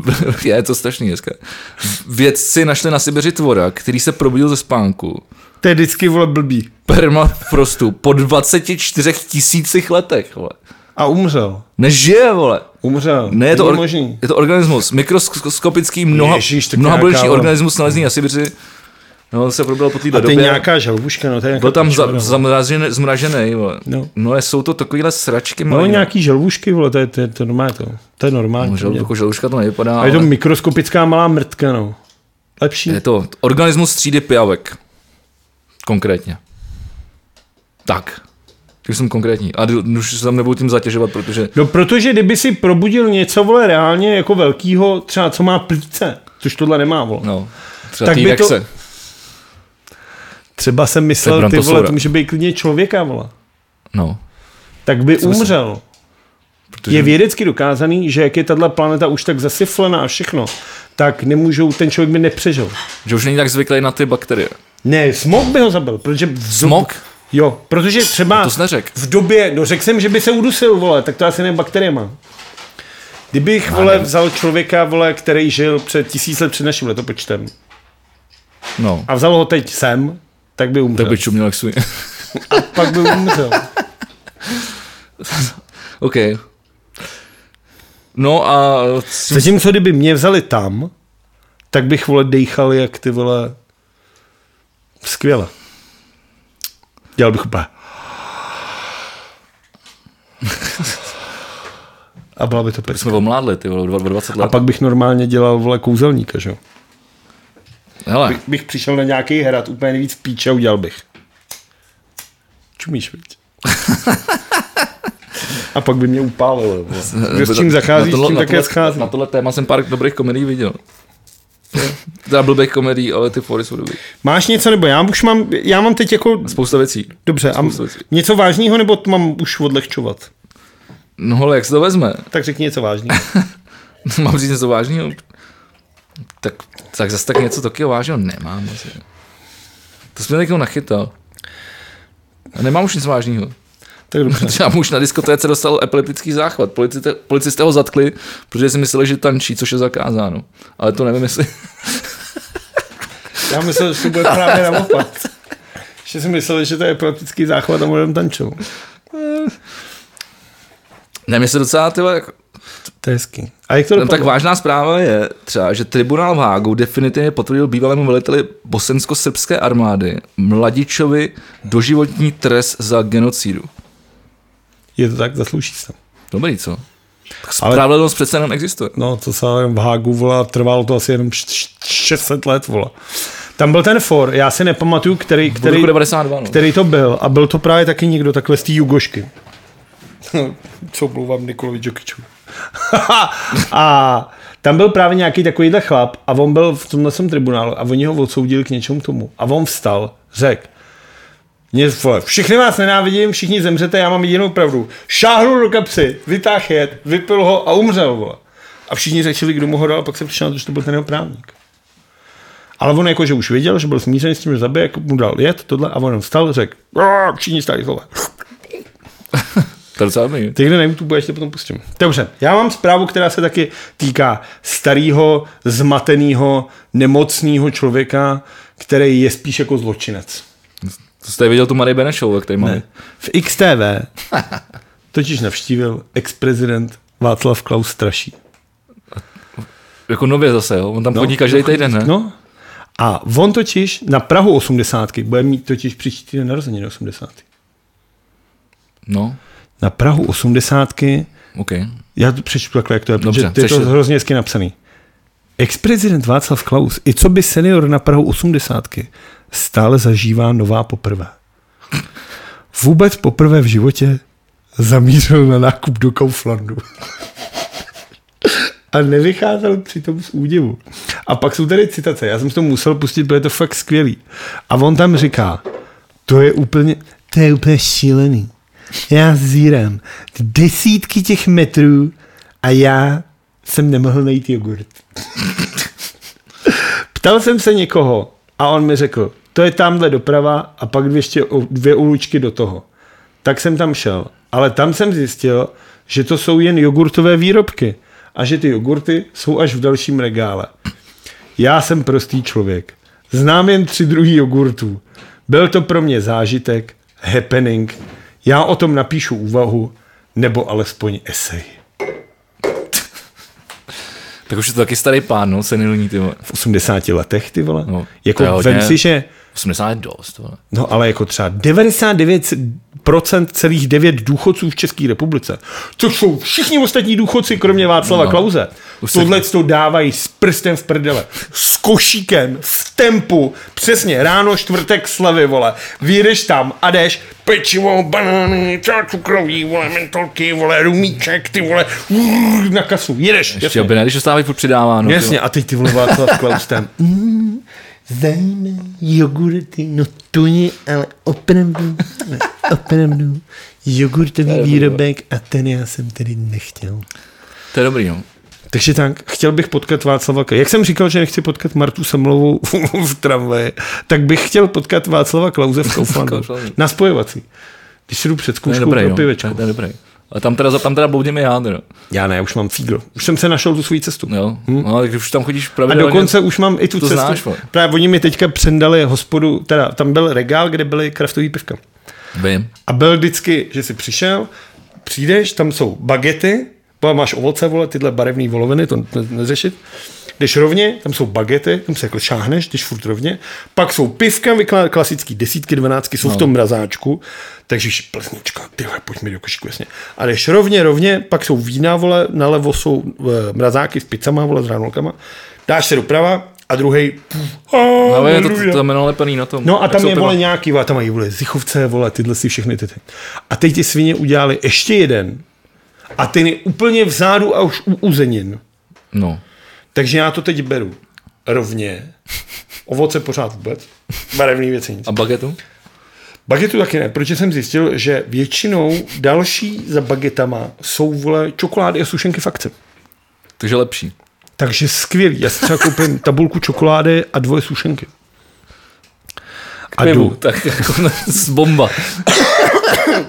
[SPEAKER 1] je to strašný dneska. Vědci našli na Sibiři tvora, který se probudil ze spánku.
[SPEAKER 2] To je vždycky, vole, blbý.
[SPEAKER 1] Permafrostu po 24 tisících letech, vole.
[SPEAKER 2] A umřel.
[SPEAKER 1] Nežije, vole.
[SPEAKER 2] Umřel.
[SPEAKER 1] Ne, je to,
[SPEAKER 2] Není
[SPEAKER 1] or,
[SPEAKER 2] možný.
[SPEAKER 1] je to organismus, mikroskopický mnoha,
[SPEAKER 2] Ježíš,
[SPEAKER 1] Ježíš,
[SPEAKER 2] tak
[SPEAKER 1] mnoha
[SPEAKER 2] nějaká, ale-
[SPEAKER 1] organismus nalezený na Sibiři. No, on se probral po
[SPEAKER 2] A
[SPEAKER 1] této
[SPEAKER 2] to je
[SPEAKER 1] době.
[SPEAKER 2] nějaká žalbuška, no to je nějaká
[SPEAKER 1] Byl tam za,
[SPEAKER 2] pičovina.
[SPEAKER 1] zamražený, zmražený, vole.
[SPEAKER 2] No.
[SPEAKER 1] No. no, ale jsou to takovýhle sračky
[SPEAKER 2] No
[SPEAKER 1] malý,
[SPEAKER 2] nějaký žalbušky, vole, to je, to je, to je normální to. To je normální.
[SPEAKER 1] Žal, jako žaluška to nevypadá,
[SPEAKER 2] a je to
[SPEAKER 1] ale
[SPEAKER 2] mikroskopická malá mrtka, no. Lepší.
[SPEAKER 1] je to organismus třídy pijavek. Konkrétně. Tak. Když jsem konkrétní. A d- už se tam nebudu tím zatěžovat, protože
[SPEAKER 2] No protože kdyby si probudil něco, vole, reálně jako velkýho, třeba co má plíce, což tohle nemá, vole.
[SPEAKER 1] No, třeba
[SPEAKER 2] Tak by
[SPEAKER 1] tak
[SPEAKER 2] to-
[SPEAKER 1] rexe. To...
[SPEAKER 2] Třeba jsem
[SPEAKER 1] To
[SPEAKER 2] myslel,
[SPEAKER 1] je
[SPEAKER 2] ty vole,
[SPEAKER 1] brontosaura.
[SPEAKER 2] to může být klidně člověka, vole.
[SPEAKER 1] No,
[SPEAKER 2] Tak by
[SPEAKER 1] myslím?
[SPEAKER 2] umřel.
[SPEAKER 1] protože
[SPEAKER 2] Je vědecky dokázaný, že jak je tahle planeta už tak zasiflená a všechno, tak nemůžou, ten člověk by nepřežil.
[SPEAKER 1] že už není tak zvyklý na ty bakterie.
[SPEAKER 2] Ne, smog by ho zabil, protože... V dob-
[SPEAKER 1] Smog?
[SPEAKER 2] Jo, protože třeba...
[SPEAKER 1] To jsi neřekl.
[SPEAKER 2] v době, no řekl jsem, že by se udusil, vole, tak to asi ne bakteriema. Kdybych, vole, vzal člověka, vole, který žil před tisíc let před naším letopočtem
[SPEAKER 1] No,
[SPEAKER 2] a vzal ho teď sem, tak by umřel.
[SPEAKER 1] tak by čuměl jak svůj.
[SPEAKER 2] Pak by umřel.
[SPEAKER 1] OK. No a c-
[SPEAKER 2] Zatímco kdyby mě vzali tam, tak bych, vole, dejchal jak ty, vole, skvěle. Dělal bych úplně. A byla by to pecka.
[SPEAKER 1] jsme omládli, ty vole, o dva- o 20 let.
[SPEAKER 2] A pak bych normálně dělal, vole, kouzelníka, že jo?
[SPEAKER 1] Hele,
[SPEAKER 2] bych přišel na nějaký hrad, úplně nejvíc píče a udělal bych. Čumíš, viď? A pak by mě upálilo. vole. Kdo s čím zachází, s
[SPEAKER 1] tohle-
[SPEAKER 2] tím také
[SPEAKER 1] tohle-
[SPEAKER 2] schází.
[SPEAKER 1] Na tohle téma jsem pár dobrých komedií viděl. Teda blbých komedií, ale ty fory jsou dobrý.
[SPEAKER 2] Máš něco, nebo já už mám, já mám teď jako,
[SPEAKER 1] Spousta věcí.
[SPEAKER 2] dobře, a m-
[SPEAKER 1] spoustu věcí.
[SPEAKER 2] něco vážného, nebo to mám už odlehčovat?
[SPEAKER 1] No hele, jak se to vezme?
[SPEAKER 2] Tak řekni něco vážného.
[SPEAKER 1] Mám říct něco vážného? Tak, tak zase tak něco takového vážného nemám. Asi. To jsem někdo nachytal. A nemám už nic vážného.
[SPEAKER 2] Tak dobře.
[SPEAKER 1] Protože já už na diskotéce dostal epileptický záchvat. Policite, policisté ho zatkli, protože si mysleli, že tančí, což je zakázáno. Ale to nevím, jestli...
[SPEAKER 2] Já myslel, že to bude právě naopak. Že jsem myslel, že to je praktický záchvat a budeme tančou.
[SPEAKER 1] Nevím, jestli docela tyhle, jako-
[SPEAKER 2] To je hezký. A jak to
[SPEAKER 1] No, tak
[SPEAKER 2] dopadlo?
[SPEAKER 1] vážná zpráva je třeba, že tribunál v Hágu definitivně potvrdil bývalému veliteli bosensko-srbské armády Mladičovi doživotní trest za genocidu.
[SPEAKER 2] Je to tak, zaslouží se.
[SPEAKER 1] Dobrý, co?
[SPEAKER 2] Ale-
[SPEAKER 1] Spravedlnost přece jenom existuje.
[SPEAKER 2] No, to se ale v Hágu, vole, trvalo to asi jenom š- š- 600 let, vole. Tam byl ten for, já si nepamatuju, který,
[SPEAKER 1] Od
[SPEAKER 2] který,
[SPEAKER 1] roku 92, no.
[SPEAKER 2] který to byl. A byl to právě taky někdo takhle z té Jugošky. Co mluvám Nikolovi Džokiču. a tam byl právě nějaký takovýhle chlap a on byl v tomhle svém tribunálu a oni ho odsoudili k něčemu tomu. A on vstal, řekl, mě, vole, všechny vás nenávidím, všichni zemřete, já mám jedinou pravdu. Šáhnu do kapsy, vytáhl jet, vypil ho a umřel, vole. A všichni řešili, kdo mu ho dal, a pak se přišel na to, že to byl ten jeho právník. Ale on jakože už věděl, že byl smířený s tím, že zabije, jako mu dal jet, tohle, a on vstal, řekl, "Aaa, všichni stáli tohle.
[SPEAKER 1] To je docela dobrý.
[SPEAKER 2] Ty kde na YouTube, ještě potom pustím. Dobře, já mám zprávu, která se taky týká starého, zmateného, nemocného člověka, který je spíš jako zločinec.
[SPEAKER 1] To jste viděl tu Marie Benešovou, který máme.
[SPEAKER 2] V XTV totiž navštívil ex-prezident Václav Klaus Straší.
[SPEAKER 1] Jako nově zase, jo? On tam chodí každý týden, ne?
[SPEAKER 2] No. A on totiž na Prahu 80. bude mít totiž příští týden narozeniny 80.
[SPEAKER 1] No,
[SPEAKER 2] Na Prahu 80.
[SPEAKER 1] OK.
[SPEAKER 2] Já to přečtu takhle, jak to je,
[SPEAKER 1] Dobře,
[SPEAKER 2] protože ty je
[SPEAKER 1] chceš-
[SPEAKER 2] to hrozně hezky napsaný. Ex-prezident Václav Klaus, i co by senior na Prahu 80. stále zažívá nová poprvé. Vůbec poprvé v životě zamířil na nákup do Kauflandu. A nevycházel přitom z údivu. A pak jsou tady citace. Já jsem si to musel pustit, protože je to fakt skvělý. A on tam říká, to je úplně, to je úplně šílený. Já zírám desítky těch metrů a já jsem nemohl najít jogurt. Ptal jsem se někoho a on mi řekl, to je tamhle doprava a pak dvě, ještě, o- dvě uličky do toho. Tak jsem tam šel. Ale tam jsem zjistil, že to jsou jen jogurtové výrobky a že ty jogurty jsou až v dalším regále. Já jsem prostý člověk. Znám jen tři druhy jogurtů. Byl to pro mě zážitek, happening. Já o tom napíšu úvahu, nebo alespoň esej.
[SPEAKER 1] Tak už je to taky starý pán, no, senilní, ty vole.
[SPEAKER 2] V 80 letech, ty vole.
[SPEAKER 1] No,
[SPEAKER 2] No,
[SPEAKER 1] to je
[SPEAKER 2] jako
[SPEAKER 1] hodně.
[SPEAKER 2] vem si, že
[SPEAKER 1] 80 je dost, vole.
[SPEAKER 2] No ale jako třeba 99% celých 9 důchodců v České republice, což jsou všichni ostatní důchodci, kromě Václava
[SPEAKER 1] No.
[SPEAKER 2] no. Klauze,
[SPEAKER 1] Už se-
[SPEAKER 2] tohle to dávají s prstem v prdele, s košíkem, v tempu, přesně ráno, čtvrtek, slevy, vole, vyjedeš tam a jdeš, pečivo, banány, třeba cukroví, vole, mentolky, vole, rumíček, ty vole, urr, na kasu, jedeš,
[SPEAKER 1] Ještě,
[SPEAKER 2] jasně.
[SPEAKER 1] aby ne, když dostávají furt přidáváno. ty vole.
[SPEAKER 2] Jasně, a teď ty vole Václav Klaus tam. "Mm, Zajímá jogurty, no to je ale opravdu, ale opravdu jogurtový výrobek a ten já jsem tedy nechtěl.
[SPEAKER 1] To je dobrý, no.
[SPEAKER 2] Takže tak, chtěl bych potkat Václava Klause. Jak jsem říkal, že nechci potkat Martu Semlovou v tramvaji, tak bych chtěl potkat Václava Klause v Kauflandu.
[SPEAKER 1] Kauflandu.
[SPEAKER 2] Na spojovací. Když jdu před
[SPEAKER 1] To je
[SPEAKER 2] zkouškou
[SPEAKER 1] dobrý,
[SPEAKER 2] pro
[SPEAKER 1] no. To
[SPEAKER 2] pivečko.
[SPEAKER 1] je, to je dobrý. A tam teda, tam teda bloudíme já, teda.
[SPEAKER 2] Já ne, už mám fígl. Už jsem se našel tu svou cestu.
[SPEAKER 1] Jo? No, tak už tam chodíš
[SPEAKER 2] Hm. A
[SPEAKER 1] pravidelně.
[SPEAKER 2] dokonce už mám i tu
[SPEAKER 1] to
[SPEAKER 2] cestu.
[SPEAKER 1] znáš, vole.
[SPEAKER 2] Právě oni mi teďka přendali hospodu, teda tam byl regál, kde byly kraftový pivka.
[SPEAKER 1] Vím.
[SPEAKER 2] A byl vždycky, že jsi přišel, přijdeš, tam jsou bagety, bo máš ovoce, vole, tyhle barevné voloviny, to ne- neřešit. Jdeš rovně, tam jsou bagety, tam se jako šáhneš, jdeš furt rovně. Pak jsou pivka, vyklá- klasický desítky, dvanáctky, jsou no. v tom mrazáčku, takže jsi plznička, ty vole, pojď mi do košíku, jasně. A jdeš rovně, rovně, pak jsou vína, vole, nalevo jsou e, mrazáky s pizzama, vole, s hranolkama. Dáš se doprava a druhý.
[SPEAKER 1] No, Ale je to, to, to jméno lepený na tom.
[SPEAKER 2] No a
[SPEAKER 1] Jak
[SPEAKER 2] tam
[SPEAKER 1] jsou
[SPEAKER 2] je
[SPEAKER 1] piva.
[SPEAKER 2] vole nějaký, vole, tam mají vole zichovce, vole, tyhle si všechny ty. ty. A teď ty svině udělali ještě jeden. A ten je úplně vzadu a už u uzenin.
[SPEAKER 1] No.
[SPEAKER 2] Takže já to teď beru. Rovně. Ovoce pořád vůbec. Barevný věci nic.
[SPEAKER 1] A bagetu?
[SPEAKER 2] Bagetu taky ne, protože jsem zjistil, že většinou další za bagetama jsou vole čokolády a sušenky fakce.
[SPEAKER 1] Takže lepší.
[SPEAKER 2] Takže skvělý. Já si třeba koupím tabulku čokolády a dvoje sušenky. A
[SPEAKER 1] Pivu,
[SPEAKER 2] jdu
[SPEAKER 1] tak jako z bomba.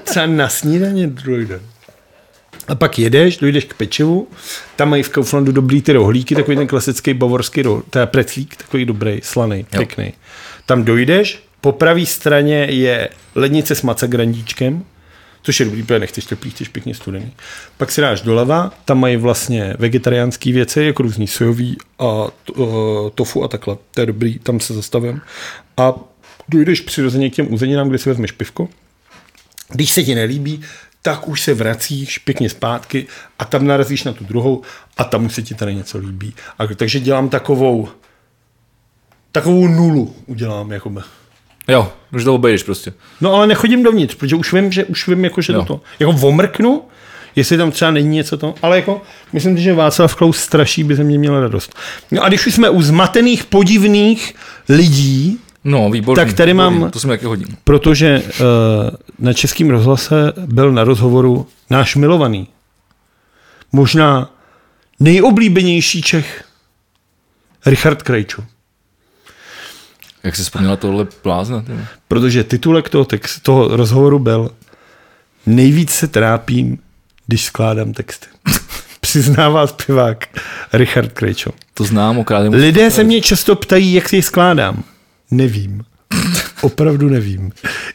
[SPEAKER 2] třeba na snídaně dojde. A pak jedeš, dojdeš k pečivu, tam mají v Kauflandu dobrý ty rohlíky, takový ten klasický bavorský rohl, teda pretlík, takový dobrý, slaný, pěkný. Tam dojdeš, po pravé straně je lednice s macagrandíčkem, což je dobrý, protože nechceš teplý, chceš pěkně studený. Pak si dáš doleva, tam mají vlastně vegetariánské věci, jako různý sojový a uh, tofu a takhle. To je dobrý, tam se zastavím. A dojdeš přirozeně k těm uzeninám, kde si vezmeš pivko, když se ti nelíbí, tak už se vracíš pěkně zpátky a tam narazíš na tu druhou a tam už se ti tady něco líbí. A, takže dělám takovou takovou nulu udělám. Jakoby.
[SPEAKER 1] Jo, už to obejdeš prostě.
[SPEAKER 2] No ale nechodím dovnitř, protože už vím, že už vím, jako, že
[SPEAKER 1] Jo.
[SPEAKER 2] to, to jako omrknu, jestli tam třeba není něco to, ale jako myslím, si, že Václav Klaus straší, by ze mě měl radost. No a když už jsme u zmatených, podivných lidí,
[SPEAKER 1] No, výborný.
[SPEAKER 2] Tak tady
[SPEAKER 1] výborný.
[SPEAKER 2] mám-
[SPEAKER 1] To jsme taky hodí.
[SPEAKER 2] protože uh, na Českém rozhlase byl na rozhovoru náš milovaný, možná nejoblíbenější Čech, Richard Krejčo.
[SPEAKER 1] Jak jsi vzpomněla tohle blázna? Ty. vole.
[SPEAKER 2] Protože titulek toho, text, toho rozhovoru byl Nejvíc se trápím, když skládám texty. Přiznává zpěvák Richard Krejčo.
[SPEAKER 1] To znám, okrádám.
[SPEAKER 2] Lidé se mě často ptají, jak si ji skládám. Nevím. Opravdu nevím.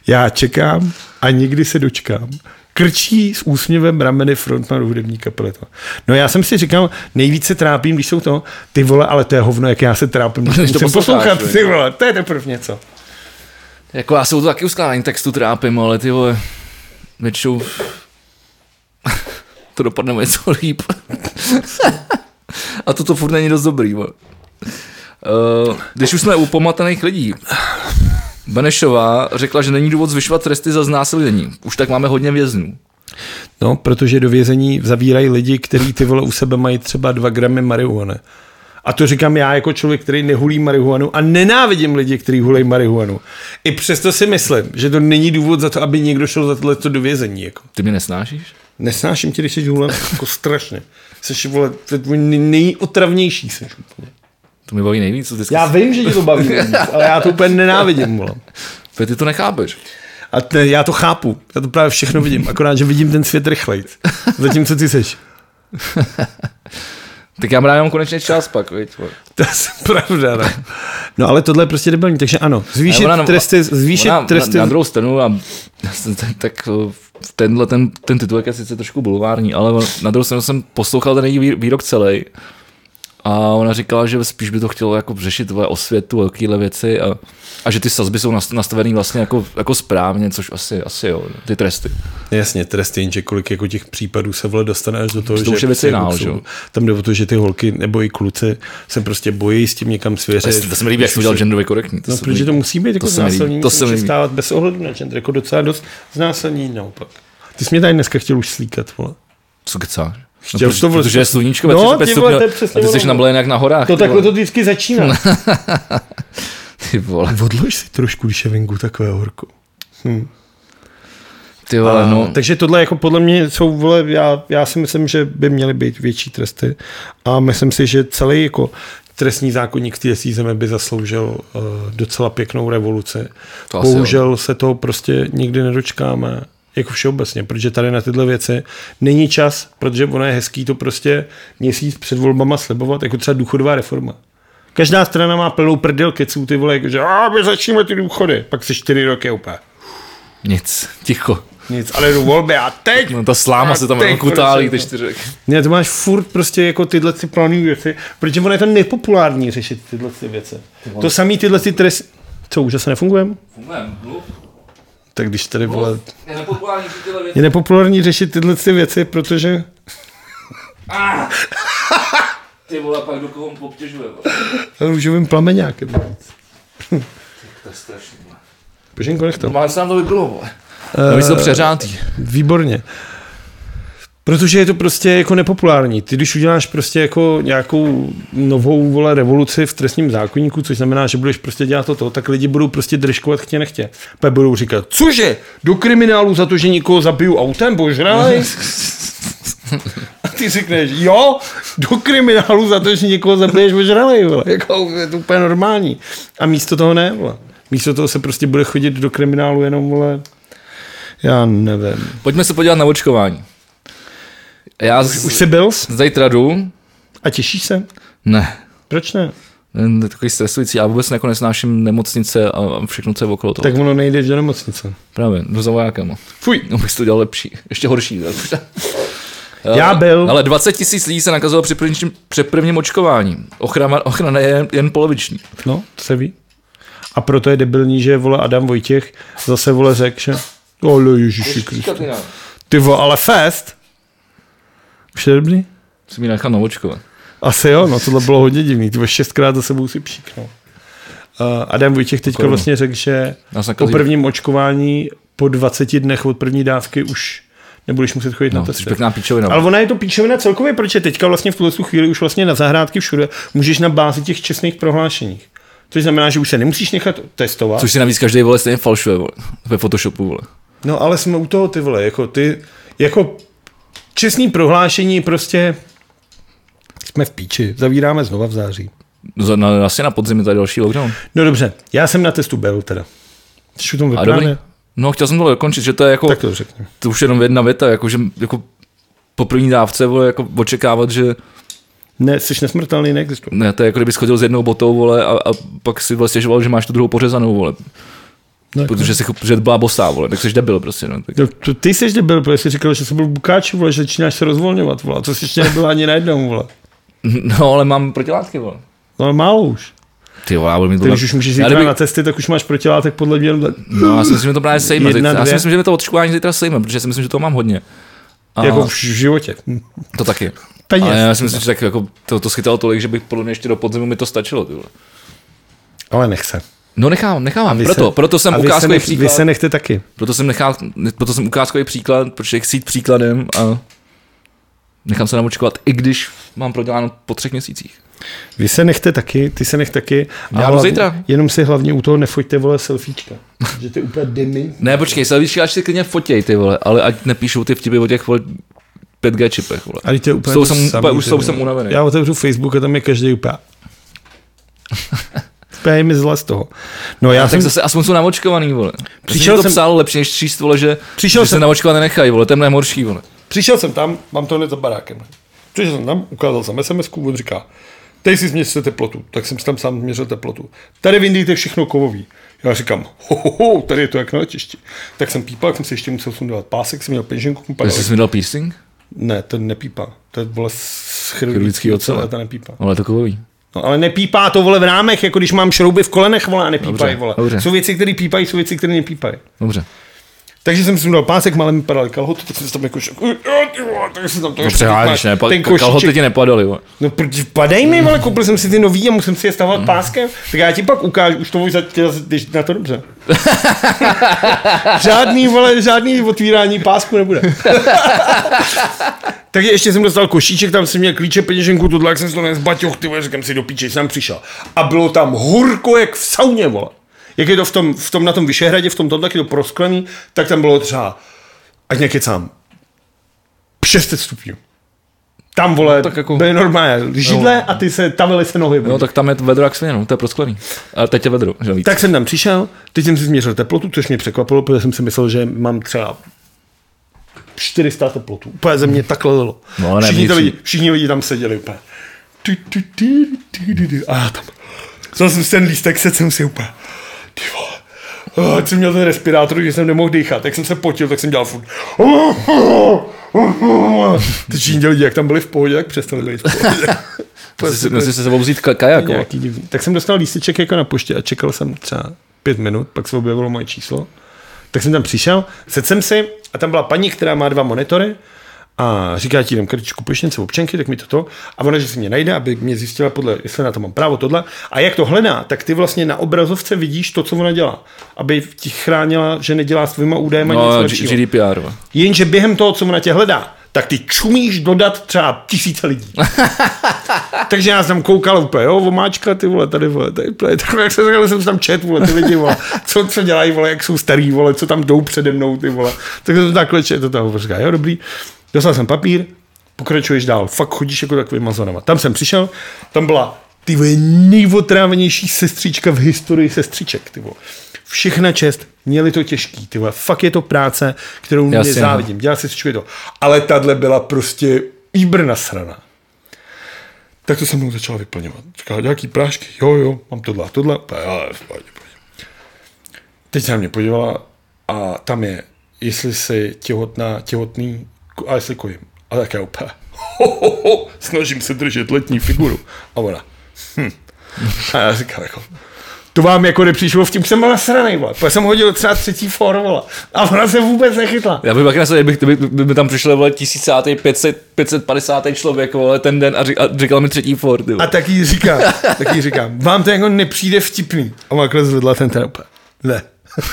[SPEAKER 2] Já čekám a nikdy se dočkám. Krčí s úsměvem rameny frontmanu hudební kapely. To. No já jsem si říkal, nejvíc se trápím, když jsou to, ty vole, ale to je hovno, jak já se trápím, když,
[SPEAKER 1] Když to
[SPEAKER 2] to musím
[SPEAKER 1] posloucháš,
[SPEAKER 2] poslouchat,
[SPEAKER 1] veď.
[SPEAKER 2] ty vole, to je teprve něco.
[SPEAKER 1] Jako já se u to taky uskládání textu trápím, ale ty vole, většinou to dopadne o něco líp. a toto furt není dost dobrý. vole. Eh, Když už jsme u pomataných lidí, Benešová řekla, že není důvod zvyšovat tresty za znásilnění. Už tak máme hodně vězňů.
[SPEAKER 2] No, protože do vězení zavírají lidi, kteří ty vole u sebe mají třeba 2 gramy marihuany. A to říkám já jako člověk, který nehulí marihuanu a nenávidím lidi, kteří hulej marihuanu. I přesto si myslím, že to není důvod za to, aby někdo šel za tohle do vězení. Jako.
[SPEAKER 1] Ty mě nesnášíš?
[SPEAKER 2] Nesnáším tě, když jsi hulem, jako strašně. Jsi vole, to je tvůj nej- nejotravnější. Jsi. úplně.
[SPEAKER 1] To mi baví nejvíc. co Vždycky...
[SPEAKER 2] Já vím, že tě to baví, nejvíc, ale já to úplně nenávidím. Vole.
[SPEAKER 1] Ty- Ty to nechápeš.
[SPEAKER 2] A t- já to chápu, já to právě všechno vidím, akorát, že vidím ten svět rychlejc. Zatímco ty seš.
[SPEAKER 1] Tak já mám konečně čas pak, viď? vole.
[SPEAKER 2] To je pravda, no. No ale tohle je prostě debilní, takže ano, zvýšit
[SPEAKER 1] Ale
[SPEAKER 2] ona, tresty, zvýšit
[SPEAKER 1] ona,
[SPEAKER 2] tresty.
[SPEAKER 1] Na, na druhou stranu, a, tak eh, tenhle, ten, ten titulek je sice trošku bulvární, ale on- na druhou stranu jsem poslouchal ten její vý- výrok celý a ona říkala, že spíš by to chtělo jako řešit tvoje osvětu a takovéhle věci a, a, že ty sazby jsou nas- nastavený vlastně jako, jako správně, což asi, asi jo, ty tresty.
[SPEAKER 2] Jasně, tresty, jenže kolik jako těch případů se vole dostane až do toho,
[SPEAKER 1] To už je
[SPEAKER 2] prostě
[SPEAKER 1] věc jiná,
[SPEAKER 2] jako jsou-
[SPEAKER 1] že jo?
[SPEAKER 2] Tam jde o to, že ty holky nebo i kluci se prostě bojí s tím někam svěřit.
[SPEAKER 1] To se mi líbí, jak jsi udělal genderově korektní.
[SPEAKER 2] No,
[SPEAKER 1] se mi
[SPEAKER 2] protože to
[SPEAKER 1] líbí.
[SPEAKER 2] musí být jako
[SPEAKER 1] to se mi líbí,
[SPEAKER 2] znásilnění,
[SPEAKER 1] to
[SPEAKER 2] to
[SPEAKER 1] se mi
[SPEAKER 2] se
[SPEAKER 1] líbí.
[SPEAKER 2] stávat bez ohledu na gender, jako docela dost znásilnění naopak. Ty jsi mě tady dneska chtěl už slíkat, vole.
[SPEAKER 1] Co kecáš?
[SPEAKER 2] Chtěl
[SPEAKER 1] proč-
[SPEAKER 2] to vole-
[SPEAKER 1] protože je sluníčko ve
[SPEAKER 2] No,
[SPEAKER 1] 35
[SPEAKER 2] ty vole,
[SPEAKER 1] stupňů
[SPEAKER 2] to je
[SPEAKER 1] a
[SPEAKER 2] přesně
[SPEAKER 1] ty jsi
[SPEAKER 2] ono.
[SPEAKER 1] na mlé nějak na horách.
[SPEAKER 2] To
[SPEAKER 1] ty
[SPEAKER 2] takhle
[SPEAKER 1] vole.
[SPEAKER 2] to vždycky začíná.
[SPEAKER 1] Ty vole,
[SPEAKER 2] Odlož si trošku, když je venku takové horko.
[SPEAKER 1] ty vole, no.
[SPEAKER 2] Takže tohle jako podle mě jsou, vole, já, já si myslím, že by měly být větší tresty a myslím si, že celý jako trestní zákonník v té zemi by zasloužil uh, docela pěknou revoluci.
[SPEAKER 1] To asi
[SPEAKER 2] Bohužel se toho prostě nikdy nedočkáme, jako všeobecně, protože tady na tyhle věci není čas, protože ono je hezký to prostě měsíc před volbama slibovat, jako třeba důchodová reforma. Každá strana má plnou prdel keců, ty vole, jako, že a my začneme ty důchody, pak se čtyři roky úplně.
[SPEAKER 1] Nic, ticho.
[SPEAKER 2] Nic, ale jdu volby a teď
[SPEAKER 1] No, ta sláma se tam
[SPEAKER 2] Ty
[SPEAKER 1] jenom kutálí, ty
[SPEAKER 2] kurčo.
[SPEAKER 1] čtyři roky.
[SPEAKER 2] Ne, to máš furt prostě jako tyhle ty plané věci, protože ono je to nepopulární řešit tyhle ty věci. To samý tyhle ty trest... Co, už asi nefungujem? Tak když tady vole... Je nepopulární řešit tyhle ty věci, protože...
[SPEAKER 1] Ty vole, pak do koho obtěžuje,
[SPEAKER 2] Růžovým plameňákem.
[SPEAKER 1] To je strašný.
[SPEAKER 2] Boženko, nech to.
[SPEAKER 1] Má No, se nám to vypilo, vole. No, my jsme to přeřátý.
[SPEAKER 2] Výborně. Protože je to prostě jako nepopulární. Ty, když uděláš prostě jako nějakou novou vole revoluci v trestním zákonníku, což znamená, že budeš prostě dělat toto, tak lidi budou prostě držkovat chtě nechtě. Pak budou říkat, cože, do kriminálu za to, že někoho zabiju autem, božraj? A ty řekneš, jo, do kriminálu za to, že někoho zabiješ ožralej, vole. Jako, je to úplně normální. A místo toho ne, vole. Místo toho se prostě bude chodit do kriminálu jenom, vole, já nevím.
[SPEAKER 1] Pojďme se podívat na očkování. Já už,
[SPEAKER 2] Už jsi byl?
[SPEAKER 1] zítra jdu.
[SPEAKER 2] A těšíš se?
[SPEAKER 1] Ne.
[SPEAKER 2] Proč ne?
[SPEAKER 1] Jen Takový stresující. Já vůbec jako nesnáším nemocnice a a všechno, co je okolo toho.
[SPEAKER 2] Tak ono nejde do nemocnice.
[SPEAKER 1] Právě, no za vojákama.
[SPEAKER 2] Fuj.
[SPEAKER 1] No, bych to dělal lepší. Ještě horší. tak.
[SPEAKER 2] Já byl.
[SPEAKER 1] Ale 20 tisíc lidí se nakazilo při prvním, při prvním očkování. Ochrana, ochrana je jen, jen poloviční.
[SPEAKER 2] No, to se ví. A proto je debilní, že vole Adam Vojtěch zase vole řekl, že... Ale ježiši Kriste. Ty vole, ale fest. Už je dobrý?
[SPEAKER 1] Jsem ji nechal naočkovat.
[SPEAKER 2] Asi jo, no tohle bylo hodně divný. Ty vole, šestkrát za sebou si pšíknul. Uh, Adam Vojtěch teďka
[SPEAKER 1] Korunu.
[SPEAKER 2] vlastně řekl, že
[SPEAKER 1] Nás
[SPEAKER 2] po
[SPEAKER 1] nakazí.
[SPEAKER 2] prvním očkování po 20 dnech od první dávky už nebudeš muset chodit na
[SPEAKER 1] No, to je
[SPEAKER 2] testy.
[SPEAKER 1] pěkná píčovina.
[SPEAKER 2] Ale ona je to píčovina celkově, protože teďka vlastně v tuhle tu chvíli už vlastně na zahrádky všude můžeš na bázi těch čestných prohlášeních. Což znamená, že už se nemusíš nechat testovat.
[SPEAKER 1] Což si navíc každý vole stejně falšuje, vole. Ve Photoshopu, vole.
[SPEAKER 2] No ale jsme u toho, ty vole, jako ty, jako čestný prohlášení prostě jsme v píči, zavíráme znova v září.
[SPEAKER 1] Za- Na, asi na podzim je tady další lockdown.
[SPEAKER 2] No dobře, já jsem na testu byl teda. Jsi o tom
[SPEAKER 1] A dobrý.
[SPEAKER 2] vyprávět?
[SPEAKER 1] No, chtěl jsem to dokončit, že to je jako,
[SPEAKER 2] Tak to řekni.
[SPEAKER 1] to už jenom jedna věta, jako, že jako po první dávce, vole, jako očekávat, že
[SPEAKER 2] Ne, jsi nesmrtelný, neexistuje.
[SPEAKER 1] ne, to je jako kdyby schodil s jednou botou, vole, a, a pak si vlastně žoval, že máš tu druhou pořezanou, vole.
[SPEAKER 2] No,
[SPEAKER 1] Protože jsi že byla bosá, vole, tak jsi debil prostě, no. Tak.
[SPEAKER 2] No, to ty jsi debil, protože jsi říkal, že jsi byl bukáč, vole, že začínáš se rozvolňovat, vole, to jsi ještě nebyl ani na jednom, vole.
[SPEAKER 1] No, ale mám protilátky, vole.
[SPEAKER 2] No ale málo už.
[SPEAKER 1] Ty vole, já budu mít
[SPEAKER 2] Ty,
[SPEAKER 1] na-
[SPEAKER 2] když už můžeš
[SPEAKER 1] já,
[SPEAKER 2] zítra
[SPEAKER 1] kdyby,
[SPEAKER 2] na testy, tak už máš protilátek podle mě.
[SPEAKER 1] No, já si myslím, že to právě sejme.
[SPEAKER 2] Jedna,
[SPEAKER 1] já si
[SPEAKER 2] dvě.
[SPEAKER 1] myslím, že mi to očkování zítra sejme, protože si myslím, že to mám hodně. A
[SPEAKER 2] Jako v životě.
[SPEAKER 1] to taky.
[SPEAKER 2] Peněz.
[SPEAKER 1] Ale já si myslím, že tak jako to, to schytalo tolik, že bych podle mě ještě do podzimu mi to stačilo. Ty vole.
[SPEAKER 2] Ale nechce.
[SPEAKER 1] No nechám, nechám. Proto, se, proto jsem
[SPEAKER 2] a vy se,
[SPEAKER 1] ukázkový
[SPEAKER 2] nech, vy
[SPEAKER 1] příklad.
[SPEAKER 2] se nechte taky.
[SPEAKER 1] Proto jsem, nechal, proto jsem ukázkový příklad, protože chci jít příkladem a nechám se namočkovat, i když mám proděláno po třech měsících.
[SPEAKER 2] Vy se nechte taky, ty se nech taky. A
[SPEAKER 1] Já jdu zítra.
[SPEAKER 2] Jenom si hlavně u toho nefoďte, vole, selfiečka. Že ty úplně demi.
[SPEAKER 1] Ne, počkej, selvíčky, ať si klidně fotěj, ty vole, ale ať nepíšou ty vtipy o těch vole, 5G čipech, vole.
[SPEAKER 2] Ale to je úplně
[SPEAKER 1] Jsou
[SPEAKER 2] to
[SPEAKER 1] jsem-
[SPEAKER 2] samý,
[SPEAKER 1] úplně už
[SPEAKER 2] ty
[SPEAKER 1] jsou-
[SPEAKER 2] vole.
[SPEAKER 1] jsem unavený.
[SPEAKER 2] Já otevřu Facebook a tam je každý úplně. úplně je mi zle z toho. No já
[SPEAKER 1] Tak
[SPEAKER 2] jsem...
[SPEAKER 1] zase aspoň jsou namočkovaný, vole.
[SPEAKER 2] Přišel
[SPEAKER 1] Přišel to
[SPEAKER 2] jsem-
[SPEAKER 1] jsem... psal lepší, než číst, vole, že,
[SPEAKER 2] Přišel
[SPEAKER 1] že se
[SPEAKER 2] jsem-
[SPEAKER 1] namočkovat nenechají, vole, to je mnohem horší, vole.
[SPEAKER 2] Přišel jsem tam, mám to hned za barákem. Přišel jsem tam, ukázal jsem sms on říká, tady si změřte teplotu. Tak jsem si tam sám změřil teplotu. Tady vyndejte všechno kovový. Já říkám, ho, ho, ho, tady je to jak na letišti. Tak jsem pípal, jak jsem si ještě musel sundovat pásek, jsem měl peněženku,
[SPEAKER 1] Ty
[SPEAKER 2] mu padal.
[SPEAKER 1] jsi mi dal piercing?
[SPEAKER 2] Ne, to nepípá. To je vole z
[SPEAKER 1] Chirurgický
[SPEAKER 2] chirurgický
[SPEAKER 1] ocele.
[SPEAKER 2] ocele, to nepípá.
[SPEAKER 1] Ale to kovový.
[SPEAKER 2] No, ale nepípá to vole v rámech, jako když mám šrouby v kolenech, vole, a nepípají,
[SPEAKER 1] Dobře,
[SPEAKER 2] vole.
[SPEAKER 1] dobře.
[SPEAKER 2] Jsou věci, které pípají, jsou věci, které nepípají.
[SPEAKER 1] Dobře.
[SPEAKER 2] Takže jsem si dal pásek, malé mi padaly kalhoty, tak jsem si tam jako šel, "Uj, jo, ty vole, tak jsem tam to
[SPEAKER 1] To
[SPEAKER 2] ještě
[SPEAKER 1] přehádíš,
[SPEAKER 2] vypál-
[SPEAKER 1] ne? Pa,
[SPEAKER 2] ten
[SPEAKER 1] kalhoty
[SPEAKER 2] košíček,
[SPEAKER 1] ti nepadaly, vole.
[SPEAKER 2] no proč padají mi, vole, koupil jsem si ty nový a musím si je stavovat
[SPEAKER 1] Mm.
[SPEAKER 2] páskem, tak já ti pak ukážu, už to můj když na to dobře. žádný, vole, žádný otvírání pásku nebude. Takže ještě jsem dostal košíček, tam jsem měl klíče, peněženku, tohle, jak jsem si to nezbatil, ty vole, říkám si do píče, jsem přišel. A bylo tam horko, jak v sauně, vole. Jak je to v tom, v tom na tom Vyšehradě, v tom tam taky to prosklený, tak tam bylo třeba, ať nekecám, 600 stupňů. Tam, vole,
[SPEAKER 1] tak jako-
[SPEAKER 2] byly normálně židle a ty se tavily se nohy.
[SPEAKER 1] No tak tam je vedro jak svině, no, to je prosklený. Ale teď je vedro, že víc.
[SPEAKER 2] Tak jsem tam přišel, teď jsem si změřil teplotu, což mě překvapilo, protože jsem si myslel, že mám třeba 400 teplotu. Úplně ze mě takhle lilo.
[SPEAKER 1] No, ale ne,
[SPEAKER 2] všichni, ty
[SPEAKER 1] vnitřní.
[SPEAKER 2] lidi, všichni lidi tam seděli úplně. Tu, tu, tu, tu, tu, tu. A já tam. Vzal jsem si ten lístek, sedl jsem si úplně. Ty vole. A Ať jsem měl ten respirátor, že jsem nemohl dýchat, jak jsem se potil, tak jsem dělal furt. Ty všichni lidi, jak tam byli v pohodě, tak přestali být v pohodě. To je
[SPEAKER 1] Musíš si-
[SPEAKER 2] super.
[SPEAKER 1] Musíš se sebou vzít ka- kajak, vole.
[SPEAKER 2] Jako Nějaký divný. Tak jsem dostal lísteček jako na poště a čekal jsem třeba pět minut, pak se objevilo moje číslo. Tak jsem tam přišel, sedl jsem si a tam byla paní, která má dva monitory a říká ti jenom, když kupuješ něco v občanky, tak mi to to. A ona, že si mě najde, aby mě zjistila podle, jestli na to mám právo tohle. A jak to hledá, tak ty vlastně na obrazovce vidíš to, co ona dělá. Aby ti chránila, že nedělá s tvýma údajema nic
[SPEAKER 1] No,
[SPEAKER 2] lepšího.
[SPEAKER 1] G- GDPR, vole.
[SPEAKER 2] Jenže během toho, co mu na tě hledá, tak ty čumíš dodat třeba tisíce lidí. Takže já jsem tam koukal úplně, jo, omáčka, ty vole, tady, vole, tady, tady, tady jak jsem, říkal, jsem si tam čet, vole, ty lidi, vole, co, co dělají, vole, jak jsou starý, vole, co tam jdou přede mnou, ty vole. Tak jsem to takhle čet, to toho říká, jo, dobrý, dostal jsem papír, pokračuješ dál, fakt chodíš jako takovýma zonama. Tam jsem přišel, tam byla ty vole, nejotrávenější sestřička v historii sestřiček, ty vole. Všechna čest, měli to těžký, ty vole. Fakt je to práce, kterou mě
[SPEAKER 1] Jasně, no.
[SPEAKER 2] závidím. Dělá si člověk to. Ale tahle byla prostě íbr nasraná. Tak to se mnou začala vyplňovat. Říkala, nějaký prášky, jo, jo, mám tohle a tohle. A já, v pohodě, v pohodě. Teď se na mě podívala a tam je, jestli jsi těhotná, těhotný ko- a jestli kojím. A tak já úplně, ho, ho, ho, snažím se držet letní figuru. A ona, hm. A já říkám jako, to vám jako nepřišlo, v tím jsem byl nasranej, vole. Pak jsem hodil třeba třetí for, vole. A ona se vůbec nechytla.
[SPEAKER 1] Já bych pak nesel, kdyby, kdyby, kdyby tam přišel vole, 1000, 500, 550 člověk vole, ten den a, ři, a říkal mi třetí Ford. Ty,
[SPEAKER 2] A
[SPEAKER 1] vole.
[SPEAKER 2] tak jí říkám, tak jí říkám, vám to jako nepřijde vtipný. A ona takhle zvedla ten ten úplně. Ne.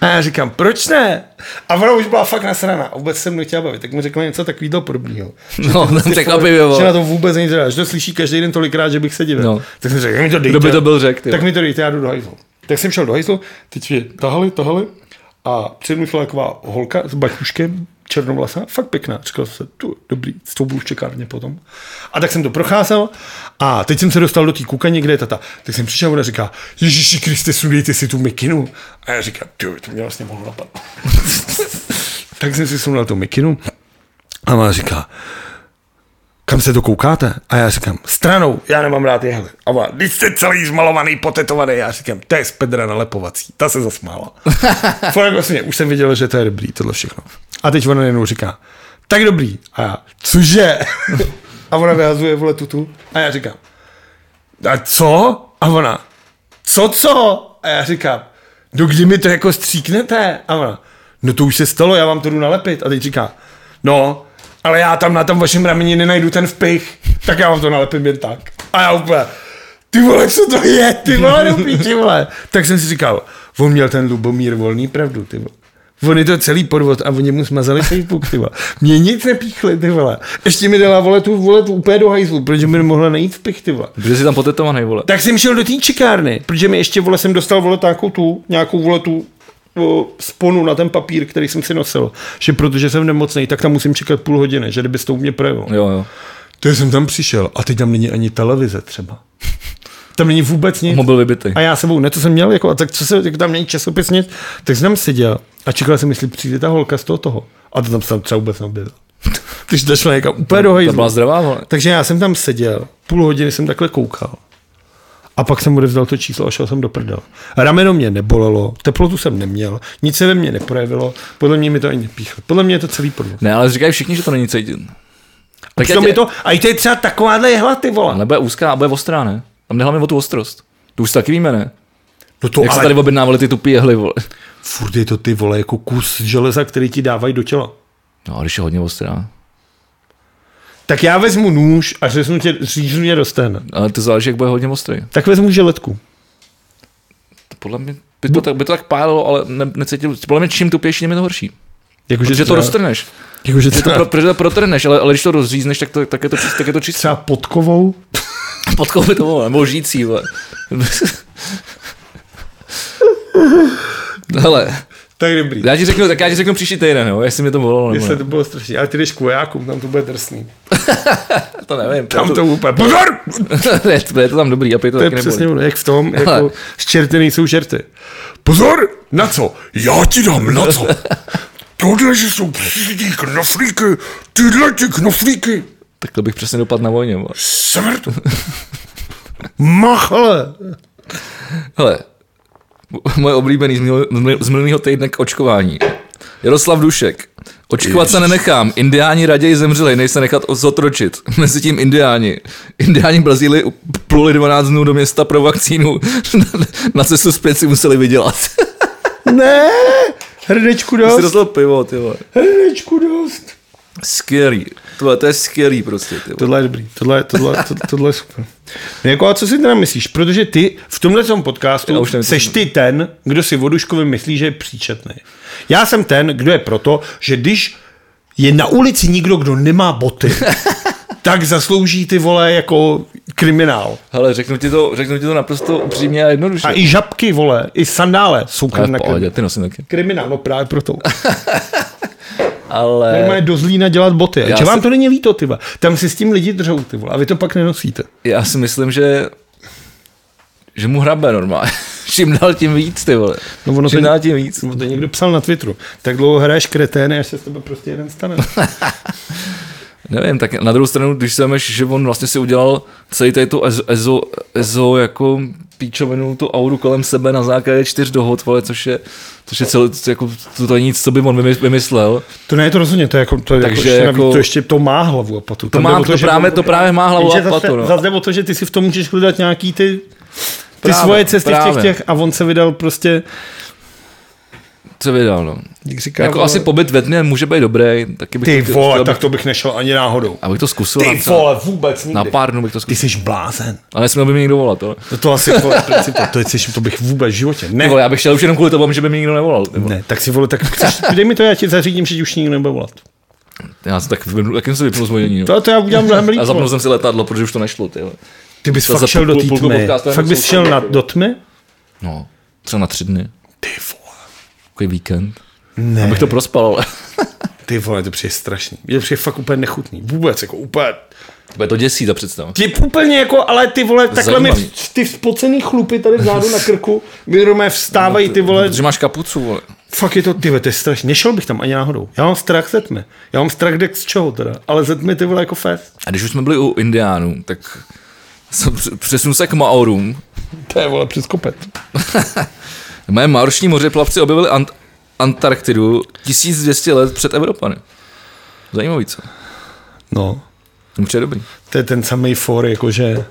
[SPEAKER 2] A já říkám, proč ne? A ona už byla fakt nasraná. A vůbec jsem nechtěla bavit. Tak mi řekla něco takového podobného.
[SPEAKER 1] no, tam překvapivě,
[SPEAKER 2] Že na
[SPEAKER 1] vole.
[SPEAKER 2] to vůbec nic nedá. Že to slyší každý den tolikrát, že bych se divil.
[SPEAKER 1] No.
[SPEAKER 2] Tak jsem řekl, "Jak mi to dejte.
[SPEAKER 1] Kdo by to byl řekl, ty
[SPEAKER 2] Tak
[SPEAKER 1] vole.
[SPEAKER 2] mi to dejte, já jdu do hajzlu. Tak jsem šel do hajzlu, teď mě tahali, tahali a přemýšlela taková holka s baťuškem, černovlasa, fakt pěkná. Říkal jsem se, tu, dobrý, s tou budu v čekárně potom. A tak jsem to procházel a teď jsem se dostal do té kukaně, kde je tata. Tak jsem přišel a ona říká, Ježíši Kriste, sundejte si tu mikinu. A já říkám, "Ty, to mě vlastně mohlo napadnout. tak jsem si sundal tu mikinu a ona říká, kam se to koukáte? A já říkám, stranou, já nemám rád jehly. A ona, když jste celý zmalovaný, potetovaný, já říkám, to je z Pedra nalepovací. Ta se zasmála. Fakt jako vlastně, už jsem viděl, že to je dobrý, tohle všechno. A teď ona jenom říká, tak dobrý. A já, cože? a ona vyhazuje vole tutu. A já říkám, a co? A ona, co, co? A já říkám, do kdy mi to jako stříknete? A ona, no to už se stalo, já vám to jdu nalepit. A teď říká, no, ale já tam na tom vašem rameni nenajdu ten vpich, tak já vám to nalepím jen tak. A já úplně, ty vole, co to je, ty vole, do píči, vole. Tak jsem si říkal, on měl ten Lubomír volný pravdu, ty vole. On je to celý podvod a oni mu smazali Facebook, ty vole. Mě nic nepíchli, ty vole. Ještě mi dala vole tu vole tu úplně do hajzlu, protože mi nemohla najít v pich, ty vole.
[SPEAKER 1] Protože jsi tam potetovaný, vole.
[SPEAKER 2] Tak jsem šel do té čekárny, protože mi ještě vole jsem dostal vole takovou tu, nějakou vole tu o, sponu na ten papír, který jsem si nosil. Že protože jsem nemocný, tak tam musím čekat půl hodiny, že kdyby to u mě projevil.
[SPEAKER 1] Jo, jo.
[SPEAKER 2] To jsem tam přišel a teď tam není ani televize třeba. Tam není vůbec nic.
[SPEAKER 1] Mobil vybitý.
[SPEAKER 2] A já sebou, ne, to jsem měl, jako, a tak co se, jako tam není časopis nic, tak jsem tam seděl a čekal jsem, jestli přijde ta holka z toho toho. A to tam se tam třeba vůbec neobjevila. Když došla někam úplně do
[SPEAKER 1] Ta
[SPEAKER 2] hajzlu.
[SPEAKER 1] byla zdravá, vole.
[SPEAKER 2] Takže já jsem tam seděl, půl hodiny jsem takhle koukal. A pak jsem odevzdal to číslo a šel jsem do prdele. Rameno mě nebolelo, teplotu jsem neměl, nic se ve mně neprojevilo, podle mě mi to ani nepíchlo. Podle mě je to celý podvod.
[SPEAKER 1] Ne, ale říkají všichni, že to není cítit. Tak
[SPEAKER 2] Přitom je to, a i to je třeba takováhle jehla, ty vole.
[SPEAKER 1] Ale bude úzká a bude ostrá, ne? Tam jde hlavně o tu ostrost. To už taky víme, ne?
[SPEAKER 2] No to
[SPEAKER 1] Jak se
[SPEAKER 2] ale,
[SPEAKER 1] tady objednávali ty tupý jehly, vole.
[SPEAKER 2] furt je to ty vole, jako kus železa, který ti dávají do těla.
[SPEAKER 1] No, a když je hodně ostrá.
[SPEAKER 2] Tak já vezmu nůž a řeznu tě, říznu tě do stehna.
[SPEAKER 1] Ale to záleží, jak bude hodně ostrý.
[SPEAKER 2] Tak vezmu želetku.
[SPEAKER 1] To podle mě by to, tak, by to tak pálilo, ale ne, necítil. Podle mě čím tupější, tím je to horší.
[SPEAKER 2] Jakože
[SPEAKER 1] Protože to
[SPEAKER 2] třeba-
[SPEAKER 1] roztrhneš.
[SPEAKER 2] Jakože
[SPEAKER 1] Protože to,
[SPEAKER 2] třeba,
[SPEAKER 1] pro, protože to protrhneš, ale, ale když to rozřízneš, tak, to, tak je to, čist, tak je to čistý.
[SPEAKER 2] třeba podkovou.
[SPEAKER 1] Potkou by to bylo, nebo žijící, vole. Hele,
[SPEAKER 2] Tak dobrý.
[SPEAKER 1] já ti řeknu, tak já ti řeknu příští týden, jo, jestli mi to volalo, nebo
[SPEAKER 2] Jestli
[SPEAKER 1] ne.
[SPEAKER 2] to bylo strašný. Ale ty jdeš k vojákům, tam to bude drsný.
[SPEAKER 1] to nevím.
[SPEAKER 2] Tam to úplně... Pozor!
[SPEAKER 1] je, to, je to tam dobrý, a pět to,
[SPEAKER 2] To je
[SPEAKER 1] taky nebolí.
[SPEAKER 2] přesně ono, jak v tom, jako
[SPEAKER 1] Ale-
[SPEAKER 2] z čerty nejsou žerty.
[SPEAKER 3] Pozor! Na co? Já ti dám na co? Tohle, že jsou příští knoflíky, tyhle ty knoflíky,
[SPEAKER 1] Takhle bych přesně dopadl na vojně. vole.
[SPEAKER 3] smrt.
[SPEAKER 2] Machale!
[SPEAKER 1] Hele, moje oblíbený z minul- z minul- z minulého týdne k očkování. Jaroslav Dušek. Očkovat se nenechám. Indiáni raději zemřeli, než se nechat zotročit. Mezitím indiáni. Indiáni Brazílii pluli 12 dnů do města pro vakcínu. Na cestu zpět si museli vydělat.
[SPEAKER 2] Ne! Hrdečku
[SPEAKER 1] Jsi
[SPEAKER 2] dost,
[SPEAKER 1] dostal pivo, ty vole.
[SPEAKER 2] hrdečku dost.
[SPEAKER 1] Skvělý. Tohle, to je skvělý prostě, ty vole.
[SPEAKER 2] Tohle je dobrý, tohle, tohle, to- tohle je super. No Jako a co si teda myslíš? Protože ty v tomhle tom
[SPEAKER 1] Já
[SPEAKER 2] podcastu
[SPEAKER 1] už nevím, co
[SPEAKER 2] seš ty ten, kdo si Voduškovi myslí, že je příčetný. Já jsem ten, kdo je proto, že když je na ulici nikdo, kdo nemá boty, tak zaslouží ty vole jako kriminál.
[SPEAKER 1] Hele, řeknu ti to, řeknu ti to naprosto upřímně a jednoduše.
[SPEAKER 2] A i žabky, vole, i sandále jsou
[SPEAKER 1] Ale v
[SPEAKER 2] kriminál.
[SPEAKER 1] pohodě, Eh. ty nosím taky.
[SPEAKER 2] kriminál, no právě proto.
[SPEAKER 1] Ale...
[SPEAKER 2] Normálně do Zlína dělat boty. A
[SPEAKER 1] Já
[SPEAKER 2] že vám
[SPEAKER 1] se-
[SPEAKER 2] to není líto, ty vole. Tam si s tím lidi držou, ty vole, a vy to pak nenosíte.
[SPEAKER 1] Já si myslím, že že mu hrabe normálně. Čím dál tím víc, ty vole.
[SPEAKER 2] No ono
[SPEAKER 1] Čím
[SPEAKER 2] to-
[SPEAKER 1] dál tím víc.
[SPEAKER 2] No to někdo psal na Twitteru. Tak dlouho hraješ kretény, až se z tebe prostě jeden stane.
[SPEAKER 1] Nevím, tak na druhou stranu, když si vemeš, že on vlastně si udělal celý tady tu ezo, ezo, ezo jako píčovinu, tu auru kolem sebe na základě čtyř dohod, vole, což je, což je celý, jako, to, to je nic, co by on vymys- vymyslel.
[SPEAKER 2] To ne, to rozhodně, to je jako, to je
[SPEAKER 1] Takže
[SPEAKER 2] Takže jako, jako
[SPEAKER 1] jako-
[SPEAKER 2] to ještě to má hlavu a patu.
[SPEAKER 1] To,
[SPEAKER 2] Tam jde
[SPEAKER 1] má,
[SPEAKER 2] o
[SPEAKER 1] to, to,
[SPEAKER 2] že
[SPEAKER 1] právě,
[SPEAKER 2] on-
[SPEAKER 1] to právě má hlavu
[SPEAKER 2] jenže
[SPEAKER 1] a patu,
[SPEAKER 2] zase,
[SPEAKER 1] no.
[SPEAKER 2] zase jde o to, že ty si v tom můžeš hledat nějaký ty, ty
[SPEAKER 1] Právě,
[SPEAKER 2] svoje cesty v těch,
[SPEAKER 1] právě.
[SPEAKER 2] těch a on se vydal prostě,
[SPEAKER 1] Co vydal, no.
[SPEAKER 2] jak říká,
[SPEAKER 1] Jako
[SPEAKER 2] vole,
[SPEAKER 1] asi pobyt ve dně může být dobrý, taky bych
[SPEAKER 2] ty
[SPEAKER 1] to,
[SPEAKER 2] vole,
[SPEAKER 1] chtěl
[SPEAKER 2] tak
[SPEAKER 1] bych-
[SPEAKER 2] to bych nešel ani náhodou.
[SPEAKER 1] Abych to zkusil.
[SPEAKER 2] Ty
[SPEAKER 1] na třeba-
[SPEAKER 2] vole, vůbec
[SPEAKER 1] Na
[SPEAKER 2] nikdy.
[SPEAKER 1] pár dnů bych to
[SPEAKER 2] Ty
[SPEAKER 1] zkusil.
[SPEAKER 2] jsi blázen. No
[SPEAKER 1] Ale nesměl by mi nikdo volat, ale.
[SPEAKER 2] To, to asi vole, principu, to, je, jsi- to bych vůbec v životě. Ne,
[SPEAKER 1] Ty vole, já bych šel už jenom kvůli tomu, že by mi nikdo nevolal. Ty vole.
[SPEAKER 2] ne, tak si vole, tak chceš, dej mi to, já ti zařídím, že ti už nikdo nebude volat.
[SPEAKER 1] Já jsem tak, vypnul- tak jsem se vypnul z mojení.
[SPEAKER 2] To, to já udělám mnohem líp.
[SPEAKER 1] A
[SPEAKER 2] vole.
[SPEAKER 1] zapnul jsem si letadlo, protože už to nešlo. Ty. vole.
[SPEAKER 2] Ty bys
[SPEAKER 1] To
[SPEAKER 2] fakt
[SPEAKER 1] za
[SPEAKER 2] šel do té
[SPEAKER 1] půl- půlku
[SPEAKER 2] tmy.
[SPEAKER 1] podcastu
[SPEAKER 2] Fakt bys
[SPEAKER 1] jsou-
[SPEAKER 2] šel na, do tmy?
[SPEAKER 1] No, třeba na tři dny.
[SPEAKER 2] Ty vole.
[SPEAKER 1] Takový víkend.
[SPEAKER 2] Ne.
[SPEAKER 1] Abych to prospal, ale
[SPEAKER 2] Ty vole, to přijde strašný. Je to přijde fakt úplně nechutný. Vůbec, jako úplně.
[SPEAKER 1] bude to děsí ta představa.
[SPEAKER 2] Ty úplně jako, ale ty vole, takhle mi
[SPEAKER 1] Zajímavý.
[SPEAKER 2] v- ty vzpocený chlupy tady vzadu na krku, mi normálně vstávají ty vole.
[SPEAKER 1] Protože máš kapucu, vole.
[SPEAKER 2] Fakt je to, ty vole, to je strašný. Nešel bych tam ani náhodou. Já mám strach ze tmy. Já mám strach dek z čeho teda, ale ze tmy ty vole jako fest.
[SPEAKER 1] A když už jsme byli u Indiánů, tak jsem př- přesunul se k Maorům.
[SPEAKER 2] To je vole přes kopet.
[SPEAKER 1] Mé maroční mořeplavci objevili Ant- Antarktidu 1200 let před Evropany. Zajímavý, co?
[SPEAKER 2] No.
[SPEAKER 1] To mi přijde dobrý.
[SPEAKER 2] To je ten samý for, jakože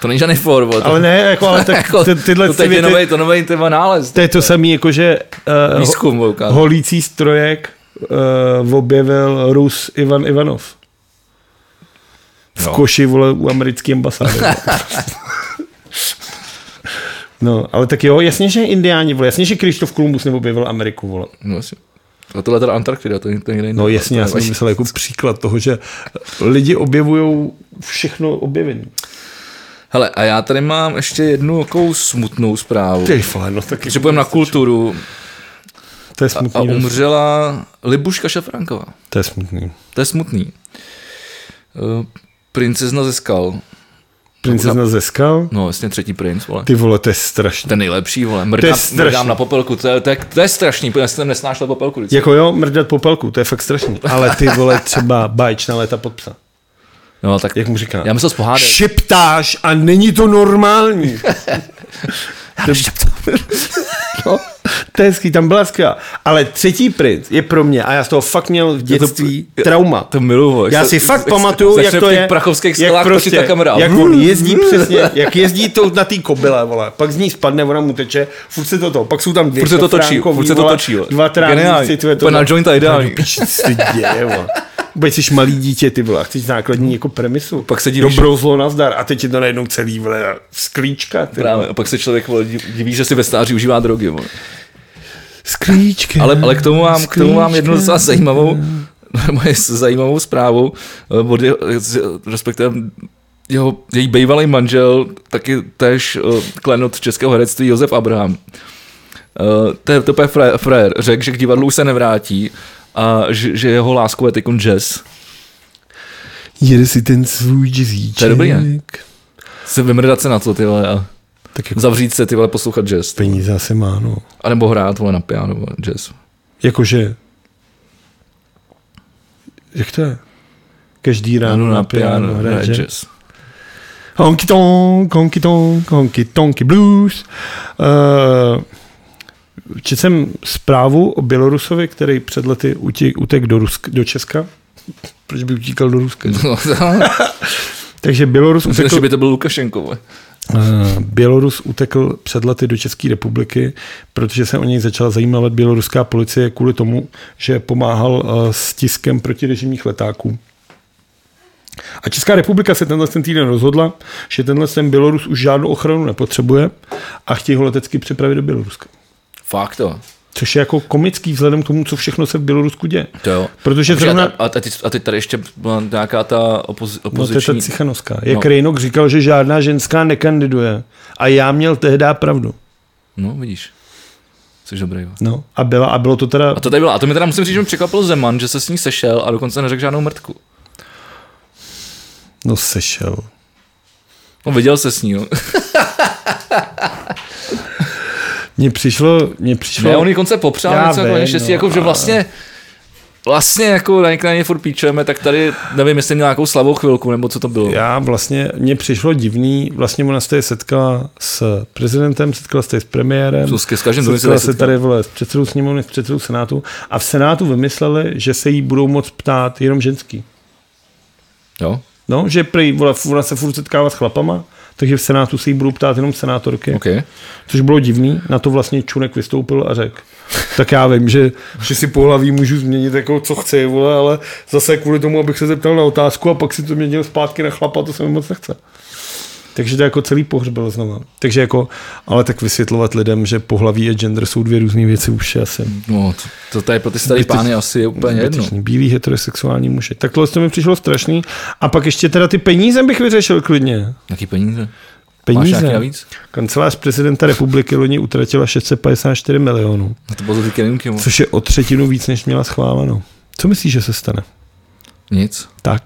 [SPEAKER 1] To není žádný for, vole, to,
[SPEAKER 2] jako Ale ne, jako, ale tak ty, tyhle
[SPEAKER 1] to teď je
[SPEAKER 2] věty-
[SPEAKER 1] nový, to nový tyma nález.
[SPEAKER 2] To je to samé, jako že eh,
[SPEAKER 1] Výzkum, vole, ukázal.
[SPEAKER 2] holící strojek uh, objevil Rus Ivan Ivanov. V
[SPEAKER 1] No.
[SPEAKER 2] koši, vole, u americké ambasády. no, ale tak jo, jasně, že indiáni, vole, jasně, že Krištof Kolumbus neobjevil Ameriku, vole.
[SPEAKER 1] No, asi. a tohle je teda Antarktida, to, je- to je někde jinde.
[SPEAKER 2] No jasně, já jsem myslel jako příklad toho, že lidi objevují všechno objevení.
[SPEAKER 1] Hele, a já tady mám ještě jednu takovou smutnou zprávu.
[SPEAKER 2] Ty vole, no tak
[SPEAKER 1] Že půjdeme na kulturu
[SPEAKER 2] to je
[SPEAKER 1] a
[SPEAKER 2] smutný. no.
[SPEAKER 1] umřela Libuška Šafránková.
[SPEAKER 2] To je smutný.
[SPEAKER 1] To je smutný. Eh, Princezna ze skal.
[SPEAKER 2] Princezna ze skal?
[SPEAKER 1] No, jasně třetí princ, vole.
[SPEAKER 2] Ty vole, to je strašný.
[SPEAKER 1] Ten nejlepší, vole.
[SPEAKER 2] je
[SPEAKER 1] Mrdám,
[SPEAKER 2] strašný.
[SPEAKER 1] mrdám na popelku, to je, to je, to je strašný, protože já jsem nesnášel popelku. vždycky.
[SPEAKER 2] Jako jo, mrdat popelku, to je fakt strašný. Ale ty vole třeba báječná léta pod psa.
[SPEAKER 1] No, tak,
[SPEAKER 2] Jak mu říká?
[SPEAKER 1] já myslel z pohádek.
[SPEAKER 2] Šeptáš a není to normální.
[SPEAKER 1] Já neštěptám.
[SPEAKER 2] No, to je hezký, tam byla skvělá. Ale třetí princ je pro mě, a já z toho fakt měl v dětství trauma.
[SPEAKER 1] To miluju, vole.
[SPEAKER 2] já
[SPEAKER 1] Jak
[SPEAKER 2] si
[SPEAKER 1] se-
[SPEAKER 2] fakt
[SPEAKER 1] jak se-
[SPEAKER 2] pamatuju, jak
[SPEAKER 1] začne
[SPEAKER 2] to
[SPEAKER 1] v těch
[SPEAKER 2] je.
[SPEAKER 1] prachovských
[SPEAKER 2] jak prostě
[SPEAKER 1] skalách točit ta kamera. Mm.
[SPEAKER 2] Jak on jezdí přesně, jak jezdí to na té kobyle, vole. Pak z ní spadne, ona mu teče, furt se to to, pak jsou tam dvě
[SPEAKER 1] Furt se to točí,
[SPEAKER 2] šafránkový,
[SPEAKER 1] furt se to
[SPEAKER 2] vole,
[SPEAKER 1] točí, vole.
[SPEAKER 2] Dva
[SPEAKER 1] Geniální.
[SPEAKER 2] trávníci, tvoje to.
[SPEAKER 1] Úplně na jointa ideální.
[SPEAKER 2] Do piči, co se děje, vole. Vůbec jsi malý dítě, ty vole, a chceš základní jako premisu.
[SPEAKER 1] Pak se divíš-
[SPEAKER 2] Dobrou zlo nazdar a teď je to najednou celý, vole, sklíčka, ty vole.
[SPEAKER 1] Právě, a pak se člověk vole, div- diví, že si ve stáří užívá drogy. Vole.
[SPEAKER 2] Sklíčka.
[SPEAKER 1] Ale, ale k, tomu mám, k tomu mám jednu
[SPEAKER 2] sklíčka.
[SPEAKER 1] docela zajímavou, moje zajímavou zprávu, eh, od jeho, z- respektive jeho, její bývalý manžel, taky tež eh, klenot českého herectví Josef Abraham. Eh, To je, to je úplně frajer, frajer, řekl, že k divadlu už se nevrátí a že, že jeho láskou je teď jazz.
[SPEAKER 2] Jede si ten svůj jazzíček.
[SPEAKER 1] To je dobrý, ne? Se vymrdat se na to, ty vole, a
[SPEAKER 2] Tak jako
[SPEAKER 1] zavřít se, ty vole, poslouchat jazz.
[SPEAKER 2] peníze asi má, no.
[SPEAKER 1] A nebo hrát, vole, na piano, vole, jazz.
[SPEAKER 2] Jakože... Jak to je? Každý ráno na, piano hraje jazz. Honky tonk, honky tonk, honky tonky blues. Uh, četl jsem zprávu o Bělorusovi, který před lety utěk, utek do, Rusk, do Česka. Proč by utíkal do Ruska?
[SPEAKER 1] No,
[SPEAKER 2] Takže Bělorus
[SPEAKER 1] Řekl, že
[SPEAKER 2] utekl,
[SPEAKER 1] by to byl Lukašenko, vole.
[SPEAKER 2] Eh, Bělorus utekl před lety do České republiky, protože se o něj začala zajímat běloruská policie kvůli tomu, že pomáhal eh, s tiskem protirežimních letáků. A Česká republika se tenhle ten týden rozhodla, že tenhle ten Bělorus už žádnou ochranu nepotřebuje a chtějí ho letecky přepravit do Běloruska.
[SPEAKER 1] Fakt to.
[SPEAKER 2] Což je jako komický vzhledem k tomu, co všechno se v Bělorusku děje.
[SPEAKER 1] To jo.
[SPEAKER 2] Protože
[SPEAKER 1] Počkej,
[SPEAKER 2] zrovna...
[SPEAKER 1] A, a, teď, a teď tady ještě byla nějaká ta opozi,
[SPEAKER 2] No to je ta
[SPEAKER 1] opoziční...
[SPEAKER 2] Cichanovská. Jak
[SPEAKER 1] No.
[SPEAKER 2] no. Rejnok říkal, že žádná ženská nekandiduje. A já měl tehdy pravdu.
[SPEAKER 1] no, vidíš. Jsi dobrý. jo.
[SPEAKER 2] No. A, byla, a bylo to teda...
[SPEAKER 1] A to tady byla. A to mi teda musím říct, že mi překvapil Zeman, že se s ní sešel a dokonce neřekl žádnou mrtku.
[SPEAKER 2] No sešel.
[SPEAKER 1] On viděl se s ní, jo.
[SPEAKER 2] Mně přišlo, mně přišlo...
[SPEAKER 1] Ne, on jí konce popřál
[SPEAKER 2] No. Já
[SPEAKER 1] něco jako
[SPEAKER 2] vím,
[SPEAKER 1] neštěstí,
[SPEAKER 2] no,
[SPEAKER 1] jako že
[SPEAKER 2] ale-
[SPEAKER 1] vlastně vlastně jako na někde na ně furt píčujeme, tak tady nevím, jestli měl nějakou slabou chvilku, nebo co to bylo.
[SPEAKER 2] Já vlastně, mně přišlo divný, vlastně ona se tady setkala s prezidentem, setkala se tady s premiérem,
[SPEAKER 1] S- s každým druhým se
[SPEAKER 2] setkala
[SPEAKER 1] tady
[SPEAKER 2] se
[SPEAKER 1] setkala.
[SPEAKER 2] tady vole, s předsedou sněmovny, s předsedou senátu a v senátu vymysleli, že se jí budou moc ptát jenom ženský.
[SPEAKER 1] jo?
[SPEAKER 2] No, že prý, vole, ona se furt setkává s chlapama, takže v senátu se jí budou ptát jenom senátorky.
[SPEAKER 1] OK.
[SPEAKER 2] Což bylo divný, na to vlastně Čunek vystoupil a řekl. Tak já vím, že, že si pohlaví můžu změnit jako co chci, vole, ale zase kvůli tomu, abych se zeptal na otázku a pak si to měnil zpátky na chlapa, to se mi moc nechce. Takže to jako celý pohřbil znova. Takže jako, ale tak vysvětlovat lidem, že pohlaví a gender jsou dvě různé věci už je asi
[SPEAKER 1] No, to, to tady pro ty starý
[SPEAKER 2] Zbytečný-
[SPEAKER 1] pány asi je úplně jedno.
[SPEAKER 2] zbytečný. Bílý heterosexuální muži. Tak tohle to mi přišlo strašný. A pak ještě teda ty peníze bych vyřešil klidně.
[SPEAKER 1] Jaký peníze? Máš nějaký
[SPEAKER 2] Peníze.
[SPEAKER 1] navíc?
[SPEAKER 2] Kancelář prezidenta republiky loni utratila 654 milionů.
[SPEAKER 1] No to bylo za ty kelímky, vole.
[SPEAKER 2] Což je o třetinu víc, než měla schváleno. Co myslíš, že se stane?
[SPEAKER 1] Nic.
[SPEAKER 2] Tak.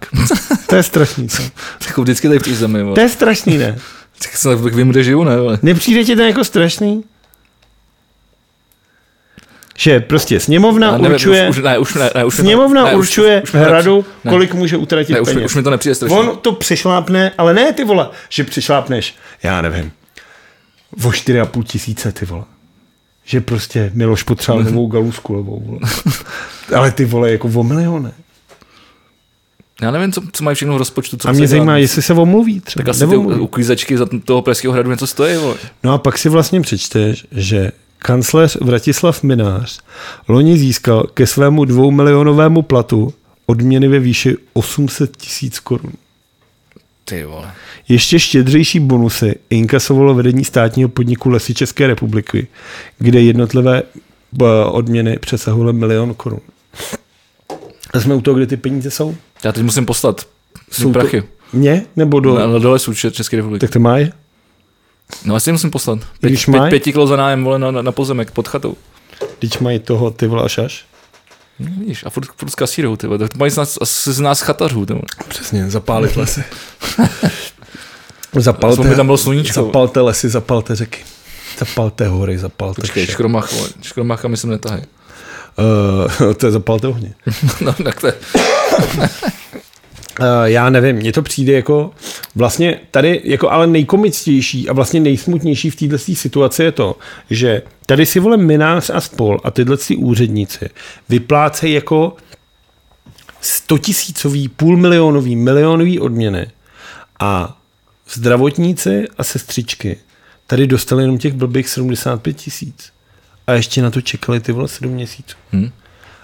[SPEAKER 2] To je strašný, co?
[SPEAKER 1] Tak jako vždycky tady v té zemi, vole.
[SPEAKER 2] To je strašný, ne?
[SPEAKER 1] Tak se tak vím, kde žiju, ne? Ale...
[SPEAKER 2] Nepřijde ti to jako strašný? Že prostě sněmovna
[SPEAKER 1] Já nevím,
[SPEAKER 2] určuje,
[SPEAKER 1] Už, už, ne, už, ne, ne, už mi to-
[SPEAKER 2] sněmovna
[SPEAKER 1] ne, už-
[SPEAKER 2] určuje
[SPEAKER 1] už mi to
[SPEAKER 2] hradu,
[SPEAKER 1] nepři- ne,
[SPEAKER 2] kolik může utratit
[SPEAKER 1] ne, už, mi-
[SPEAKER 2] peněz.
[SPEAKER 1] už, mi to nepřijde strašně.
[SPEAKER 2] On to přešlápne, ale ne ty vole, že přešlápneš, já nevím, o 4,5 tisíce ty vole. Že prostě Miloš potřeboval novou galu s kulevou, vole. Ale ty vole, jako o miliony.
[SPEAKER 1] Já nevím, co, co mají všechno v rozpočtu. Co
[SPEAKER 2] A
[SPEAKER 1] se
[SPEAKER 2] mě
[SPEAKER 1] dělá.
[SPEAKER 2] zajímá, jestli se omluví třeba.
[SPEAKER 1] Tak asi ty
[SPEAKER 2] Neomluví.
[SPEAKER 1] uklízečky za toho Pražského hradu něco stojí, vole.
[SPEAKER 2] No a pak si vlastně přečteš, že kancléř Vratislav Minář loni získal ke svému dvoumilionovému platu odměny ve výši 800 tisíc korun.
[SPEAKER 1] Ty vole.
[SPEAKER 2] Ještě štědřejší bonusy inkasovalo vedení státního podniku Lesy České republiky, kde jednotlivé b, odměny přesahovaly milion korun. A jsme u toho, kde ty peníze jsou?
[SPEAKER 1] Já teď musím poslat
[SPEAKER 2] Jsou
[SPEAKER 1] jsou prachy.
[SPEAKER 2] Mně nebo do...
[SPEAKER 1] Na, na dole jsou Čes- České republiky.
[SPEAKER 2] Tak to má je?
[SPEAKER 1] No asi musím poslat.
[SPEAKER 2] když
[SPEAKER 1] Pět,
[SPEAKER 2] mají?
[SPEAKER 1] pět, pěti kilo za nájem, vole, na, na, na pozemek pod chatou.
[SPEAKER 2] Když mají toho ty vole až až?
[SPEAKER 1] No, vidíš, a furt, furt z kasírou, ty vole. Tak to mají z nás, asi z nás chatařů, ty vole.
[SPEAKER 2] Přesně, zapálit lesy. zapalte,
[SPEAKER 1] Aspoň by tam bylo sluníčko.
[SPEAKER 2] Zapalte lesy, zapalte řeky. Zapalte hory, zapalte
[SPEAKER 1] Počkej,
[SPEAKER 2] vše.
[SPEAKER 1] škromach, vole. Škromacha myslím netahaj.
[SPEAKER 2] Eh, to je zapalte ohně.
[SPEAKER 1] No, tak to je.
[SPEAKER 2] Eh, já nevím, mně to přijde jako vlastně tady, jako ale nejkomičtější a vlastně nejsmutnější v této situaci je to, že tady si vole minář a spol a tyhle si úředníci vyplácejí jako stotisícový, půlmilionový, milionový odměny a zdravotníci a sestřičky tady dostali jenom těch blbých 75 tisíc a ještě na to čekali ty vole 7 měsíců. Hmm.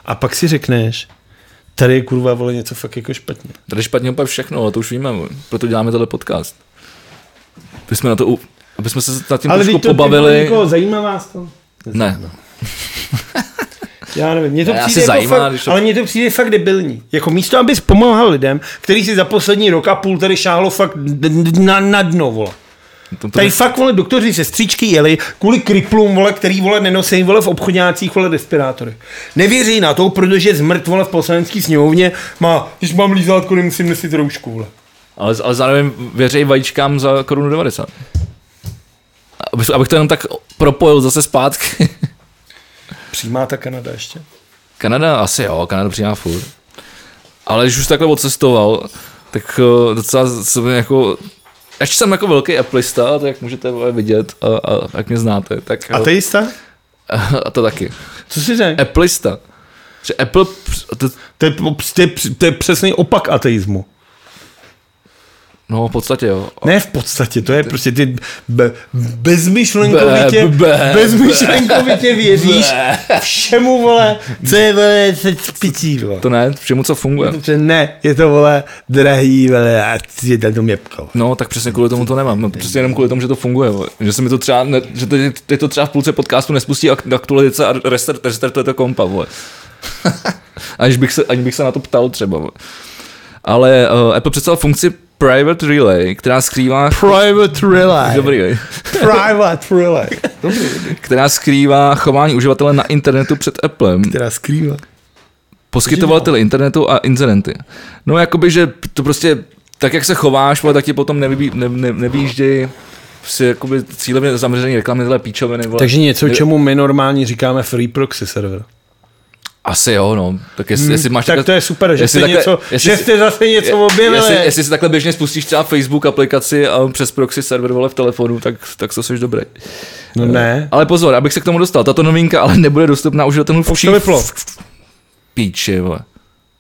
[SPEAKER 2] A pak si řekneš, tady je kurva vole něco fakt jako špatně.
[SPEAKER 1] Tady je špatně úplně všechno, ale to už víme, vole. proto děláme tenhle podcast. Aby jsme, na to, u- aby jsme se nad tím trošku
[SPEAKER 2] teď to,
[SPEAKER 1] pobavili.
[SPEAKER 2] Jako, No. zajímá vás to?
[SPEAKER 1] Ne,
[SPEAKER 2] Já nevím, mě to
[SPEAKER 1] Já
[SPEAKER 2] přijde
[SPEAKER 1] se
[SPEAKER 2] jako
[SPEAKER 1] zajímá,
[SPEAKER 2] fakt,
[SPEAKER 1] když
[SPEAKER 2] to...
[SPEAKER 1] to-
[SPEAKER 2] ale mně to přijde fakt debilní. Jako místo, abys pomáhal lidem, který si za poslední rok a půl tady šáhlo fakt d- d- na, na dno, vole.
[SPEAKER 1] no, to, to,
[SPEAKER 2] Tady fakt, vole, doktoři sestřičky jeli kvůli kriplům, vole, který, vole, nenosí, vole, v obchodňácích, vole, respirátory. Nevěří na to, protože zmrt, vole, v poslanecké sněmovně má, když mám lízátko, nemusím nosit roušku, vole.
[SPEAKER 1] Ale, ale zároveň věřej vajíčkám za korunu 90. Abych, abych to jenom tak propojil zase zpátky.
[SPEAKER 2] Přijímá ta Kanada ještě?
[SPEAKER 1] Kanada asi jo, Kanada přijímá furt. Ale když už takhle odcestoval, tak eh, docela jsem jako... Až jsem jako velký Appleista, tak jak můžete vole, vidět a, a jak mě znáte, tak...
[SPEAKER 2] A teista?
[SPEAKER 1] a to taky.
[SPEAKER 2] Co si
[SPEAKER 1] E-
[SPEAKER 2] řekl?
[SPEAKER 1] Appleista. Že Apple... p- To,
[SPEAKER 2] To je, to, je, to je přesný opak ateismu.
[SPEAKER 1] no, v podstatě jo.
[SPEAKER 2] Ne v podstatě, to je prostě ty be, bezmyšlenkovitě,
[SPEAKER 1] Be- be-
[SPEAKER 2] bezmyšlenkovitě věříš všemu, vole, co je, vole, se cpití, vole.
[SPEAKER 1] To ne, všemu, co funguje.
[SPEAKER 2] Dobře, ne, je to, vole, drahý, vole, a je to měpko.
[SPEAKER 1] No, tak přesně kvůli tomu to nemám. No, přesně jenom kvůli tomu, že to funguje. vole. Že se mi to třeba, ne, že teď, teď to třeba v půlce podcastu nespustí ak- aktualizace a restart, restartuje to kompa, vole. aniž, bych se, aniž bych se na to ptal třeba, vole. Ale uh, Apple představil funkci Private Relay, která skrývá...
[SPEAKER 2] Private relay.
[SPEAKER 1] Dobrý, vej.
[SPEAKER 2] Private relay.
[SPEAKER 1] která skrývá chování uživatele na internetu před Applem.
[SPEAKER 2] Která skrývá.
[SPEAKER 1] poskytovateli internetu a incidenty. No jakoby, že to prostě, tak jak se chováš, vole, tak ti potom nevybí, ne, ne, nevýjížděj si jakoby cíleně zaměřený reklamy, tyhle píčoviny. Vole.
[SPEAKER 2] Takže něco, čemu my normálně říkáme free proxy server. Hmm,
[SPEAKER 1] Asi jo, no. Tak jestli, jestli máš
[SPEAKER 2] tak to je super, že jste něco- že jste zase něco
[SPEAKER 1] je-
[SPEAKER 2] objevili.
[SPEAKER 1] Jestli, jestli, si takhle běžně spustíš třeba Facebook aplikaci a přes proxy server vole v telefonu, tak, tak to jsi dobrý.
[SPEAKER 2] No ne.
[SPEAKER 1] Ale pozor, abych se k tomu dostal, tato novinka ale nebude dostupná uživatelům
[SPEAKER 2] Už to vyplo.
[SPEAKER 1] Píči, vole.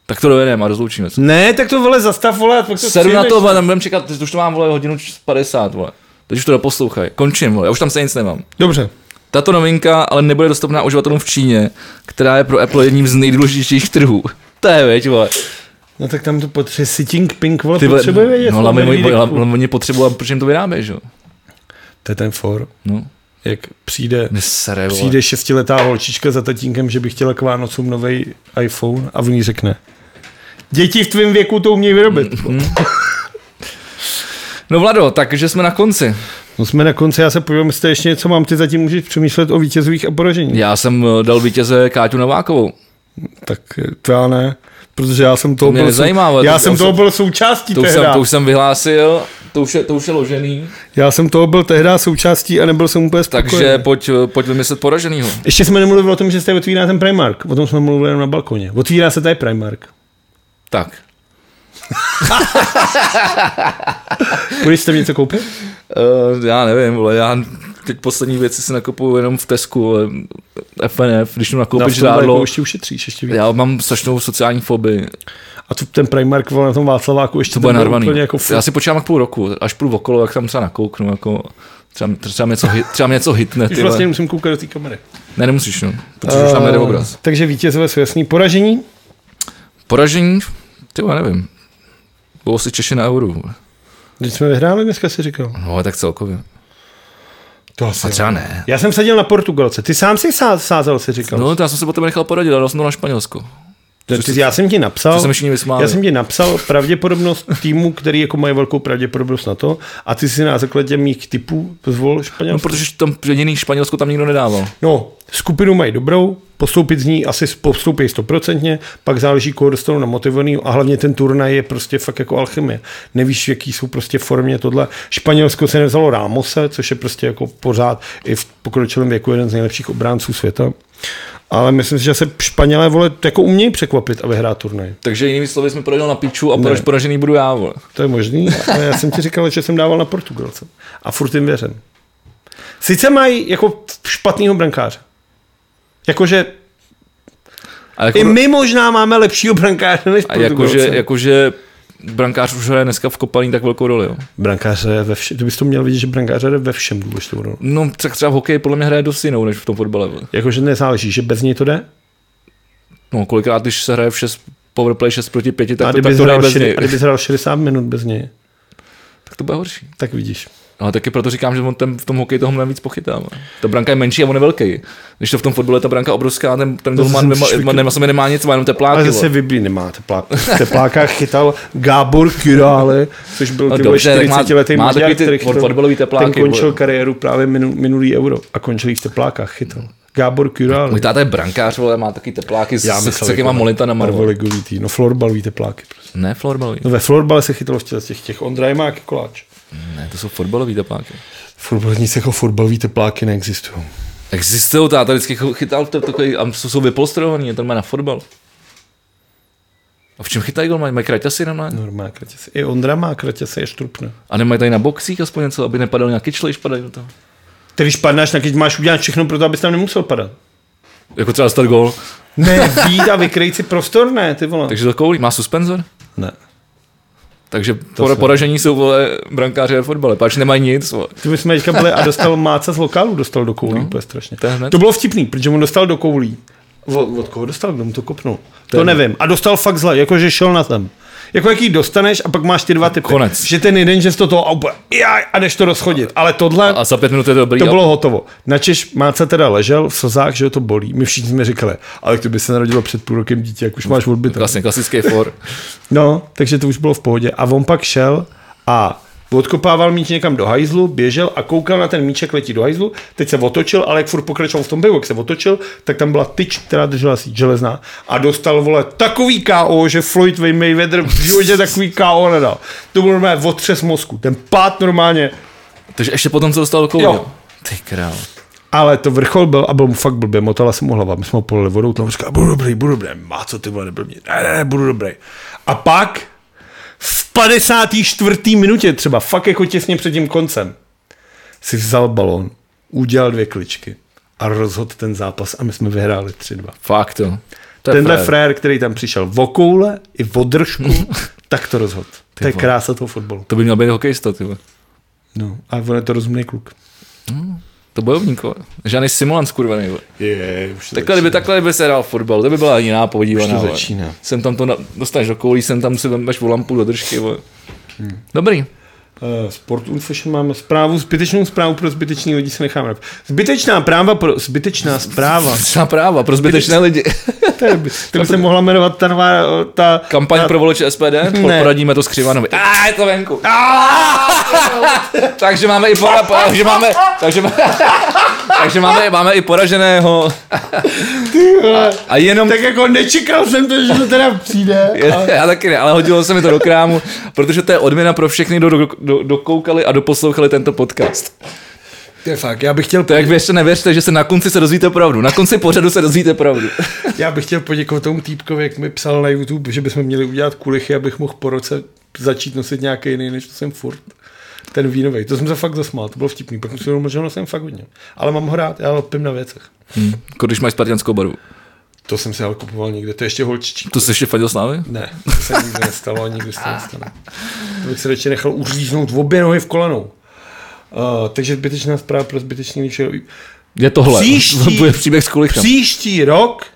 [SPEAKER 1] Tak to dovedeme a rozloučíme se.
[SPEAKER 2] Ne, tak to, vole, zastav, vole, a pak to
[SPEAKER 1] Sedu na
[SPEAKER 2] přijmeš.
[SPEAKER 1] to, vole, tam budem čekat, teď už to mám, vole, hodinu č- 50, vole. Teď už to doposlouchaj. Končím, vole, já už tam se nic nemám.
[SPEAKER 2] Dobře.
[SPEAKER 1] Tato novinka ale nebude dostupná uživatelům v Číně, která je pro Apple jedním z nejdůležitějších trhů. To je, veď, vole.
[SPEAKER 2] No tak tam to potřebuje, si Ting Ping, vole,
[SPEAKER 1] Ty vole,
[SPEAKER 2] potřebuje vědět.
[SPEAKER 1] no,
[SPEAKER 2] vole,
[SPEAKER 1] lamy,
[SPEAKER 2] Medvídek,
[SPEAKER 1] moji-
[SPEAKER 2] vole.
[SPEAKER 1] lam- lam- oni potřebují, proč jim to vyrábějí, že jo?
[SPEAKER 2] To je ten for,
[SPEAKER 1] No,
[SPEAKER 2] jak přijde,
[SPEAKER 1] mě sere, vole.
[SPEAKER 2] přijde šestiletá holčička za tatínkem, že by chtěla k Vánocům nový iPhone a v ní řekne. Děti v tvém věku to umějí vyrobit.
[SPEAKER 1] No Vlado, takže jsme na konci.
[SPEAKER 2] No jsme na konci, já se podívám, jestli ještě něco mám, ty zatím můžeš přemýšlet o vítězových a poražení.
[SPEAKER 1] Já jsem eh, dal vítěze Káťu Novákovou.
[SPEAKER 2] Tak eh, to já ne, protože já jsem toho
[SPEAKER 1] mě
[SPEAKER 2] byl,
[SPEAKER 1] nezajímá,
[SPEAKER 2] sou...
[SPEAKER 1] ale
[SPEAKER 2] já
[SPEAKER 1] to-
[SPEAKER 2] jsem
[SPEAKER 1] to
[SPEAKER 2] toho
[SPEAKER 1] jsem-
[SPEAKER 2] byl součástí
[SPEAKER 1] To už, jsem,
[SPEAKER 2] tehda.
[SPEAKER 1] to už jsem vyhlásil, to už je, to už je ložený.
[SPEAKER 2] Já jsem toho byl tehda součástí a nebyl jsem úplně spokojený.
[SPEAKER 1] Takže pojď, eh, pojď vymyslet poraženýho.
[SPEAKER 2] Ještě jsme nemluvili o tom, že se tady otvírá ten Primark. O tom jsme mluvili jenom na balkoně. Otvírá se tady Primark.
[SPEAKER 1] Tak.
[SPEAKER 2] Budeš tam něco koupit?
[SPEAKER 1] Uh, já nevím, vole, já teď poslední věci si nakupuju jenom v Tesku, vole, FNF, když jdu nakoupit žrádlo.
[SPEAKER 2] jako ještě ušetříš, ještě víc.
[SPEAKER 1] Já mám strašnou sociální fobii,
[SPEAKER 2] A tu, ten Primark vole, na tom Václaváku ještě
[SPEAKER 1] to bude
[SPEAKER 2] ten byl
[SPEAKER 1] narvaný.
[SPEAKER 2] úplně jako furt-
[SPEAKER 1] Já si počkám jak půl roku, až půjdu okolo, jak tam třeba nakouknu, jako třeba, třeba, mě, něco, hit, třeba mě něco hitne,
[SPEAKER 2] Už
[SPEAKER 1] ty
[SPEAKER 2] vlastně
[SPEAKER 1] vlastně...
[SPEAKER 2] musím koukat do té kamery.
[SPEAKER 1] Ne, nemusíš, no, protože už tam nejde obraz.
[SPEAKER 2] Eh, takže vítězové jsou jasný. Poražení?
[SPEAKER 1] Poražení, ty vole, nevím. Bylo si Češi na euru. vole.
[SPEAKER 2] Když jsme vyhráli, dneska si říkal.
[SPEAKER 1] No, ale tak celkově.
[SPEAKER 2] To asi.
[SPEAKER 1] A třeba ne.
[SPEAKER 2] Já jsem sadil na Portugalce. Ty sám si sá- sázel, si říkal.
[SPEAKER 1] No, to já jsem se potom nechal poradit, ale dal jsem to na Španělsko.
[SPEAKER 2] Ty- ty- já jsem ti
[SPEAKER 1] To
[SPEAKER 2] napsal,
[SPEAKER 1] jsem všichni vysmáli.
[SPEAKER 2] já jsem ti napsal pravděpodobnost týmu, který jako mají velkou pravděpodobnost na to a ty si na základě mých typů zvol
[SPEAKER 1] No,
[SPEAKER 2] Španělsko.
[SPEAKER 1] protože tam jiný Španělsko tam nikdo nedával.
[SPEAKER 2] No, skupinu mají dobrou, postoupit z ní asi postoupí stoprocentně, pak záleží, koho dostanou namotivovaný a hlavně ten turnaj je prostě fakt jako alchymie. Nevíš, v jaký jsou prostě formě tohle. Španělsko se nevzalo Rámose, což je prostě jako pořád i v pokročilém věku jeden z nejlepších obránců světa. Ale myslím si, že se Španělé vole jako umějí překvapit a vyhrát turnaj.
[SPEAKER 1] Takže jinými slovy jsme poradil na piču a proč poražený budu já, vole.
[SPEAKER 2] To je možný, ale já jsem ti říkal, že jsem dával na Portugalce. A furt jim věřím. Sice mají jako špatného brankáře. Jakože
[SPEAKER 1] A
[SPEAKER 2] i
[SPEAKER 1] jako,
[SPEAKER 2] my možná máme lepšího brankáře než
[SPEAKER 1] a jako,
[SPEAKER 2] Portugalce.
[SPEAKER 1] jakože, jakože brankář už hraje dneska v kopaní tak velkou roli, jo.
[SPEAKER 2] Brankář je ve všem, kdybys to měl vidět, že brankář je ve všem důležitou roli.
[SPEAKER 1] No, tak třeba v hokeji podle mě hraje dost jinou, než v tom fotbale. vole.
[SPEAKER 2] Jakože nezáleží, že bez něj to jde.
[SPEAKER 1] No, kolikrát, když se hraje v 6 powerplay 6 proti 5,
[SPEAKER 2] a
[SPEAKER 1] tak, to,
[SPEAKER 2] kdyby
[SPEAKER 1] tak to hraje
[SPEAKER 2] hrál
[SPEAKER 1] bez
[SPEAKER 2] šedi-
[SPEAKER 1] něj.
[SPEAKER 2] a kdyby hrál 60 minut bez něj,
[SPEAKER 1] Tak to bude horší.
[SPEAKER 2] tak vidíš.
[SPEAKER 1] Ale No, taky proto říkám, že on ten, v tom hokeji toho mnohem víc pochytá. vole. Ta branka je menší a on je velký. Když to v tom fotbale je ta branka obrovská, ten, ten golman
[SPEAKER 2] jsem
[SPEAKER 1] nemá,
[SPEAKER 2] švykl.
[SPEAKER 1] nemá, nemá, nemá, nemá nic, má jenom tepláky.
[SPEAKER 2] Ale
[SPEAKER 1] vole.
[SPEAKER 2] zase vyblí nemá teplák. V teplákách chytal Gábor Kyrále, což byl
[SPEAKER 1] No
[SPEAKER 2] ty
[SPEAKER 1] dobře, tak má-
[SPEAKER 2] 40 letý
[SPEAKER 1] má
[SPEAKER 2] Maďar,
[SPEAKER 1] takový ty
[SPEAKER 2] který chytal,
[SPEAKER 1] fotbalový tepláky,
[SPEAKER 2] ten končil
[SPEAKER 1] vole.
[SPEAKER 2] kariéru právě minu, minulý euro a končil jí v teplákách, chytal. Gábor Kyrále. jako
[SPEAKER 1] Můj táta je brankář, vole, má taky tepláky s, s, s takýma molitanama. vole.
[SPEAKER 2] Prvoligový tý, no florbalový tepláky. Prostě.
[SPEAKER 1] Ne florbalový,
[SPEAKER 2] No ve florbalu se chytalo v těch, těch, těch Ondra Jemák, Koláč.
[SPEAKER 1] ne, to jsou fotbalový tepláky.
[SPEAKER 2] Fotbal, nic jako fotbalový tepláky neexistují.
[SPEAKER 1] Existují, táta vždycky cho- chytal to, takový, a jsou, jsou vypolstrovaný, ten má na fotbal. A v čem chytají golmani? Mají kraťasy normálně?
[SPEAKER 2] Normálně kratěse. I Ondra má kratěse, je štrupne.
[SPEAKER 1] A nemají tady na boxích aspoň něco, aby nepadal nějaký člej, padají do toho.
[SPEAKER 2] Ty když padnáš, tak máš udělat všechno pro to, abys tam nemusel padat.
[SPEAKER 1] Jako třeba dostat gol.
[SPEAKER 2] Ne, vít a vykrejt si prostor, ne, ty vole.
[SPEAKER 1] Takže to koulí. Má suspenzor?
[SPEAKER 2] Ne.
[SPEAKER 1] Takže por- poražení jsou vole brankáři ve fotbale, pač nemají nic. Vole.
[SPEAKER 2] To my jsme teďka byli a dostal Máca z lokálu, dostal do koulí, no, strašně.
[SPEAKER 1] to je hned.
[SPEAKER 2] to bylo vtipný, protože mu dostal do koulí. Od, od koho dostal, kdo mu to kopnul? To, to nevím. A dostal fakt zle, jakože šel na zem. Jako jaký dostaneš a pak máš ty dva typy.
[SPEAKER 1] Konec.
[SPEAKER 2] Že ten jeden, že z toho a úplně, jaj, a jdeš to rozchodit. Ale tohle,
[SPEAKER 1] A za pět minut je to dobrý.
[SPEAKER 2] to
[SPEAKER 1] a-
[SPEAKER 2] bylo hotovo. Načež Máca teda ležel v slzách, že ho to bolí. My všichni jsme říkali, ale to by se narodilo před půl rokem dítě, jak už máš odbyt.
[SPEAKER 1] Vlastně klasický for.
[SPEAKER 2] No, takže to už bylo v pohodě. A on pak šel a odkopával míč někam do hajzlu, běžel a koukal na ten míček letí do hajzlu, teď se otočil, ale jak furt pokračoval v tom běhu, jak se otočil, tak tam byla tyč, která držela síť železná a dostal, vole, takový KO, že Floyd Way- Mayweather v životě takový KO nedal. To byl normálně otřes mozku, ten pád normálně,
[SPEAKER 1] Takže ještě potom, co dostal do koulí.
[SPEAKER 2] Jo.
[SPEAKER 1] jo. Ty král.
[SPEAKER 2] ale to vrchol byl a byl mu fakt blbě, motala se mu hlava, my jsme ho polili vodou, tam No, říká, budu dobrý, budu dobrý, má co ty vole, neblbni, ne, ne, ne, budu dobrý. A pak v 54. minutě třeba, fakt jako těsně před tím koncem, si vzal balón, udělal dvě kličky a rozhodl ten zápas a my jsme vyhráli 3-2.
[SPEAKER 1] Fakt jo. To je
[SPEAKER 2] Tenhle
[SPEAKER 1] frajer.
[SPEAKER 2] frajer, který tam přišel o koule i o držku, tak to rozhodl. To je
[SPEAKER 1] vole.
[SPEAKER 2] krása toho fotbalu.
[SPEAKER 1] To by měl být hokejista, ty vole.
[SPEAKER 2] No, a on je to rozumný kluk.
[SPEAKER 1] To bojovník, vole. Žádný simulant skurvený, vole.
[SPEAKER 2] Je, už
[SPEAKER 1] Takhle kdyby, takhle by se hrál fotbal, to by byla jiná podívaná.
[SPEAKER 2] Už to
[SPEAKER 1] vole.
[SPEAKER 2] začíná.
[SPEAKER 1] Sem tam to na, dostaneš do koulí, sem tam si vemeš o lampu do držky, vole.
[SPEAKER 2] Hmm.
[SPEAKER 1] Dobrý.
[SPEAKER 2] Eh, Sport und Fashion máme zprávu, zbytečnou zprávu pro zbytečný lidi se necháme. Zbytečná práva pro zbytečná zpráva.
[SPEAKER 1] Třeba práva pro zbytečné lidi.
[SPEAKER 2] To je- To by se mohla jmenovat ta nová, eh, ta...
[SPEAKER 1] Kampaň pro voliče SPD,
[SPEAKER 2] Ne.
[SPEAKER 1] poradíme to s Křivanovi. A je to venku. takže máme i pora, po- takže máme, takže, má- takže máme, máme i poraženého. A jenom
[SPEAKER 2] Tak jako nečekal jsem to, že to teda přijde.
[SPEAKER 1] Já taky ne, ale hodilo se mi to do krámu, protože to je odměna pro všechny, kdo do- do- dokoukali a doposlouchali tento podcast.
[SPEAKER 4] To je fakt. Já bych chtěl
[SPEAKER 1] Tak věřte, nevěřte, že se na konci se dozvíte pravdu. Na konci pořadu se dozvíte pravdu.
[SPEAKER 2] Já bych chtěl poděkovat tomu týpkovi, jak mi psal na YouTube, že bychom měli udělat kulichy, abych mohl po roce začít nosit nějaký jiný, než to jsem furt. Ten vínový. To jsem se fakt zasmál, to bylo vtipný. Pak jsem si uvědomil, že ho nosím fakt hodně. Ale mám ho rád, já lpím na věcech.
[SPEAKER 1] Jako Když máš spartianskou barvu.
[SPEAKER 2] To jsem si ale kupoval někde, to je ještě holčičí.
[SPEAKER 1] To se ještě fadil s námi?
[SPEAKER 2] Ne, to se nikdy nestalo a nikdy se to nestane. To bych se radši nechal uříznout v obě nohy v kolenou. Uh, takže zbytečná zpráva pro zbytečný líšeho.
[SPEAKER 1] Je tohle.
[SPEAKER 2] Příští-
[SPEAKER 1] Bude příběh s kolichem.
[SPEAKER 2] Příští rok,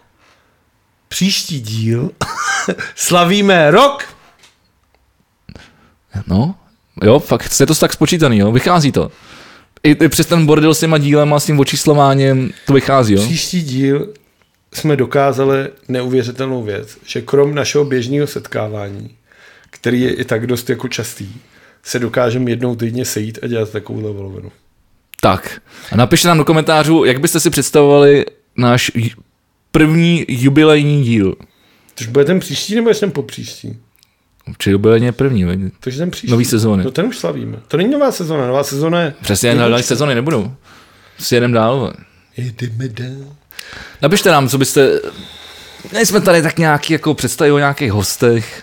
[SPEAKER 2] příští díl, slavíme rok
[SPEAKER 1] No, jo, fakt je to tak spočítaný, jo, vychází to. I, I přes ten bordel s těma dílem a s tím očíslováním to vychází, jo.
[SPEAKER 2] Příští díl jsme dokázali neuvěřitelnou věc, že krom našeho běžného setkávání, který je i tak dost jako častý, se dokážeme jednou týdně sejít a dělat takovou volovinu.
[SPEAKER 1] Tak, a napište nám do komentářů, jak byste si představovali náš j- první jubilejní díl.
[SPEAKER 2] Což bude ten příští nebo ještě ten popříští?
[SPEAKER 1] Či jubilejně první, veď?
[SPEAKER 2] Takže ten příští.
[SPEAKER 1] Nový sezóny.
[SPEAKER 2] No ten už slavíme. To není nová sezóna, nová sezóna je...
[SPEAKER 1] Přesně, na další sezony nebudou. Si jedem dál, ve.
[SPEAKER 2] Jdeme dál.
[SPEAKER 1] Napište nám, co byste... Nejsme tady tak nějaký, jako představy o nějakých hostech.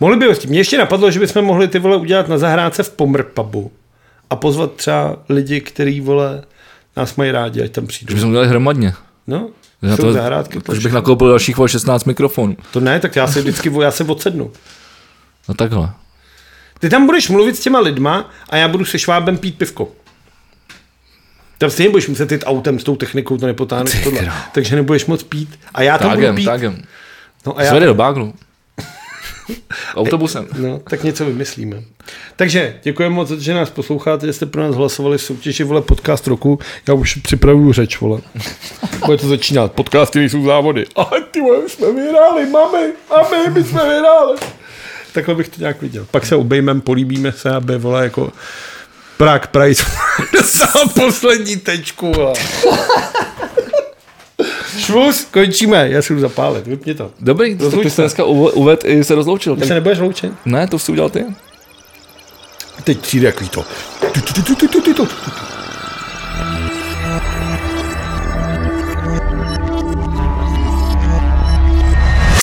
[SPEAKER 2] Mohli by hosti. Mě ještě napadlo, že bychom mohli ty vole udělat na zahrádce v Pomrpabu a pozvat třeba lidi, který vole nás mají rádi, ať tam
[SPEAKER 1] Že
[SPEAKER 2] přijdou.
[SPEAKER 1] bychom udělali hromadně.
[SPEAKER 2] No,
[SPEAKER 1] Já
[SPEAKER 2] jsou zahrádky.
[SPEAKER 1] už
[SPEAKER 2] tlačí.
[SPEAKER 1] bych nakoupil dalších vole, 16 mikrofonů.
[SPEAKER 2] To ne, tak já se vždycky, já se odsednu.
[SPEAKER 1] No takhle.
[SPEAKER 2] Ty tam budeš mluvit s těma lidma a já budu se švábem pít pivko. Tam stejně budeš muset jít autem s tou technikou, to nepotáhneš tohle.
[SPEAKER 1] krá.
[SPEAKER 2] Takže nebudeš moc pít. A já tam budu
[SPEAKER 1] Tagem,
[SPEAKER 2] pít.
[SPEAKER 1] tagem.
[SPEAKER 2] No a já,
[SPEAKER 1] Zvede do bagru. Autobusem.
[SPEAKER 2] no, tak něco vymyslíme. Takže děkujeme moc, že nás posloucháte, že jste pro nás hlasovali v soutěži vole podcast roku. Já už připravuju řeč, vole. Bude to začínat. Podcasty nejsou závody. Ale ty vole, my jsme vyhráli, mami, mami, my jsme vyhráli. Takhle bych to nějak viděl. Pak se obejmem, políbíme se, aby vole jako Prague Price dostal poslední tečku. vole. Švus, končíme, já si jdu zapálit, vypni to.
[SPEAKER 1] Dobrý, to
[SPEAKER 2] Rozluč
[SPEAKER 1] ty
[SPEAKER 2] se.
[SPEAKER 1] jsi dneska uvo- uvedl i se rozloučil.
[SPEAKER 2] Ty se
[SPEAKER 1] Tak...
[SPEAKER 2] nebudeš loučit?
[SPEAKER 1] Ne, to jsi udělal ty.
[SPEAKER 2] Teď přijde jaký to. Tu, tu, tu, tu, tu, tu, tu, tu, tu.